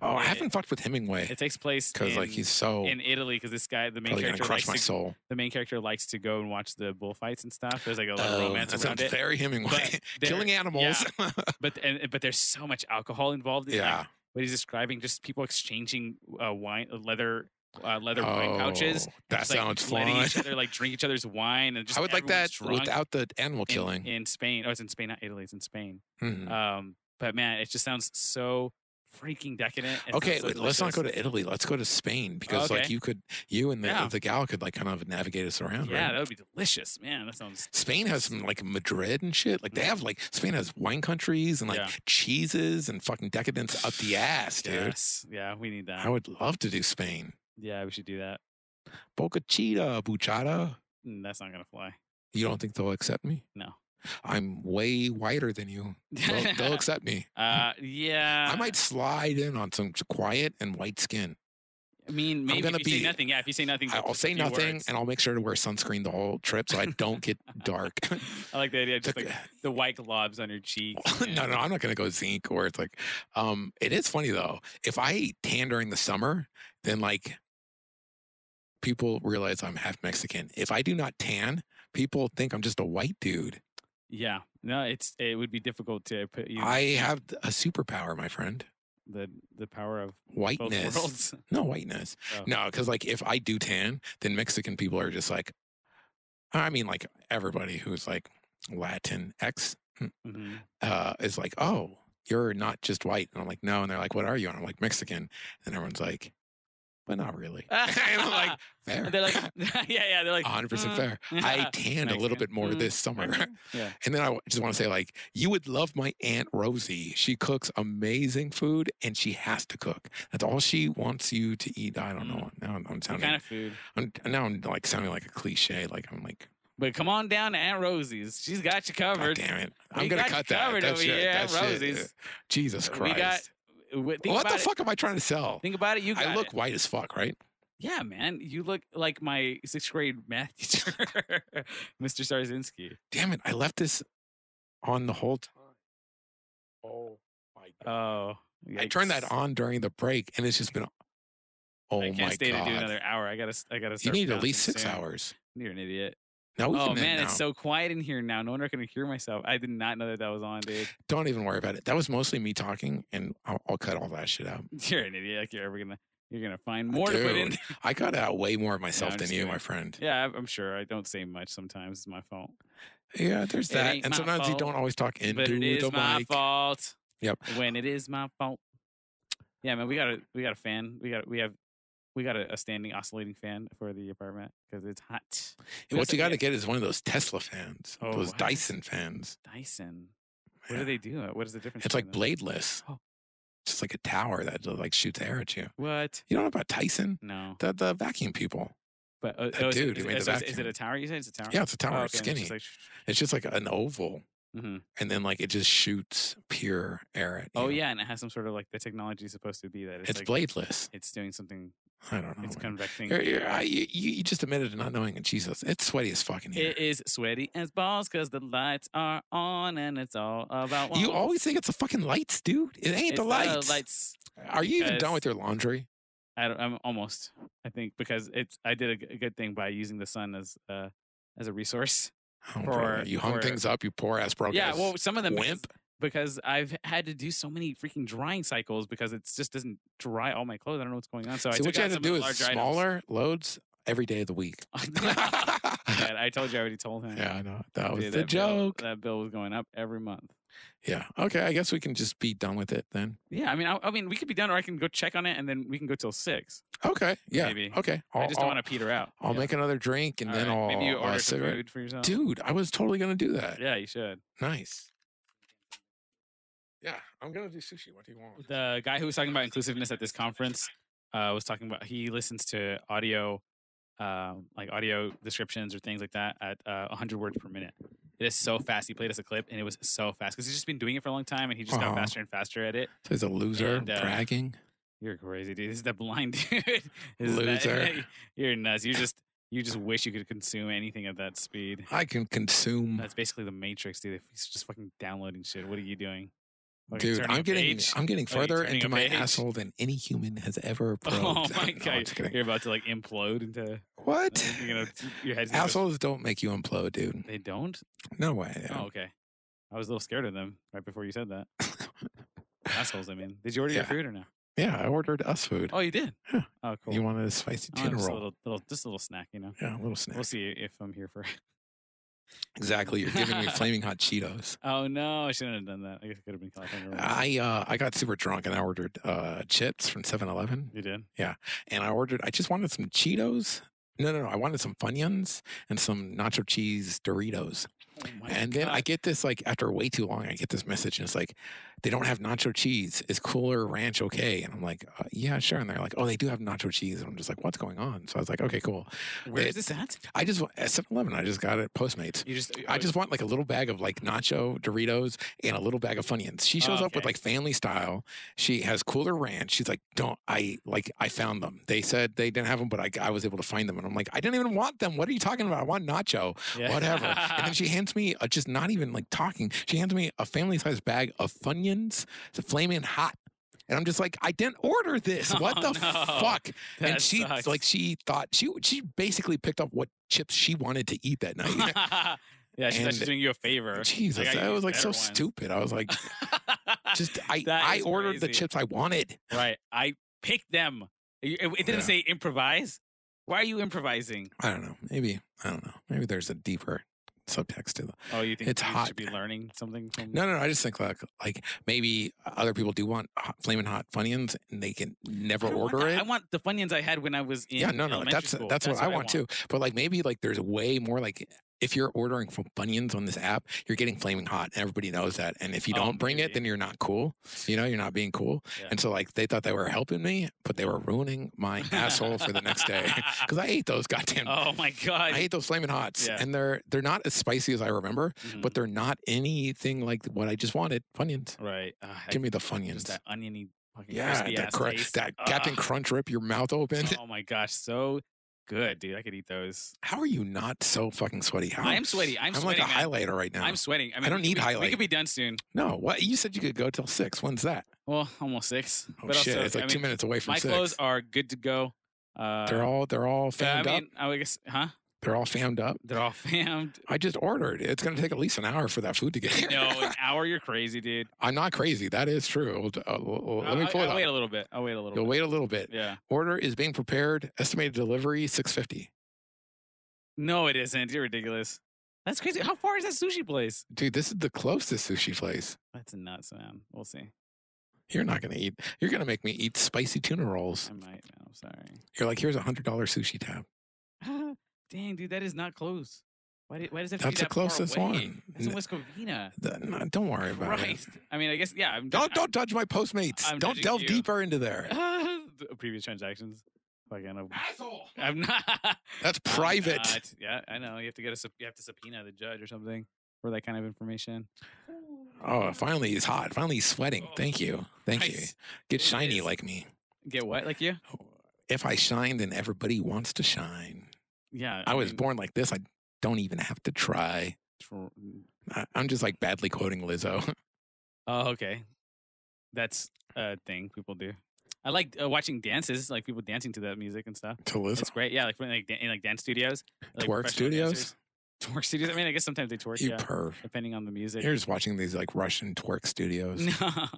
[SPEAKER 1] oh, I
[SPEAKER 3] it-
[SPEAKER 1] haven't fucked with Hemingway
[SPEAKER 3] It takes place
[SPEAKER 1] because like
[SPEAKER 3] in-
[SPEAKER 1] he's so
[SPEAKER 3] in Italy because this guy, the main
[SPEAKER 1] probably gonna
[SPEAKER 3] character,
[SPEAKER 1] crush
[SPEAKER 3] likes
[SPEAKER 1] my
[SPEAKER 3] to,
[SPEAKER 1] soul.
[SPEAKER 3] the main character likes to go and watch the bullfights and stuff. There's like a lot of
[SPEAKER 1] Oh,
[SPEAKER 3] romance
[SPEAKER 1] that
[SPEAKER 3] around
[SPEAKER 1] sounds
[SPEAKER 3] it,
[SPEAKER 1] very Hemingway.
[SPEAKER 3] But there-
[SPEAKER 1] Killing animals.
[SPEAKER 3] but and, but there's so much alcohol involved. In,
[SPEAKER 1] yeah.
[SPEAKER 3] like, what he's describing, just people exchanging uh, wine, leather, uh, leather wine pouches.
[SPEAKER 1] Oh, That
[SPEAKER 3] just, like,
[SPEAKER 1] sounds
[SPEAKER 3] letting
[SPEAKER 1] fun.
[SPEAKER 3] Each other like drink each other's wine and just
[SPEAKER 1] I would like that
[SPEAKER 3] everyone's drunk
[SPEAKER 1] without the animal
[SPEAKER 3] in-
[SPEAKER 1] killing.
[SPEAKER 3] in, Spain. Oh, it's in Spain, not Italy. It's in Spain.
[SPEAKER 1] Mhm.
[SPEAKER 3] Um, but man, it just sounds so freaking decadent. and sounds
[SPEAKER 1] okay,
[SPEAKER 3] so
[SPEAKER 1] wait, let's not go
[SPEAKER 3] delicious.
[SPEAKER 1] to Italy. Let's go to Spain because like
[SPEAKER 3] okay.
[SPEAKER 1] you could, you and the
[SPEAKER 3] Yeah.
[SPEAKER 1] the gal could like kind of navigate us around.
[SPEAKER 3] Yeah,
[SPEAKER 1] right?
[SPEAKER 3] that would be delicious, man. That sounds.
[SPEAKER 1] Spain has some like Madrid and shit. Like they have like Spain has wine countries and like
[SPEAKER 3] Mm-hmm. Yeah.
[SPEAKER 1] cheeses and fucking decadence up the ass, dude.
[SPEAKER 3] Yes. Yeah, we need that.
[SPEAKER 1] I would love to do Spain.
[SPEAKER 3] Yeah, we should do that.
[SPEAKER 1] Boca Chita, Buchada.
[SPEAKER 3] Mm, That's not gonna fly.
[SPEAKER 1] You don't think they'll accept me?
[SPEAKER 3] No.
[SPEAKER 1] I'm way whiter than you. They'll, they'll accept me.
[SPEAKER 3] uh, yeah.
[SPEAKER 1] I might slide in on some quiet and white skin.
[SPEAKER 3] I mean, maybe
[SPEAKER 1] gonna
[SPEAKER 3] if you
[SPEAKER 1] be-
[SPEAKER 3] say nothing. Yeah, if you say nothing,
[SPEAKER 1] I'll
[SPEAKER 3] just a
[SPEAKER 1] say
[SPEAKER 3] few
[SPEAKER 1] nothing
[SPEAKER 3] words.
[SPEAKER 1] and I'll make sure to wear sunscreen the whole trip so I don't get dark.
[SPEAKER 3] I like the
[SPEAKER 1] The-
[SPEAKER 3] idea, just like the white globs on your cheek.
[SPEAKER 1] no, no, I'm not going to go zinc or it's like, um, it is funny though. If I eat tan during the summer, then like people realize I'm half Mexican. If I do not tan, people think I'm just a white dude.
[SPEAKER 3] Yeah, no, it's it would be difficult to put you
[SPEAKER 1] I have a superpower, my friend.
[SPEAKER 3] the the power of both
[SPEAKER 1] Whiteness.
[SPEAKER 3] worlds.
[SPEAKER 1] No, whiteness.
[SPEAKER 3] Oh.
[SPEAKER 1] No, because like if I do tan, then Mexican people are just like, I mean, like everybody who's like Latin X
[SPEAKER 3] Mhm.
[SPEAKER 1] uh, is like, oh, you're not just white. And I'm like, no. And they're like, what are you? And I'm like, Mexican. And everyone's like, but not really. and I'm like, fair.
[SPEAKER 3] they're like, yeah, yeah, they're like
[SPEAKER 1] 100%
[SPEAKER 3] "Mm,
[SPEAKER 1] fair. I
[SPEAKER 3] yeah,
[SPEAKER 1] tanned a little
[SPEAKER 3] Mexican.
[SPEAKER 1] bit more
[SPEAKER 3] Mm,
[SPEAKER 1] this summer.
[SPEAKER 3] Mexican." Yeah,
[SPEAKER 1] And then I w- just want to say, like, you would love my Aunt Rosie. She cooks amazing food and she has to cook. That's all she wants you to eat. I don't
[SPEAKER 3] Mm.
[SPEAKER 1] know. Now I'm
[SPEAKER 3] what
[SPEAKER 1] sounding,
[SPEAKER 3] kind of food?
[SPEAKER 1] I'm, now I'm like sounding like a cliche. Like, I'm like,
[SPEAKER 3] But come on down to Aunt Rosie's. She's got you
[SPEAKER 1] God
[SPEAKER 3] covered.
[SPEAKER 1] damn it.
[SPEAKER 3] We
[SPEAKER 1] I'm going
[SPEAKER 3] got
[SPEAKER 1] to
[SPEAKER 3] you
[SPEAKER 1] cut that.
[SPEAKER 3] covered
[SPEAKER 1] That's
[SPEAKER 3] over
[SPEAKER 1] it.
[SPEAKER 3] here,
[SPEAKER 1] That's it.
[SPEAKER 3] Roses.
[SPEAKER 1] Jesus
[SPEAKER 3] We
[SPEAKER 1] Christ.
[SPEAKER 3] got. w- Think
[SPEAKER 1] what
[SPEAKER 3] about
[SPEAKER 1] the
[SPEAKER 3] it.
[SPEAKER 1] fuck am I trying to sell?
[SPEAKER 3] Think about it. You got
[SPEAKER 1] I
[SPEAKER 3] it.
[SPEAKER 1] look white as fuck, right?
[SPEAKER 3] Yeah, man, you look like my sixth grade math teacher, Mr. Starzinski.
[SPEAKER 1] Damn it, I left this on the whole time.
[SPEAKER 5] Oh my god.
[SPEAKER 3] Oh,
[SPEAKER 1] I turned that
[SPEAKER 3] yikes.
[SPEAKER 1] on during the break and it's just been Oh
[SPEAKER 3] I
[SPEAKER 1] my
[SPEAKER 3] can't stay
[SPEAKER 1] god.
[SPEAKER 3] to do another hour. I gotta, s- I gotta.
[SPEAKER 1] you
[SPEAKER 3] Start
[SPEAKER 1] need at least
[SPEAKER 3] bouncing
[SPEAKER 1] six
[SPEAKER 3] soon.
[SPEAKER 1] hours.
[SPEAKER 3] You're an idiot.
[SPEAKER 1] Now we
[SPEAKER 3] oh
[SPEAKER 1] can end
[SPEAKER 3] man,
[SPEAKER 1] now.
[SPEAKER 3] it's so quiet in here now. No one can hear myself. I did not know that that was on, dude.
[SPEAKER 1] Don't even worry about it. That was mostly me talking and I'll, I'll cut all that shit out.
[SPEAKER 3] You're an idiot. Like you're ever gonna, you're gonna find more to put in.
[SPEAKER 1] Dude, I cut out way more of myself
[SPEAKER 3] I'm
[SPEAKER 1] than
[SPEAKER 3] just
[SPEAKER 1] you,
[SPEAKER 3] kidding.
[SPEAKER 1] my friend.
[SPEAKER 3] Yeah, I- I'm sure. I don't say much sometimes. It's my fault.
[SPEAKER 1] Yeah, there's
[SPEAKER 3] It
[SPEAKER 1] that.
[SPEAKER 3] ain't
[SPEAKER 1] And
[SPEAKER 3] my
[SPEAKER 1] sometimes you
[SPEAKER 3] fault,
[SPEAKER 1] don't always talk into
[SPEAKER 3] but it is
[SPEAKER 1] the
[SPEAKER 3] my
[SPEAKER 1] mic.
[SPEAKER 3] fault.
[SPEAKER 1] Yep.
[SPEAKER 3] When it is my fault. Yeah, man, we got a we got a fan. We got we have we got a, a standing oscillating fan for the apartment because it's hot.
[SPEAKER 1] And what
[SPEAKER 3] Listen,
[SPEAKER 1] you got to
[SPEAKER 3] yeah.
[SPEAKER 1] get is one of those Tesla fans,
[SPEAKER 3] Oh,
[SPEAKER 1] those
[SPEAKER 3] what?
[SPEAKER 1] Dyson fans.
[SPEAKER 3] Dyson. What do they do? What is the difference?
[SPEAKER 1] It's like
[SPEAKER 3] between
[SPEAKER 1] bladeless.
[SPEAKER 3] Oh.
[SPEAKER 1] It's just like a tower that uh, like shoots air at you.
[SPEAKER 3] them? What?
[SPEAKER 1] You don't know about Tyson?
[SPEAKER 3] No.
[SPEAKER 1] The the vacuum people.
[SPEAKER 3] But uh,
[SPEAKER 1] that
[SPEAKER 3] oh, is, it-
[SPEAKER 1] dude who
[SPEAKER 3] is, it-
[SPEAKER 1] made the
[SPEAKER 3] so is- is it
[SPEAKER 1] vacuum.
[SPEAKER 3] a tower? You said it's a tower.
[SPEAKER 1] Yeah, it's a tower.
[SPEAKER 3] Oh,
[SPEAKER 1] it's
[SPEAKER 3] okay, and
[SPEAKER 1] skinny.
[SPEAKER 3] just like-
[SPEAKER 1] it's just like an oval,
[SPEAKER 3] Mhm.
[SPEAKER 1] and then like it just shoots pure air at you.
[SPEAKER 3] Oh yeah, and it has some sort of like the technology is supposed to be that it's,
[SPEAKER 1] it's,
[SPEAKER 3] like,
[SPEAKER 1] bladeless.
[SPEAKER 3] It's doing something.
[SPEAKER 1] I don't know.
[SPEAKER 3] It's
[SPEAKER 1] man.
[SPEAKER 3] convecting.
[SPEAKER 1] You're- you're- I- you you- you just admitted to not knowing it. Jesus, it's sweaty as fucking here.
[SPEAKER 3] It is sweaty as balls because the lights are on and it's all about.
[SPEAKER 1] you
[SPEAKER 3] walls.
[SPEAKER 1] always think it's the fucking lights, dude. It ain't
[SPEAKER 3] It's
[SPEAKER 1] the lights.
[SPEAKER 3] lights.
[SPEAKER 1] Are you even
[SPEAKER 3] because-
[SPEAKER 1] done with your laundry?
[SPEAKER 3] I don't, I'm almost. I think because it's. I did a g- a, good thing by using the sun as uh as a resource.
[SPEAKER 1] Oh, brother,
[SPEAKER 3] for-
[SPEAKER 1] you hung
[SPEAKER 3] for-
[SPEAKER 1] things up. You poor ass broke.
[SPEAKER 3] yeah.
[SPEAKER 1] ass
[SPEAKER 3] Well, some of them is
[SPEAKER 1] wimp.
[SPEAKER 3] because I've had to do so many freaking drying cycles because it just doesn't dry all my clothes. I don't know what's going on. So I
[SPEAKER 1] See,
[SPEAKER 3] took
[SPEAKER 1] what you
[SPEAKER 3] out
[SPEAKER 1] have to
[SPEAKER 3] some
[SPEAKER 1] do
[SPEAKER 3] of the
[SPEAKER 1] is
[SPEAKER 3] larger items.
[SPEAKER 1] smaller loads every day of the week. yeah,
[SPEAKER 3] God, I told you I already told him.
[SPEAKER 1] I know. That was
[SPEAKER 3] Dude,
[SPEAKER 1] the
[SPEAKER 3] bill-
[SPEAKER 1] joke.
[SPEAKER 3] that bill was going up every month.
[SPEAKER 1] Yeah. Okay. I guess we can just be done with it then.
[SPEAKER 3] Yeah, I mean, I, I mean, we could be done, or I can go check on it, and then we can go till six.
[SPEAKER 1] Okay. Yeah.
[SPEAKER 3] Maybe.
[SPEAKER 1] Okay. I'll,
[SPEAKER 3] I just don't
[SPEAKER 1] I'll-
[SPEAKER 3] want to peter out.
[SPEAKER 1] I'll make another drink and then I'll.
[SPEAKER 3] maybe you
[SPEAKER 1] I'll
[SPEAKER 3] order some
[SPEAKER 1] cigarette.
[SPEAKER 3] food for yourself.
[SPEAKER 1] Dude, I was totally gonna do that.
[SPEAKER 3] Yeah, you should.
[SPEAKER 1] Nice. Yeah, I'm gonna do sushi. What do you want?
[SPEAKER 3] The guy who was talking about inclusiveness at this conference uh, was talking about he listens to audio, um, like audio descriptions or things like that at uh, 100 words per minute. It is so fast. He played us a clip, and it was so fast because he's just been doing it for a long time, and he just
[SPEAKER 1] Aw.
[SPEAKER 3] got faster and faster at it.
[SPEAKER 1] So he's a loser,
[SPEAKER 3] And, uh,
[SPEAKER 1] bragging.
[SPEAKER 3] You're crazy, dude. This is that blind dude. This is that-
[SPEAKER 1] Loser.
[SPEAKER 3] you're nuts. You just you just wish you could consume anything at that speed.
[SPEAKER 1] I can consume.
[SPEAKER 3] That's basically the Matrix, dude. If he's just fucking downloading shit, what are you doing? Fucking
[SPEAKER 1] Dude,
[SPEAKER 3] turning
[SPEAKER 1] I'm
[SPEAKER 3] a
[SPEAKER 1] getting
[SPEAKER 3] page?
[SPEAKER 1] I'm getting
[SPEAKER 3] Are you
[SPEAKER 1] further
[SPEAKER 3] turning
[SPEAKER 1] into
[SPEAKER 3] a
[SPEAKER 1] my
[SPEAKER 3] page?
[SPEAKER 1] asshole than any human has ever probed.
[SPEAKER 3] Oh
[SPEAKER 1] No,
[SPEAKER 3] my
[SPEAKER 1] I'm
[SPEAKER 3] god,
[SPEAKER 1] just kidding.
[SPEAKER 3] you're about to like implode into.
[SPEAKER 1] What?
[SPEAKER 3] You're gonna your head's gonna go-
[SPEAKER 1] Assholes don't make you implode, dude.
[SPEAKER 3] They don't.
[SPEAKER 1] No way.
[SPEAKER 3] Oh, okay. I was a little scared of them right before you said that. Assholes, I mean. Did you order
[SPEAKER 1] Yeah.
[SPEAKER 3] your food or no?
[SPEAKER 1] Yeah, I ordered us food.
[SPEAKER 3] Oh, you did.
[SPEAKER 1] Yeah.
[SPEAKER 3] Oh, cool.
[SPEAKER 1] You wanted a spicy
[SPEAKER 3] Oh,
[SPEAKER 1] tuna
[SPEAKER 3] just a
[SPEAKER 1] roll.
[SPEAKER 3] little, little, just a little snack, you know.
[SPEAKER 1] yeah, a little snack.
[SPEAKER 3] We'll see if I'm here for.
[SPEAKER 1] Exactly. You're giving me flaming hot Cheetos.
[SPEAKER 3] Oh no, I shouldn't have done that. I guess it could have been California. Rolls.
[SPEAKER 1] I uh, I got super drunk and I ordered uh, chips from 7-Eleven.
[SPEAKER 3] you did.
[SPEAKER 1] and I ordered. I just wanted some Cheetos. No, no, no. I wanted some Funyuns and some nacho cheese Doritos.
[SPEAKER 3] Oh my
[SPEAKER 1] and then I
[SPEAKER 3] God.
[SPEAKER 1] get this like after way too long, I get this message and it's like, they don't have nacho cheese. Is cooler ranch okay? And I'm like, uh, yeah, sure. And they're like, oh, they do have nacho cheese. And I'm just like, what's going on? So I was like, okay, cool.
[SPEAKER 3] Where
[SPEAKER 1] it-
[SPEAKER 3] is this at?
[SPEAKER 1] I just wa- at 7-Eleven, I just got it at Postmates.
[SPEAKER 3] You just. oh,
[SPEAKER 1] I just want like a little bag of like nacho Doritos and a little bag of Funyuns. She shows up with
[SPEAKER 3] Okay.
[SPEAKER 1] like family style. She has cooler ranch. She's like, don't I like I found them. They said they didn't have them, but I, I was able to find them. And I'm like, I didn't even want them. What are you talking about? I want nacho,
[SPEAKER 3] Yeah.
[SPEAKER 1] whatever. and then she hands me a, just not even like talking. She hands me a family size bag of Funyuns, the flaming hot. And I'm just like, I didn't order this. What
[SPEAKER 3] Oh,
[SPEAKER 1] the
[SPEAKER 3] no.
[SPEAKER 1] fuck? and
[SPEAKER 3] That
[SPEAKER 1] she
[SPEAKER 3] sucks.
[SPEAKER 1] like she thought she she basically picked up what chips she wanted to eat that night.
[SPEAKER 3] yeah, she's
[SPEAKER 1] And-
[SPEAKER 3] actually doing you a favor.
[SPEAKER 1] Jesus,
[SPEAKER 3] I got
[SPEAKER 1] that
[SPEAKER 3] you
[SPEAKER 1] was like so
[SPEAKER 3] better ones.
[SPEAKER 1] stupid. I was like, just I
[SPEAKER 3] That
[SPEAKER 1] I
[SPEAKER 3] is
[SPEAKER 1] ordered the
[SPEAKER 3] crazy.
[SPEAKER 1] chips I wanted.
[SPEAKER 3] right. I picked them. It, it- it didn't
[SPEAKER 1] Yeah.
[SPEAKER 3] say improvise. Why are you improvising?
[SPEAKER 1] I don't know. Maybe I don't know. Maybe there's a deeper subtext to the.
[SPEAKER 3] Oh, you think
[SPEAKER 1] It's
[SPEAKER 3] you
[SPEAKER 1] hot.
[SPEAKER 3] should be learning something from?
[SPEAKER 1] No, no, no. I just think like like maybe other people do want hot, flaming hot funyuns and they can never
[SPEAKER 3] I don't want
[SPEAKER 1] order
[SPEAKER 3] that.
[SPEAKER 1] it.
[SPEAKER 3] I want the Funyuns I had when I was in.
[SPEAKER 1] yeah, no, no.
[SPEAKER 3] elementary
[SPEAKER 1] That's uh,
[SPEAKER 3] school.
[SPEAKER 1] that's, what, I, want too. But like maybe like there's way more like. If you're ordering from Funyuns on this app, you're getting flaming hot, and everybody knows that. And if you
[SPEAKER 3] Oh,
[SPEAKER 1] don't bring it,
[SPEAKER 3] maybe.
[SPEAKER 1] then you're not cool. You know, you're not being cool.
[SPEAKER 3] Yeah.
[SPEAKER 1] And so, like, they thought they were helping me, but they were ruining my asshole for the next day. because I ate those goddamn.
[SPEAKER 3] oh my god!
[SPEAKER 1] I ate those flaming hots,
[SPEAKER 3] Yeah.
[SPEAKER 1] and they're they're not as spicy as I remember,
[SPEAKER 3] Mhm.
[SPEAKER 1] but they're not anything like what I just wanted. Funyuns,
[SPEAKER 3] right. Ah, I-
[SPEAKER 1] give me the
[SPEAKER 3] just
[SPEAKER 1] funyuns.
[SPEAKER 3] that oniony fucking
[SPEAKER 1] yeah,
[SPEAKER 3] crispy
[SPEAKER 1] that,
[SPEAKER 3] ass
[SPEAKER 1] cr-
[SPEAKER 3] taste.
[SPEAKER 1] that Captain
[SPEAKER 3] Ugh.
[SPEAKER 1] Crunch rip your mouth open.
[SPEAKER 3] Oh my gosh, so good, dude. I could eat those.
[SPEAKER 1] How are you not so fucking sweaty? How,
[SPEAKER 3] I am sweaty. I'm,
[SPEAKER 1] I'm like
[SPEAKER 3] sweating.
[SPEAKER 1] a
[SPEAKER 3] man.
[SPEAKER 1] highlighter right now.
[SPEAKER 3] I'm sweating. I, mean,
[SPEAKER 1] don't
[SPEAKER 3] we-
[SPEAKER 1] need
[SPEAKER 3] we- We
[SPEAKER 1] highlight.
[SPEAKER 3] could be done soon.
[SPEAKER 1] no, what you said you could go till six. When's that?
[SPEAKER 3] Well, almost six.
[SPEAKER 1] Oh
[SPEAKER 3] but
[SPEAKER 1] shit,
[SPEAKER 3] also,
[SPEAKER 1] it's like
[SPEAKER 3] I
[SPEAKER 1] two
[SPEAKER 3] mean,
[SPEAKER 1] minutes away from
[SPEAKER 3] My
[SPEAKER 1] six.
[SPEAKER 3] clothes are good to go. Uh,
[SPEAKER 1] they're all they're all
[SPEAKER 3] yeah,
[SPEAKER 1] fammed
[SPEAKER 3] I
[SPEAKER 1] up.
[SPEAKER 3] mean, I would guess, huh?
[SPEAKER 1] They're all fammed up.
[SPEAKER 3] They're all fammed.
[SPEAKER 1] I just ordered. It's gonna take at least an hour for that food to get here.
[SPEAKER 3] No, an hour. You're crazy, dude.
[SPEAKER 1] I'm not crazy. That is true. Uh, let
[SPEAKER 3] I'll-
[SPEAKER 1] me pull
[SPEAKER 3] I'll,
[SPEAKER 1] it
[SPEAKER 3] I'll
[SPEAKER 1] up.
[SPEAKER 3] wait a little bit. I'll wait a little.
[SPEAKER 1] You'll
[SPEAKER 3] bit.
[SPEAKER 1] wait a little bit.
[SPEAKER 3] Yeah.
[SPEAKER 1] Order is being prepared. Estimated delivery six fifty.
[SPEAKER 3] No, it isn't. You're ridiculous. That's crazy. How far is that sushi place?
[SPEAKER 1] Dude, this is the closest sushi place.
[SPEAKER 3] That's nuts, man. We'll see.
[SPEAKER 1] You're not gonna eat. You're gonna make me eat spicy tuna rolls.
[SPEAKER 3] I might. man. I'm sorry.
[SPEAKER 1] You're like, here's a hundred dollar sushi tab.
[SPEAKER 3] Dang, dude, that is not close. Why, did, why does it have to
[SPEAKER 1] That's
[SPEAKER 3] be
[SPEAKER 1] the
[SPEAKER 3] that far
[SPEAKER 1] closest
[SPEAKER 3] away?
[SPEAKER 1] one.
[SPEAKER 3] That's in
[SPEAKER 1] N-
[SPEAKER 3] West Covina.
[SPEAKER 1] Th- no, don't worry about
[SPEAKER 3] Christ.
[SPEAKER 1] it.
[SPEAKER 3] I mean, I guess yeah. I'm
[SPEAKER 1] Don't
[SPEAKER 3] I-
[SPEAKER 1] don't judge my Postmates.
[SPEAKER 3] I'm
[SPEAKER 1] don't
[SPEAKER 3] judging
[SPEAKER 1] delve
[SPEAKER 3] you.
[SPEAKER 1] deeper into there.
[SPEAKER 3] the previous transactions. Fucking, I'm-
[SPEAKER 5] Asshole.
[SPEAKER 3] I'm not.
[SPEAKER 1] That's
[SPEAKER 3] I'm
[SPEAKER 1] private.
[SPEAKER 3] not. Uh, Yeah, I know. You have to get a sub- you have to subpoena the judge or something for that kind of information.
[SPEAKER 1] Oh, finally he's hot. Finally he's sweating. Thank you. Thank you.
[SPEAKER 3] Oh, Nice.
[SPEAKER 1] Get shiny
[SPEAKER 3] Nice.
[SPEAKER 1] like me.
[SPEAKER 3] Get what? Like you?
[SPEAKER 1] If I shine, then everybody wants to shine.
[SPEAKER 3] Yeah.
[SPEAKER 1] I was
[SPEAKER 3] mean,
[SPEAKER 1] born like this. I don't even have to try.
[SPEAKER 3] tr-
[SPEAKER 1] I- I'm just like badly quoting Lizzo.
[SPEAKER 3] Oh, okay. That's a thing people do. I like uh, watching dances, like people dancing to that music and stuff.
[SPEAKER 1] to Lizzo.
[SPEAKER 3] It's great. Yeah, like in like, dan- in, like dance studios, like
[SPEAKER 1] Twerk
[SPEAKER 3] professional
[SPEAKER 1] studios?
[SPEAKER 3] dancers. twerk studios. I mean, I guess sometimes they twerk.
[SPEAKER 1] You
[SPEAKER 3] yeah,
[SPEAKER 1] perv.
[SPEAKER 3] depending on the music.
[SPEAKER 1] You're just watching these like Russian twerk studios.
[SPEAKER 3] no,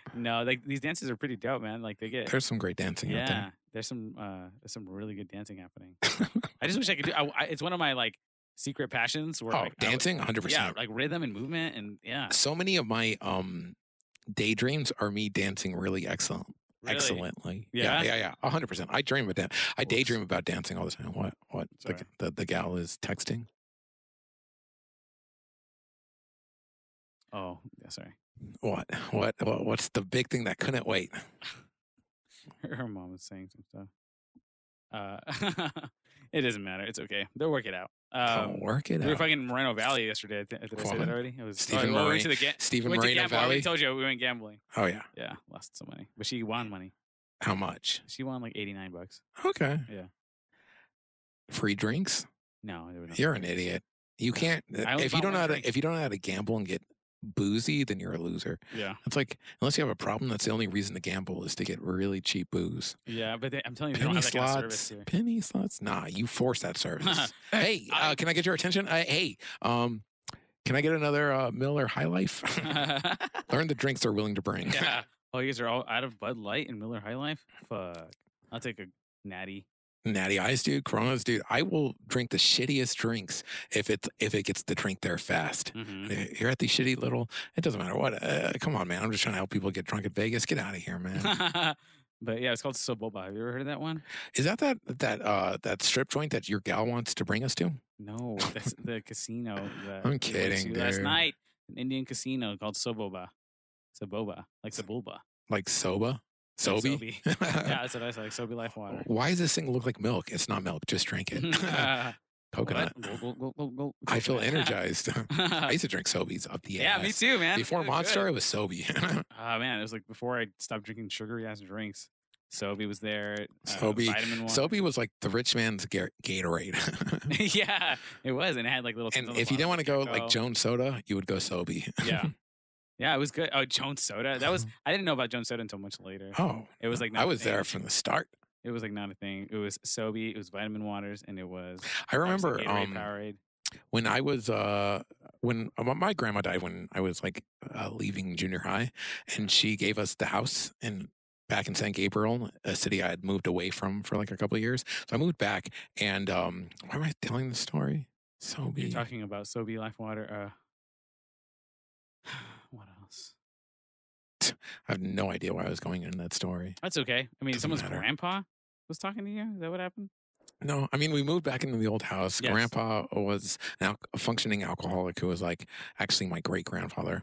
[SPEAKER 3] no, like these dances are pretty dope, man. Like they get
[SPEAKER 1] There's some great dancing out
[SPEAKER 3] yeah.
[SPEAKER 1] there.
[SPEAKER 3] There's some uh, there's some really good dancing happening. I just wish I could do. I, I- it's one of my like secret passions. Where
[SPEAKER 1] Oh,
[SPEAKER 3] like, I would-
[SPEAKER 1] dancing, 100%.
[SPEAKER 3] yeah, like rhythm and movement, and yeah,
[SPEAKER 1] So many of my um daydreams are me dancing really excellent,
[SPEAKER 3] really.
[SPEAKER 1] excellently. yeah,
[SPEAKER 3] Yeah?
[SPEAKER 1] yeah, yeah. hundred percent. I dream about that. I
[SPEAKER 3] Whoops.
[SPEAKER 1] daydream about dancing all the time. What? What?
[SPEAKER 3] It's
[SPEAKER 1] The,
[SPEAKER 3] alright.
[SPEAKER 1] the the gal is texting.
[SPEAKER 3] Oh, yeah, sorry.
[SPEAKER 1] What? What? What? What's the big thing that couldn't wait?
[SPEAKER 3] her mom was saying some stuff. Uh, it doesn't matter. It's okay. They'll work it out.
[SPEAKER 1] Don't
[SPEAKER 3] Um,
[SPEAKER 1] work it
[SPEAKER 3] we were
[SPEAKER 1] out.
[SPEAKER 3] fucking in Moreno Valley yesterday. I thi- Did I say
[SPEAKER 1] What?
[SPEAKER 3] that already? It was
[SPEAKER 1] Stephen
[SPEAKER 3] oh, we
[SPEAKER 1] Moran-
[SPEAKER 3] went to the ga-
[SPEAKER 1] Stephen
[SPEAKER 3] went to
[SPEAKER 1] Moreno
[SPEAKER 3] gamble. I already
[SPEAKER 1] Valley.
[SPEAKER 3] told you we went gambling.
[SPEAKER 1] Oh yeah.
[SPEAKER 3] Yeah, lost some money, but she won money.
[SPEAKER 1] How much?
[SPEAKER 3] She won like eighty nine bucks.
[SPEAKER 1] Okay.
[SPEAKER 3] Yeah.
[SPEAKER 1] Free drinks?
[SPEAKER 3] No, there were no
[SPEAKER 1] You're an
[SPEAKER 3] drinks.
[SPEAKER 1] idiot. You can't. uh,
[SPEAKER 3] I only
[SPEAKER 1] If you
[SPEAKER 3] bought
[SPEAKER 1] don't know
[SPEAKER 3] one
[SPEAKER 1] how
[SPEAKER 3] drink.
[SPEAKER 1] to, if you don't know how to gamble and get boozy, then you're a loser.
[SPEAKER 3] Yeah,
[SPEAKER 1] It's like unless you have a problem, that's the only reason to gamble is to get really cheap booze.
[SPEAKER 3] yeah, but they, I'm telling you, they don't
[SPEAKER 1] Penny
[SPEAKER 3] have that kind of service
[SPEAKER 1] slots,
[SPEAKER 3] here.
[SPEAKER 1] penny slots. Nah, you force that service. hey,
[SPEAKER 3] I-
[SPEAKER 1] uh, can I get your attention? I, hey, um, can I get another uh, Miller High Life? Learn the drinks they're willing to bring.
[SPEAKER 3] yeah. Oh, you guys are all out of Bud Light and Miller High Life. Fuck. I'll take a natty.
[SPEAKER 1] Natty Ice, dude. Coronas, dude. I will drink the shittiest drinks if it's if it gets the drink there fast.
[SPEAKER 3] Mhm.
[SPEAKER 1] You're at these shitty little. It doesn't matter what. Uh, come on, man. I'm just trying to help people get drunk at Vegas. Get out of here, man.
[SPEAKER 3] but yeah, it's called Soboba. Have you ever heard of that one?
[SPEAKER 1] Is that that that uh that strip joint that your gal wants to bring us to?
[SPEAKER 3] No, that's the casino. That
[SPEAKER 1] I'm
[SPEAKER 3] we went
[SPEAKER 1] kidding,
[SPEAKER 3] to Last
[SPEAKER 1] dude.
[SPEAKER 3] night, an Indian casino called Soboba. Soboba, like Sabulba.
[SPEAKER 1] Like soba, sobi.
[SPEAKER 3] Sobe. Yeah, that's what I said. Like Sobe Life Water.
[SPEAKER 1] Why does this thing look like milk? It's not milk. Just drink it. Coconut.
[SPEAKER 3] What? Go, go, go, go, go,
[SPEAKER 1] Oh, I feel
[SPEAKER 3] coconut.
[SPEAKER 1] energized. I used to drink sobies up the
[SPEAKER 3] yeah,
[SPEAKER 1] ass.
[SPEAKER 3] me too, man.
[SPEAKER 1] Before
[SPEAKER 3] They're good.
[SPEAKER 1] Monster, it was sobi.
[SPEAKER 3] Ah, man, it was like before I stopped drinking sugary ass drinks. Sobe was there. uh,
[SPEAKER 1] Sobe-
[SPEAKER 3] Vitamin Water.
[SPEAKER 1] sobi was like the rich man's Ga- Gatorade.
[SPEAKER 3] yeah, it was, and it had like little. things
[SPEAKER 1] and
[SPEAKER 3] on the
[SPEAKER 1] if you didn't
[SPEAKER 3] bottom,
[SPEAKER 1] want to go like
[SPEAKER 3] Coke.
[SPEAKER 1] Jones Soda, you would go sobi.
[SPEAKER 3] yeah, yeah, it was good. Oh, Jones Soda. That
[SPEAKER 1] Uh-huh.
[SPEAKER 3] was. I didn't know about Jones Soda until much later.
[SPEAKER 1] oh,
[SPEAKER 3] It was like not
[SPEAKER 1] I
[SPEAKER 3] a
[SPEAKER 1] was
[SPEAKER 3] thing.
[SPEAKER 1] there from the start.
[SPEAKER 3] It was like not a thing. It was Sobe, it was vitamin waters, and it was.
[SPEAKER 1] I
[SPEAKER 3] obviously
[SPEAKER 1] remember
[SPEAKER 3] Gatorade,
[SPEAKER 1] um,
[SPEAKER 3] Powerade.
[SPEAKER 1] when I was uh when uh, my grandma died when I was like uh, leaving junior high, and she gave us the house in back in San Gabriel, a city I had moved away from for like a couple of years. So I moved back, and um, why am I telling this story? So
[SPEAKER 3] You're
[SPEAKER 1] be
[SPEAKER 3] talking about Sobe Life Water. Uh, what else?
[SPEAKER 1] I have no idea why I was going in that story.
[SPEAKER 3] That's okay. I mean,
[SPEAKER 1] Doesn't
[SPEAKER 3] someone's
[SPEAKER 1] matter.
[SPEAKER 3] grandpa was talking to you. Is that what happened?
[SPEAKER 1] No, I mean we moved back into the old house.
[SPEAKER 3] Yes.
[SPEAKER 1] Grandpa was an al- a functioning alcoholic who was like actually my great grandfather,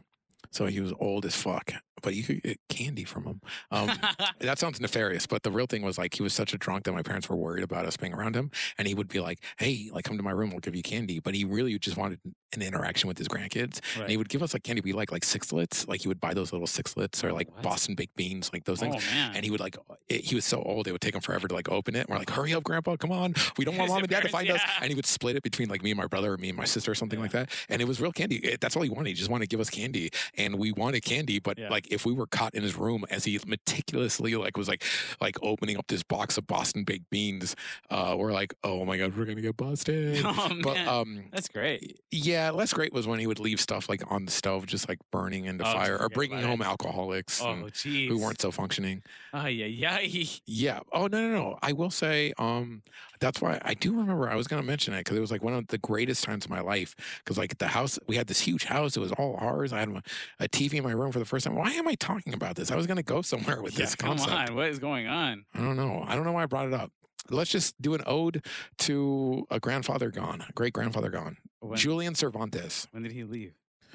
[SPEAKER 1] so he was old as fuck. But you could get candy from him. Um, That sounds nefarious, but the real thing was like he was such a drunk that my parents were worried about us being around him, and he would be like, "Hey, like come to my room, we'll give you candy." But he really just wanted an interaction with his grandkids, and he
[SPEAKER 3] Right.
[SPEAKER 1] would give us like candy we like, like sixlets. Like he would buy those little sixlets or like
[SPEAKER 3] What?
[SPEAKER 1] Boston baked beans, like those things.
[SPEAKER 3] oh man.
[SPEAKER 1] And he would like, it, he was so old, it would take him forever to like open it. And we're like, hurry up, grandpa, come on. We don't want
[SPEAKER 3] His
[SPEAKER 1] mom and dad to
[SPEAKER 3] parents,
[SPEAKER 1] find us.
[SPEAKER 3] yeah.
[SPEAKER 1] And he would split it between like me and my brother or me and my sister or something
[SPEAKER 3] Yeah.
[SPEAKER 1] like that. And it was real candy. It- that's all he wanted. He just wanted to give us candy. And we wanted candy. But
[SPEAKER 3] Yeah.
[SPEAKER 1] like, if we were caught in his room as he meticulously like was like, like opening up this box of Boston baked beans, uh, we're like, oh my God, we're going to get busted.
[SPEAKER 3] oh
[SPEAKER 1] but,
[SPEAKER 3] man.
[SPEAKER 1] um,
[SPEAKER 3] That's great.
[SPEAKER 1] yeah, less great was when he would leave stuff like on the stove, just like burning into
[SPEAKER 3] Oh, just
[SPEAKER 1] fire or
[SPEAKER 3] forget
[SPEAKER 1] bringing
[SPEAKER 3] about it.
[SPEAKER 1] home alcoholics
[SPEAKER 3] Oh
[SPEAKER 1] and
[SPEAKER 3] jeez.
[SPEAKER 1] um, who weren't so functioning.
[SPEAKER 3] Oh yeah, yeah.
[SPEAKER 1] Yeah. Oh no, no, no. I will say, um, that's why I do remember I was gonna mention it because it was like one of the greatest times of my life. Because like the house, we had this huge house. It was all ours. I had a, a TV in my room for the first time. Why am I talking about this? I was gonna go somewhere with
[SPEAKER 3] Yeah,
[SPEAKER 1] this
[SPEAKER 3] come
[SPEAKER 1] concept.
[SPEAKER 3] on, what is going on?
[SPEAKER 1] I don't know. I don't know why I brought it up. Let's just do an ode to a grandfather gone, a great grandfather gone.
[SPEAKER 3] When,
[SPEAKER 1] Julian Cervantes
[SPEAKER 3] when did he leave?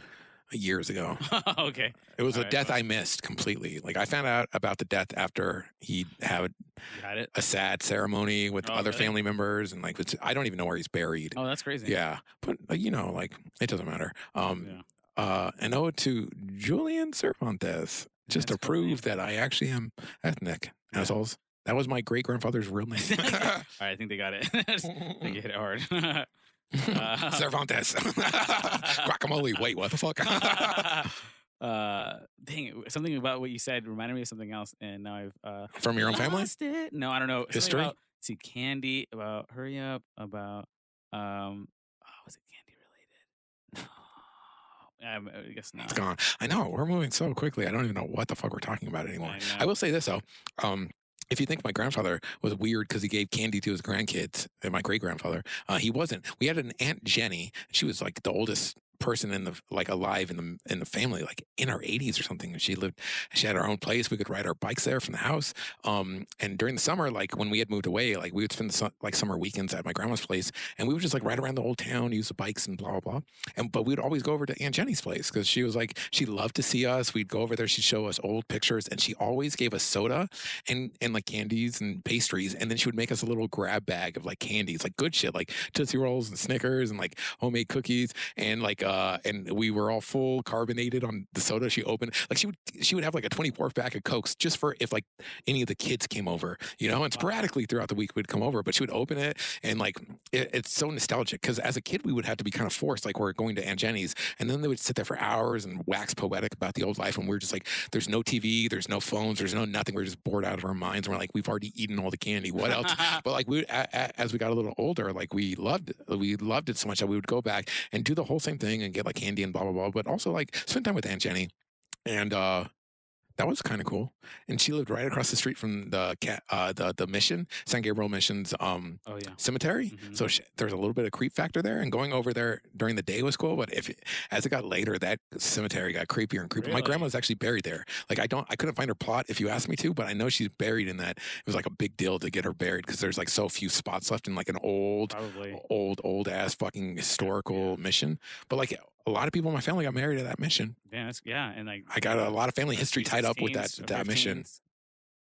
[SPEAKER 1] years ago.
[SPEAKER 3] okay.
[SPEAKER 1] It was a
[SPEAKER 3] Alright,
[SPEAKER 1] death
[SPEAKER 3] well.
[SPEAKER 1] I missed completely. Like I found out about the death after he had
[SPEAKER 3] Got it.
[SPEAKER 1] a sad ceremony with
[SPEAKER 3] Oh,
[SPEAKER 1] other
[SPEAKER 3] really?
[SPEAKER 1] family members, and like it's, I don't even know where he's buried.
[SPEAKER 3] Oh, that's crazy.
[SPEAKER 1] Yeah, but uh, you know, like it doesn't matter. Um,
[SPEAKER 3] Yeah.
[SPEAKER 1] uh, an ode to Julian Cervantes, just to
[SPEAKER 3] That's cool name.
[SPEAKER 1] prove that I actually am ethnic
[SPEAKER 3] Yeah.
[SPEAKER 1] assholes. That was my great grandfather's real name.
[SPEAKER 3] All right, I think they got it. I think you hit it hard. Uh,
[SPEAKER 1] Cervantes. Guacamole. Wait, what the fuck?
[SPEAKER 3] uh, dang it. Something about what you said reminded me of something else, and now I've uh,
[SPEAKER 1] From your own family?
[SPEAKER 3] lost it. No, I don't know. Something
[SPEAKER 1] History?
[SPEAKER 3] About, let's see, Candy about hurry up about um. Oh, was it Candy related? No, I'm- I guess not.
[SPEAKER 1] It's gone. I know. We're moving so quickly. I don't even know what the fuck we're talking about anymore.
[SPEAKER 3] I
[SPEAKER 1] I,
[SPEAKER 3] know.
[SPEAKER 1] will say this though. Um, if you think my grandfather was weird because he gave candy to his grandkids and my great grandfather, uh, he wasn't. We had an aunt Jenny. She was like the oldest person in the like alive in the in the family, like in her 80s or something. And she lived. She had her own place. We could ride our bikes there from the house. Um, and during the summer, like when we had moved away, like we would spend the su- like summer weekends at my grandma's place, and we would just like ride around the whole town, use the bikes and blah blah blah. And but we'd always go over to Aunt Jenny's place because she was like she loved to see us. We'd go over there, she'd show us old pictures, and she always gave us soda and and like candies and pastries, and then she would make us a little grab bag of like candies, like good shit, like Tootsie Rolls and Snickers and like homemade cookies, and like uh and we were all full carbonated on the soda she opened. Like she would she would have like a twenty four pack of cokes just for if like any of the kids came over, you know. And
[SPEAKER 3] Wow.
[SPEAKER 1] sporadically throughout the week we'd come over, but she would open it and like it, it's so nostalgic because as a kid we would have to be kind of forced like we're going to aunt jenny's and then they would sit there for hours and wax poetic about the old life and we're just like there's no tv there's no phones there's no nothing we're just bored out of our minds and we're like we've already eaten all the candy what else but like we a, a, as we got a little older like we loved we loved it so much that we would go back and do the whole same thing and get like candy and blah blah blah but also like spend time with aunt jenny and uh that was kind of cool, and she lived right across the street from the ca- uh, the the mission, San Gabriel Mission's um,
[SPEAKER 3] oh yeah.
[SPEAKER 1] cemetery.
[SPEAKER 3] Mhm.
[SPEAKER 1] So sh- there's a little bit of creep factor there, and going over there during the day was cool. But if it- as it got later, that cemetery got creepier and creepier. My
[SPEAKER 3] Really?
[SPEAKER 1] grandma was actually buried there. Like I don't, I couldn't find her plot if you asked me to, but I know she's buried in that. It was like a big deal to get her buried because there's like so few spots left in like an old,
[SPEAKER 3] Probably.
[SPEAKER 1] old, old ass fucking historical mission. But like a lot of people in my family got married at that mission.
[SPEAKER 3] Yeah, that's, yeah, and like
[SPEAKER 1] I got a lot of family history tied up with that
[SPEAKER 3] 16s or
[SPEAKER 1] that mission.
[SPEAKER 3] 15s.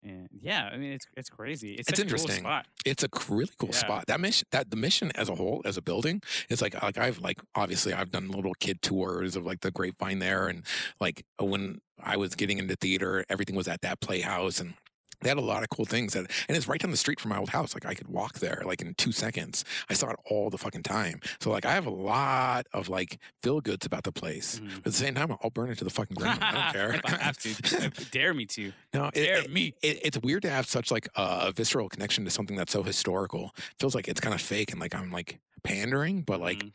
[SPEAKER 3] And yeah, I mean it's it's crazy. It's,
[SPEAKER 1] It's
[SPEAKER 3] such a cool
[SPEAKER 1] interesting.
[SPEAKER 3] spot.
[SPEAKER 1] it's a c- really cool
[SPEAKER 3] Yeah.
[SPEAKER 1] spot. That mission, that the mission as a whole, as a building, it's like like I've like obviously I've done little kid tours of like the Grapevine there, and like uh, when I was getting into theater, everything was at that playhouse, and they had a lot of cool things that, and it's right down the street from my old house. Like I could walk there like in two seconds. I saw it all the fucking time. So like I have a lot of like feel goods about the place.
[SPEAKER 3] Mhm.
[SPEAKER 1] At the same time, I'll burn it to the fucking ground. I don't care.
[SPEAKER 3] if I have to, dare me to.
[SPEAKER 1] No, it,
[SPEAKER 3] Dare
[SPEAKER 1] it-
[SPEAKER 3] me.
[SPEAKER 1] it- it's weird to have such like a visceral connection to something that's so historical. feels like it's kind of fake and like I'm like pandering, but like
[SPEAKER 3] Mhm.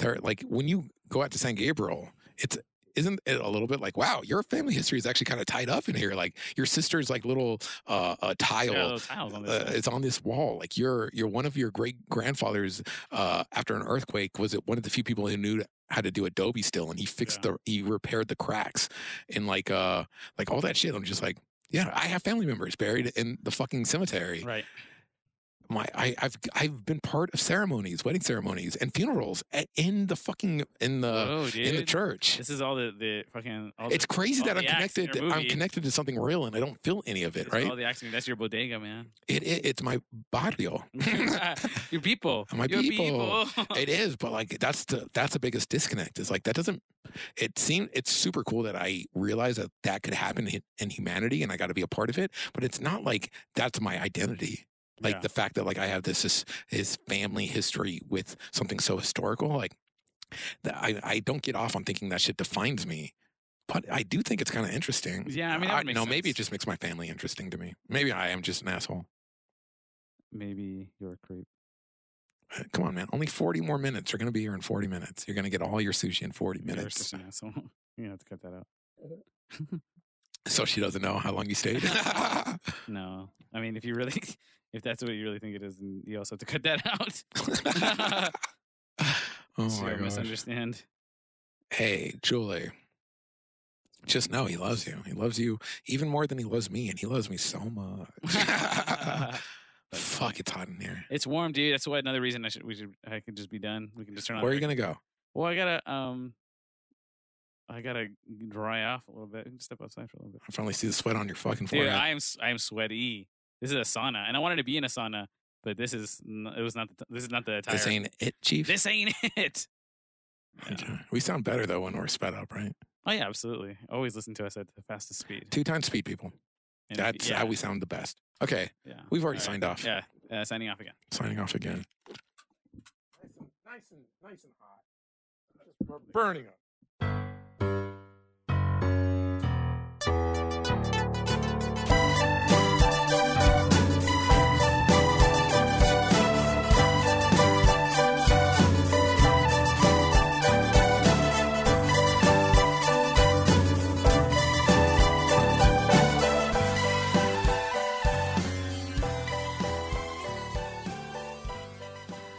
[SPEAKER 1] there, like when you go out to San Gabriel, it's isn't it a little bit like wow, your family history is actually kind of tied up in here. Like your sister's like little uh, uh
[SPEAKER 3] Yeah,
[SPEAKER 1] tile
[SPEAKER 3] those tiles on this
[SPEAKER 1] uh,
[SPEAKER 3] side.
[SPEAKER 1] it's on this wall. Like your your one of your great grandfathers uh, after an earthquake was it one of the few people who knew how to do Adobe still, and he fixed
[SPEAKER 3] Yeah.
[SPEAKER 1] the he repaired the cracks and like uh like all that shit. I'm just like. Yeah, I have family members buried in the fucking cemetery.
[SPEAKER 3] right.
[SPEAKER 1] My, I, I've I've been part of ceremonies, wedding ceremonies, and funerals a- in the fucking in the
[SPEAKER 3] Whoa,
[SPEAKER 1] Uh, in the
[SPEAKER 3] dude.
[SPEAKER 1] church.
[SPEAKER 3] This is all the, the fucking. All
[SPEAKER 1] It's
[SPEAKER 3] the,
[SPEAKER 1] crazy
[SPEAKER 3] all
[SPEAKER 1] that I'm
[SPEAKER 3] the acts in
[SPEAKER 1] connected.
[SPEAKER 3] your
[SPEAKER 1] I'm
[SPEAKER 3] movie.
[SPEAKER 1] connected to something real, and I don't feel any of it.
[SPEAKER 3] this is
[SPEAKER 1] Right?
[SPEAKER 3] All the accident. That's your bodega, man.
[SPEAKER 1] It, it it's my barrio.
[SPEAKER 3] your people.
[SPEAKER 1] My
[SPEAKER 3] your
[SPEAKER 1] people.
[SPEAKER 3] people.
[SPEAKER 1] it is but like that's the that's the biggest disconnect is like that doesn't it seemed it's super cool that i realized that that could happen in, in humanity and i got to be a part of it but it's not like that's my identity like
[SPEAKER 3] Yeah.
[SPEAKER 1] the fact that like i have this is his family history with something so historical like that I, I don't get off on thinking that shit defines me but i do think it's kind of interesting
[SPEAKER 3] Yeah, I mean, that would make
[SPEAKER 1] no maybe it
[SPEAKER 3] sense.
[SPEAKER 1] just makes my family interesting to me maybe i am just an asshole
[SPEAKER 3] Maybe you're a creep.
[SPEAKER 1] Uh, Come on, man. Only 40 more minutes. You're going to be here in 40 minutes. You're going to get all your sushi in 40
[SPEAKER 3] You're
[SPEAKER 1] minutes.
[SPEAKER 3] such an asshole. You're gonna have to cut that out.
[SPEAKER 1] So she doesn't know how long you stayed. Oh
[SPEAKER 3] No, I mean, if you really, if that's what you really think it is, then you also have to cut that out.
[SPEAKER 1] oh,
[SPEAKER 3] so
[SPEAKER 1] my
[SPEAKER 3] you'll
[SPEAKER 1] gosh.
[SPEAKER 3] misunderstand.
[SPEAKER 1] Hey, Julie. Just know he loves you. He loves you even more than he loves me, and he loves me so much.
[SPEAKER 3] But it's
[SPEAKER 1] Fuck,
[SPEAKER 3] fine.
[SPEAKER 1] it's hot in here.
[SPEAKER 3] It's warm, dude. That's why another reason I should we should I could just be done. We can just turn on.
[SPEAKER 1] Where are you
[SPEAKER 3] the
[SPEAKER 1] gonna go?
[SPEAKER 3] Well, I gotta um, I gotta dry off a little bit. Step outside for a little bit.
[SPEAKER 1] I finally see the sweat on your fucking
[SPEAKER 3] Dude,
[SPEAKER 1] forehead.
[SPEAKER 3] I am s- I am sweaty. This is a sauna, and I wanted to be in a sauna, but this is n- it was not the t- this is not the attire.
[SPEAKER 1] this ain't it, Chief.
[SPEAKER 3] This ain't it. No.
[SPEAKER 1] Okay. We sound better though when we're sped up, right?
[SPEAKER 3] Oh yeah, absolutely. Always listen to us at the fastest speed.
[SPEAKER 1] Two times speed, people.
[SPEAKER 3] And if you-
[SPEAKER 1] That's
[SPEAKER 3] yeah,
[SPEAKER 1] how we sound the best. Okay,
[SPEAKER 3] yeah.
[SPEAKER 1] we've already
[SPEAKER 3] All right.
[SPEAKER 1] signed off.
[SPEAKER 3] Yeah, uh, signing off again.
[SPEAKER 1] Signing off again.
[SPEAKER 5] Nice and nice and nice and hot. Just burning up.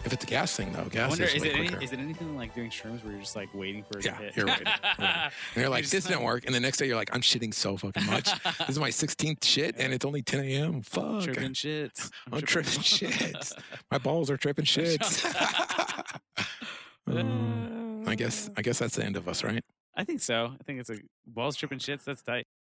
[SPEAKER 1] If it's a gas thing though, gas
[SPEAKER 3] I wonder
[SPEAKER 1] is,
[SPEAKER 3] is
[SPEAKER 1] way
[SPEAKER 3] it
[SPEAKER 1] quicker.
[SPEAKER 3] any, is it anything like doing shrooms where you're just like waiting for it
[SPEAKER 1] Yeah,
[SPEAKER 3] to hit?
[SPEAKER 1] you're waiting. You're and you're like,
[SPEAKER 3] just
[SPEAKER 1] this
[SPEAKER 3] not-
[SPEAKER 1] didn't work. And the next day you're like, I'm shitting so fucking much. this is my 16th shit, and it's only 10 a.m. Fuck.
[SPEAKER 3] Tripping shits.
[SPEAKER 1] I'm tripping shits. My balls are tripping shits. Um, I guess I guess that's the end of us, right?
[SPEAKER 3] I think so. I think it's a balls tripping shits. That's tight.